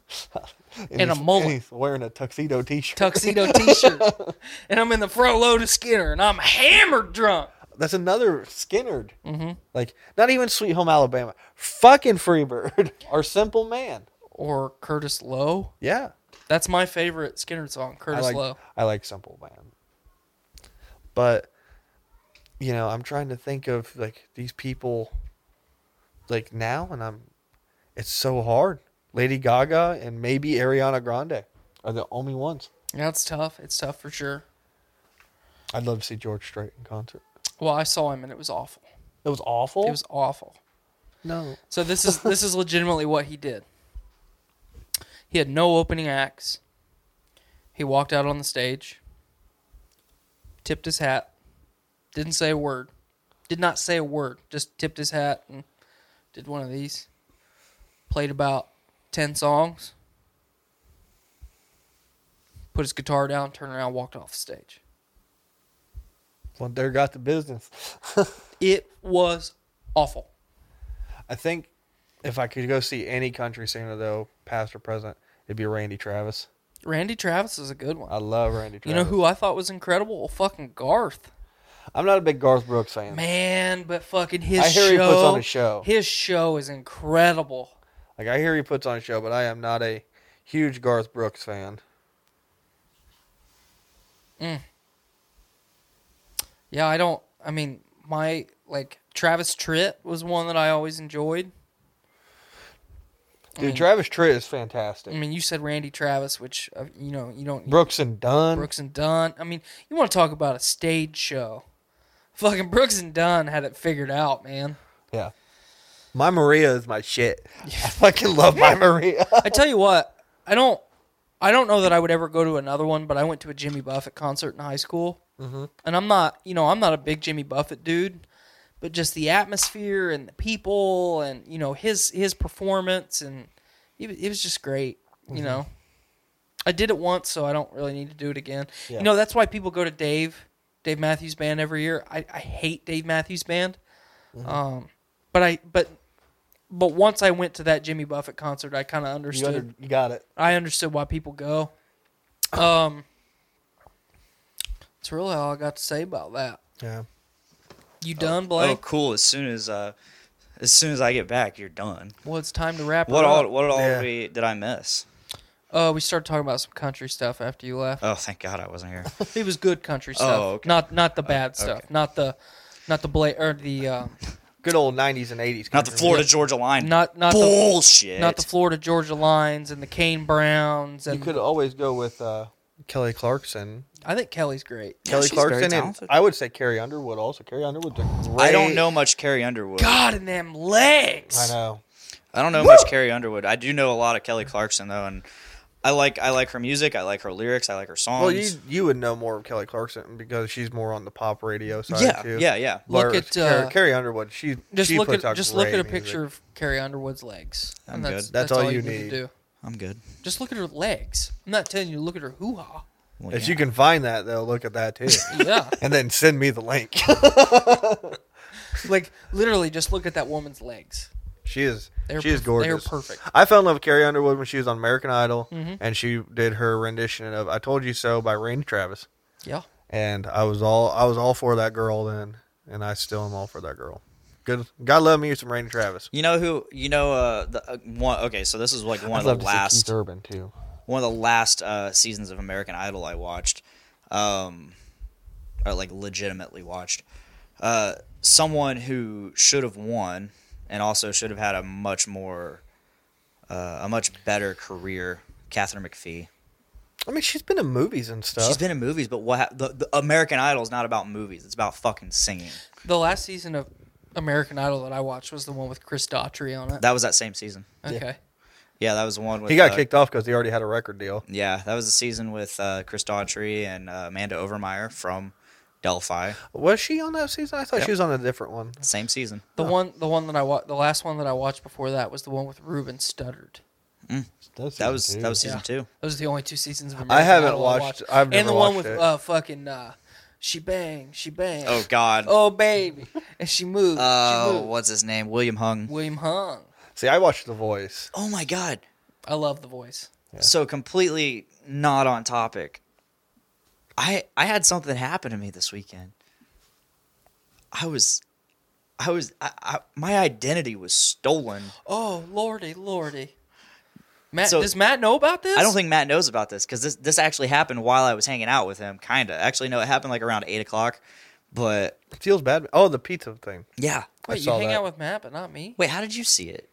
S3: and a
S10: he's-
S3: mullet.
S10: he's wearing a tuxedo T-shirt.
S3: tuxedo T-shirt, and I'm in the front load of Skinner, and I'm hammered drunk.
S10: That's another Skinnerd. Mm-hmm. Like not even Sweet Home Alabama. Fucking Freebird or Simple Man.
S3: Or Curtis Lowe.
S10: Yeah,
S3: That's my favorite Skinner song, Curtis
S10: I like
S3: Lowe.
S10: I like Simple Man. But you know, I'm trying to think of like these people like now and I'm it's so hard. Lady Gaga and maybe Ariana Grande are the only ones.
S3: Yeah, it's tough. It's tough for sure.
S10: I'd love to see George Strait in concert.
S3: Well, I saw him, and it was awful.
S10: It was awful.
S3: It was awful.
S10: no.
S3: So this is this is legitimately what he did. He had no opening acts. He walked out on the stage, tipped his hat, didn't say a word, did not say a word, just tipped his hat and did one of these. Played about ten songs, put his guitar down, turned around, walked off the stage.
S10: Well, there got the business.
S3: It was awful.
S10: I think if I could go see any country singer though, past or present, it'd be Randy Travis.
S3: Randy Travis is a good one.
S10: I love Randy
S3: You
S10: Travis.
S3: know who I thought was incredible? Well, fucking Garth.
S10: I'm not a big Garth Brooks fan.
S3: Man, but fucking his
S10: I hear
S3: show.
S10: he puts on a show.
S3: His show is incredible.
S10: Like I hear he puts on a show, but I am not a huge Garth Brooks fan.
S3: Yeah, I don't. I mean, my like Travis Tritt was one that I always enjoyed.
S10: Dude, Travis Tritt is fantastic.
S3: I mean, you said Randy Travis, which uh, you know you don't.
S10: Brooks and Dunn.
S3: Brooks and Dunn. I mean, you want to talk about a stage show? Fucking Brooks and Dunn had it figured out, man.
S10: Yeah. My Maria is my shit. I fucking love My Maria.
S3: I tell you what, I don't. I don't know that I would ever go to another one, but I went to a Jimmy Buffett concert in high school, and I'm not, you know, I'm not a big Jimmy Buffett dude, but just the atmosphere and the people, and you know his his performance, and it, wa- it was just great, you know. I did it once, so I don't really need to do it again. You know, that's why people go to Dave, Dave Matthews Band every year. I, I hate Dave Matthews Band, um, but I but but once I went to that Jimmy Buffett concert, I kind of
S10: You,
S3: understood.
S10: under, you got it.
S3: I understood why people go. Um, that's really all I got to say about that.
S10: Yeah.
S3: You done,
S6: Oh,
S3: Blake?
S6: cool! As soon as uh, as soon as I get back, you're done.
S3: Well, it's time to wrap
S6: What
S3: it
S6: all?
S3: up.
S6: What all
S10: Oh. Yeah.
S6: we, did I miss?
S3: Uh, we started talking about some country stuff after you left.
S6: Oh, thank God I wasn't here.
S3: it was good country stuff,
S6: okay.
S3: not not the bad stuff, not the not the Blake or the uh,
S10: Good old 90s and 80s.
S6: Not the
S10: country.
S6: Florida Georgia line.
S3: not not the,
S6: bullshit.
S3: not the Florida Georgia Lines and the Kane Browns
S10: You
S3: and
S10: could always go with uh, Kelly Clarkson.
S3: I think Kelly's great.
S10: Kelly
S6: she's very
S10: Clarkson and
S6: talented.
S10: I would say Carrie Underwood also. Carrie Underwood's a great
S6: I don't know much Carrie Underwood.
S3: God and them legs.
S10: I know.
S6: I don't know much Carrie Underwood. I do know a lot of Kelly Clarkson though, and I like I like her music. I like her lyrics. I like her songs.
S10: Well, you you would know more of Kelly Clarkson because she's more on the pop radio side
S6: yeah,
S10: too.
S6: yeah, yeah.
S3: Look at,
S10: Whereas
S3: uh,
S10: Car- Carrie Underwood. She
S3: Just
S10: she
S3: look
S10: puts
S3: at
S10: out
S3: just look at
S10: great
S3: a
S10: music.
S3: picture of Carrie Underwood's legs.
S6: I'm
S3: and that's,
S6: good.
S3: That's, all, you need. to do.
S6: I'm good.
S3: Just look at her legs. I'm not telling you to look at her hoo ha.
S6: Well,
S10: If
S6: yeah.
S10: you can find that though, look at that too,
S3: Yeah,
S10: and then send me the link.
S3: like literally, just look at that woman's legs.
S10: she is
S3: They're
S10: she is
S3: perf- they're
S10: gorgeous.
S3: perfect. Mm-hmm.
S10: I fell in love with Carrie Underwood when she was on American Idol, and she did her rendition of "I Told You So" by Randy Travis,
S3: Yeah,
S10: and I was all I was all for that girl then, and I still am all for that girl. Good, God love me some Randy Travis.
S6: You know who? You know uh, the uh, one. Okay, so this is like one
S10: I'd
S6: of
S10: love
S6: the
S10: to see
S6: last
S10: Keith Urban too.
S6: one of the last uh, seasons of American Idol I watched, um, or like legitimately watched. Uh, someone who should have won and also should have had a much more, uh, a much better career, Catherine McPhee.
S10: I mean, she's been in movies and stuff.
S9: She's been in movies, but what? hap- The, the American Idol is not about movies. It's about fucking singing.
S3: The last season of American Idol that I watched was the one with Chris Daughtry on it.
S9: That was that same season.
S3: okay.
S9: Yeah, that was the one with.
S10: he got
S9: uh,
S10: kicked off because he already had a record deal.
S9: Yeah, that was the season with uh, Chris Daughtry and uh, Amanda Overmeyer from Delphi.
S10: Was she on that season? I thought
S9: Yep.
S10: she was on a different one.
S9: Same season.
S3: The one, the one that I wa- the last one that I watched before that was the one with Ruben Studdard.
S9: That was that was season
S3: Yeah.
S9: two.
S3: Those are the only two seasons of American
S10: I haven't
S3: Idol
S10: watched- I've
S3: and
S10: never
S3: the one
S10: watched
S3: with
S10: it.
S3: uh, fucking uh, she bang, she bang.
S9: Oh God.
S3: Oh baby, and she moved. she
S10: Uh,
S9: Oh,
S3: moved.
S9: what's his name? William Hung.
S3: William Hung.
S10: See, I watched The Voice.
S9: Oh my God.
S3: I love the voice.
S9: So completely not on topic. I I had something happen to me this weekend. I was, I was, I, I, my identity was stolen.
S3: Oh lordy, lordy. Matt,
S9: So-
S3: does Matt know about this?
S9: I don't think Matt knows about this because this this actually happened while I was hanging out with him. Kinda. Actually, no, it happened like around eight o'clock. But
S10: It feels bad. Oh, the pizza thing.
S9: yeah.
S3: Wait,
S10: I
S3: you
S10: saw
S3: hang
S10: that.
S3: out with Matt, but not me.
S9: Wait, how did you see it?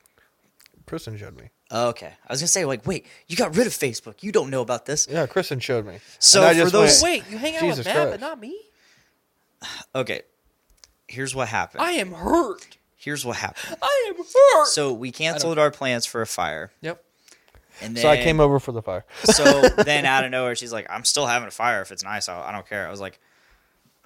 S10: Kristen showed me.
S9: Oh, okay, I was gonna say like, wait, you got rid of Facebook. You don't know about this.
S10: Yeah, Kristen showed me.
S9: So
S10: And I
S9: for
S10: just
S9: those-
S10: went,
S3: Wait, you hang out
S10: Jesus
S3: with Matt,
S10: Christ.
S3: but not me.
S9: Okay, here's what happened.
S3: I am hurt.
S9: here's what happened.
S3: I am hurt.
S9: So we canceled our plans for a fire,
S3: yep.
S9: and then
S10: So I came over for the fire.
S9: so then out of nowhere, she's like, "I'm still having a fire. If it's nice, I'll, I don't care." I was like,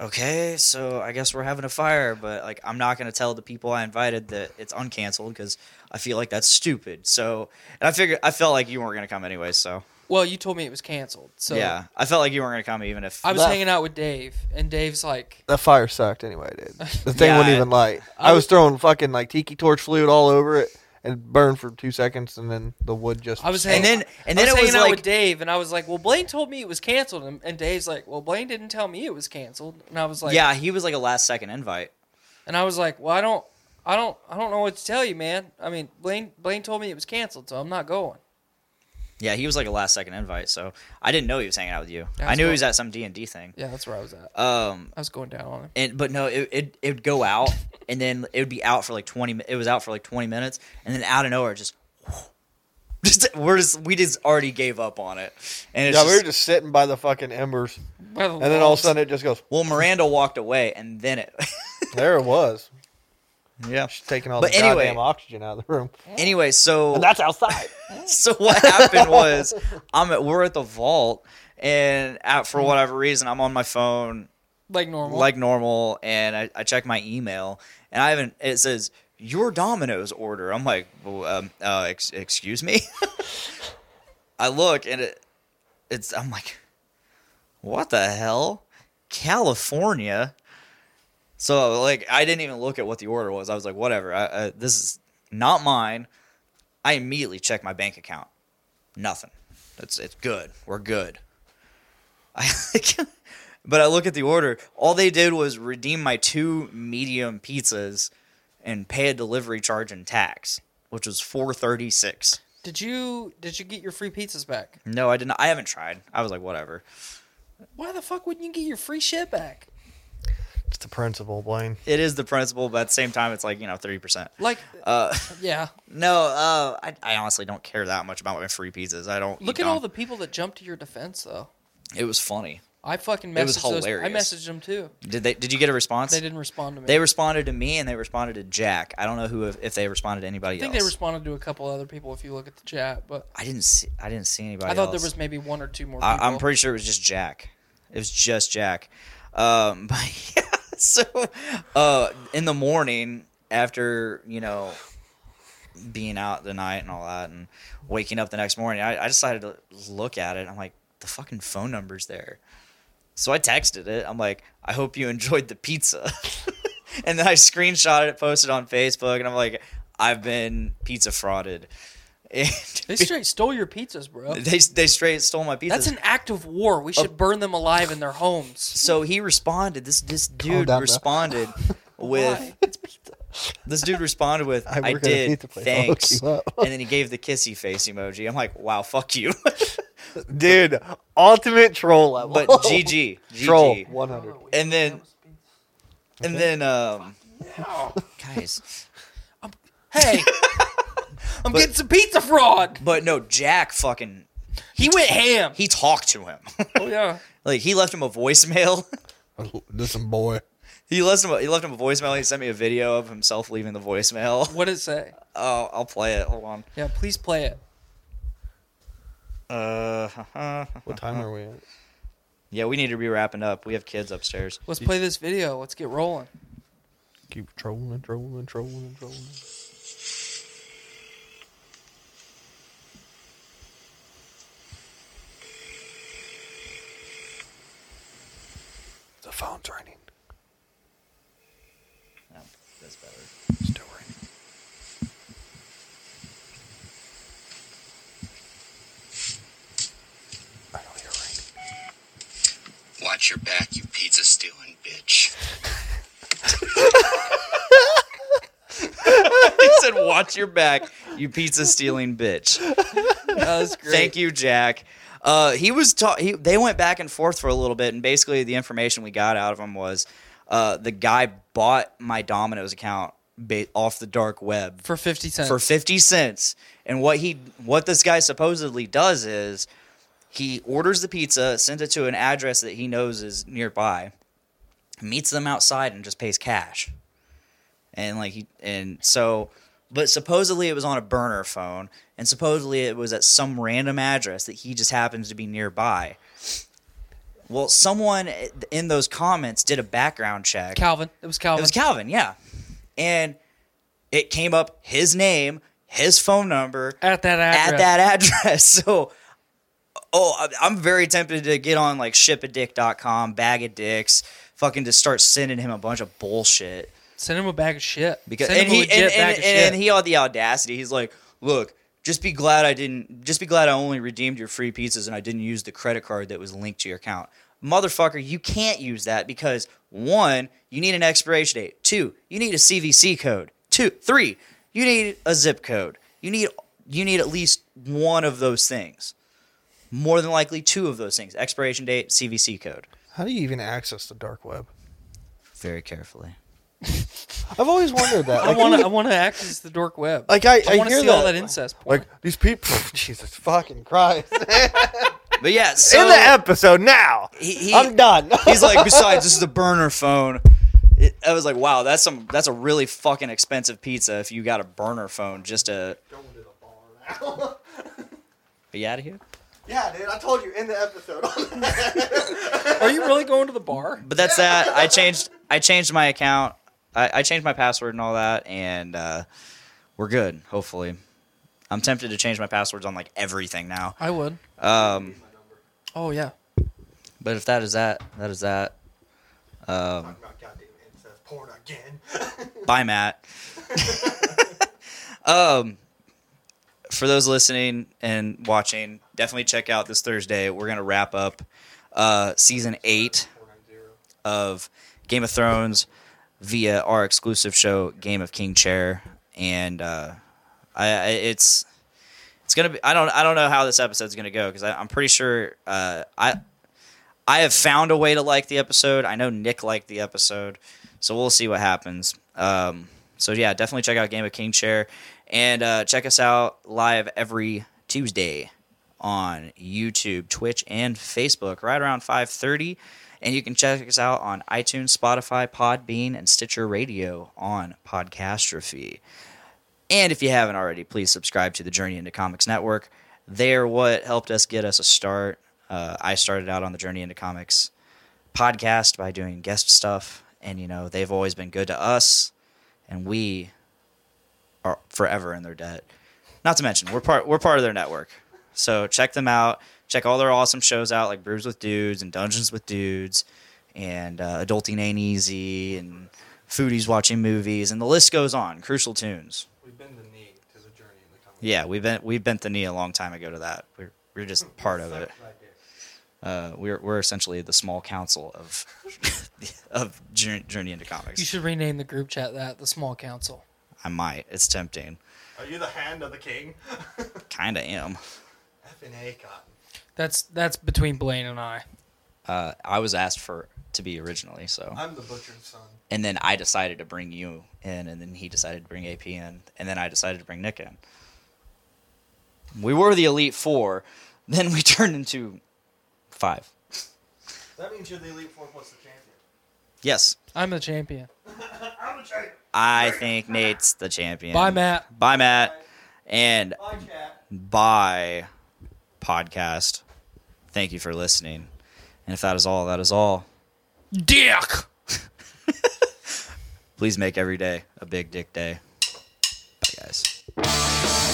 S9: "Okay, so I guess we're having a fire, but like I'm not gonna tell the people I invited that it's uncanceled because I feel like that's stupid." So and I figured I felt like you weren't gonna come anyway. So
S3: Well, you told me it was canceled. So
S9: yeah, I felt like you weren't gonna come even if
S3: I was
S10: Left.
S3: hanging out with Dave, and Dave's like,
S10: That fire sucked anyway, dude. The thing
S9: Yeah,
S10: wouldn't even light. I
S3: I-
S10: was throwing fucking like tiki torch fluid all over it and it burned for two seconds, and then the wood just.
S3: I was hanging,
S9: And then- and then
S3: I was
S9: it was
S3: hanging out
S9: like-
S3: with Dave, and I was like, well, Blaine told me it was canceled, and, and Dave's like, well, Blaine didn't tell me it was canceled, and I was like,
S9: yeah, he was like a last second invite.
S3: and I was like, well, I don't, I don't, I don't know what to tell you, man. I mean, Blaine, Blaine told me it was canceled, so I'm not going.
S9: Yeah, he was like a last second invite. So I didn't know he was hanging out with you.
S3: That's
S9: I knew
S3: cool.
S9: he was at some D and D thing.
S3: Yeah, that's where I was at.
S9: Um,
S3: I was going down on him.
S9: and but no, it it it would go out and then it would be out for like twenty. mi- It was out for like twenty minutes, and then out of nowhere, just just we're just we just already gave up on it. And it's
S10: yeah,
S9: just,
S10: we were just sitting by the fucking embers,
S3: By the
S10: and then all of
S3: walls.
S10: a sudden it just goes.
S9: well, Miranda walked away, and then it.
S10: There it was.
S9: yeah.
S10: She's taking all
S9: But
S10: the
S9: anyway-
S10: goddamn oxygen out of the room.
S9: Anyway, so
S10: That's outside.
S9: so what happened was I'm at we're at the vault, and out
S10: Mm.
S9: for whatever reason I'm on my phone
S3: like normal,
S9: like normal and I, I check my email and I haven't it says your Domino's order. I'm like, well, um, uh, ex- excuse me. I look and it, it's I'm like, what the hell, California. So like I didn't even look at what the order was. I was like, whatever. I, I, this is not mine. I immediately check my bank account. Nothing. It's it's good. We're good. I but I look at the order. All they did was redeem my two medium pizzas and pay a delivery charge and tax, which was four thirty six.
S3: did you did you get your free pizzas back?
S9: No, I didn't. I haven't tried. I was like, whatever.
S3: Why the fuck wouldn't you get your free shit back?
S10: it's the principle, Blaine.
S9: It is the principle, but at the same time, it's like you know thirty percent.
S3: Like,
S9: Uh,
S3: yeah.
S9: no, uh, I, I honestly don't care that much about my free pizzas. I don't eat
S3: Look at all
S9: dom-
S3: the people that jumped to your defense, though.
S9: It was funny.
S3: I fucking messaged
S9: It was
S3: those- I
S9: hilarious.
S3: messaged them too.
S9: Did they? Did you get a response?
S3: They didn't respond to me.
S9: They responded to me and they responded to Jack. I don't know who if they responded to anybody
S3: I think
S9: else.
S3: they responded to a couple other people if you look at the chat, but
S9: I didn't see. I didn't see anybody.
S3: I thought
S9: else.
S3: there was maybe one or two more.
S9: I,
S3: People.
S9: I'm pretty sure it was just Jack. It was just Jack. Um, but yeah, so uh, in the morning after you know being out the night and all that, and waking up the next morning, I, I decided to look at it. I'm like, the fucking phone number's there. So I texted it. I'm like, I hope you enjoyed the pizza. and then I screenshotted it, posted it on Facebook, and I'm like, I've been pizza frauded. And
S3: They straight stole your pizzas, bro.
S9: they, they straight stole my pizza.
S3: That's an act of war. We should burn them alive in their homes.
S9: So he responded. This this dude
S10: down, bro.
S9: responded with
S3: Why?
S9: this dude responded with
S10: I
S9: I,
S10: work at a
S9: did
S10: pizza place. I'll hook
S9: thanks,
S10: you
S9: and
S10: up.
S9: then he gave the kissy face emoji. I'm like, wow, fuck you.
S10: Dude, ultimate troll level.
S9: but GG,
S10: troll
S9: GG.
S10: 100.
S9: And then and then um, guys.
S3: Hey, I'm getting some pizza fraud.
S9: But no, Jack fucking
S3: He went ham.
S9: He talked to him.
S3: Oh yeah.
S9: like he left him a voicemail.
S10: Listen, boy.
S9: he left him. A, he left him a voicemail. He sent me a video of himself leaving the voicemail.
S3: What did it say?
S9: Oh, I'll play it. Hold on.
S3: Yeah, please play it.
S9: Uh,
S10: What time are we at?
S9: yeah, we need to be wrapping up. We have kids upstairs.
S3: Let's play this video. Let's get rolling.
S10: Keep trolling, trolling, trolling, trolling. The phone's ringing.
S9: Oh, that's better.
S10: Still ringing. I don't hear ringing.
S8: Watch your back, you pizza stealing bitch.
S9: he said, "Watch your back, you pizza stealing bitch."
S3: That was great.
S9: Thank you, Jack. Uh, he was ta- he, they went back and forth for a little bit, and basically the information we got out of him was uh, the guy bought my Domino's account ba- off the dark web
S3: for fifty cents.
S9: for 50 cents. And what he what this guy supposedly does is he orders the pizza, sends it to an address that he knows is nearby, meets them outside and just pays cash. And like he and so but supposedly it was on a burner phone and supposedly it was at some random address that he just happens to be nearby. Well, someone in those comments did a background check.
S3: Calvin. It was Calvin.
S9: It was Calvin, yeah. And it came up his name, his phone number
S3: at that address.
S9: at that address. So, oh, I- I'm very tempted to get on like shipadick.com, bag of dicks, fucking to start sending him a bunch of bullshit.
S3: Send him a bag of shit.
S9: Because
S3: Send
S9: and
S3: him a
S9: he
S3: legit
S9: and,
S3: bag
S9: and,
S3: of shit.
S9: and he had the audacity. He's like, look. Just be glad I didn't. Just be glad I only redeemed your free pizzas and I didn't use the credit card that was linked to your account, motherfucker. You can't use that because one, you need an expiration date. Two, you need a CVC code. Two, three, you need a zip code. You need you need at least one of those things. More than likely, two of those things: expiration date, CVC code.
S10: How do you even access the dark web?
S9: Very carefully.
S10: I've always wondered that.
S3: I want to. I want to access the dork web.
S10: Like I,
S3: I want to
S10: hear
S3: see all that incest. Porn.
S10: Like these people, Jesus fucking Christ!
S9: But yeah, so
S10: In the episode now,
S9: he- he-
S10: I'm done.
S9: He's like, besides, this is a burner phone. It, I was like, wow, that's some that's a really fucking expensive pizza if you got a burner phone just to be out of here.
S10: yeah, dude, I told you in the episode.
S3: Are you really going to the bar?
S9: But that's that. I changed I changed my account. I, I changed my password and all that, and uh, we're good. Hopefully, I'm tempted to change my passwords on like everything now.
S3: I would.
S9: Um,
S3: Oh yeah.
S9: but if that is that, that is that. Um,
S10: porn again.
S9: Bye, Matt. um, for those listening and watching, definitely check out this Thursday. We're gonna wrap up uh, season eight of Game of Thrones via our exclusive show, Game of King Chair, and uh, I, I it's it's gonna be. I don't I don't know how this episode's gonna go because I'm pretty sure uh, I. I have found a way to like the episode. I know Nick liked the episode, so we'll see what happens. Um, so yeah, definitely check out Game of King Chair and uh, check us out live every Tuesday on YouTube, Twitch, and Facebook, right around five thirty. And you can check us out on iTunes, Spotify, Podbean, and Stitcher Radio on Podcastrophe. And if you haven't already, please subscribe to the Journey into Comics Network. They're what helped us get us a start. Uh, I started out on the Journey into Comics podcast by doing guest stuff, and you know they've always been good to us, and we are forever in their debt. Not to mention we're part we're part of their network, so check them out. Check all their awesome shows out, like Brews with Dudes and Dungeons with Dudes, and uh, Adulting Ain't Easy, and Foodies Watching Movies, and the list goes on. Crucial Tunes.
S10: We've been the knee to the journey in the comic.
S9: Yeah, we bent we bent the knee a long time ago to that. We're we're just part of it. Uh, we're we're essentially the small council of of jour- journey into comics.
S3: You should rename the group chat that the small council.
S9: I might. It's tempting.
S10: Are you the hand of the king?
S9: Kinda am.
S10: F and A cotton.
S3: That's that's between Blaine and I.
S9: Uh, I was asked for to be originally, so
S10: I'm the butcher's son.
S9: and then I decided to bring you in, and then he decided to bring AP in, and then I decided to bring Nick in. We were the elite four, Then we turned into five.
S10: That means you're the Elite Four plus the champion.
S9: Yes,
S3: I'm the champion.
S9: I think Nate's the champion.
S3: Bye, Matt.
S9: Bye, Matt. And
S10: Hi, chat.
S9: bye, podcast. Thank you for listening. And if that is all, that is all.
S3: Dick.
S9: Please make every day a big dick day. Bye, guys.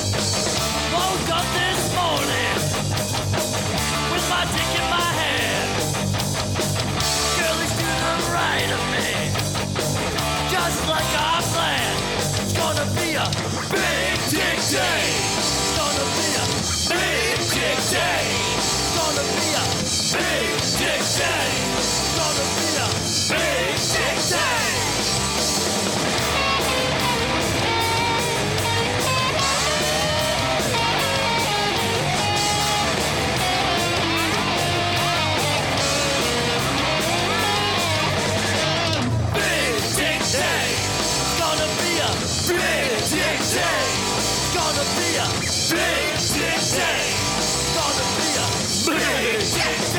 S4: Woke up this morning with my dick in my hand. Girlie's to the right of me, just like I planned. It's gonna be a big dick day. It's gonna be a big dick day. It's gonna be a big dick day. It's gonna be a big dick day. Big Dick Day. Gonna be a Big Dick Day. Gonna be a Big Dick Day. Gonna be a Big Dick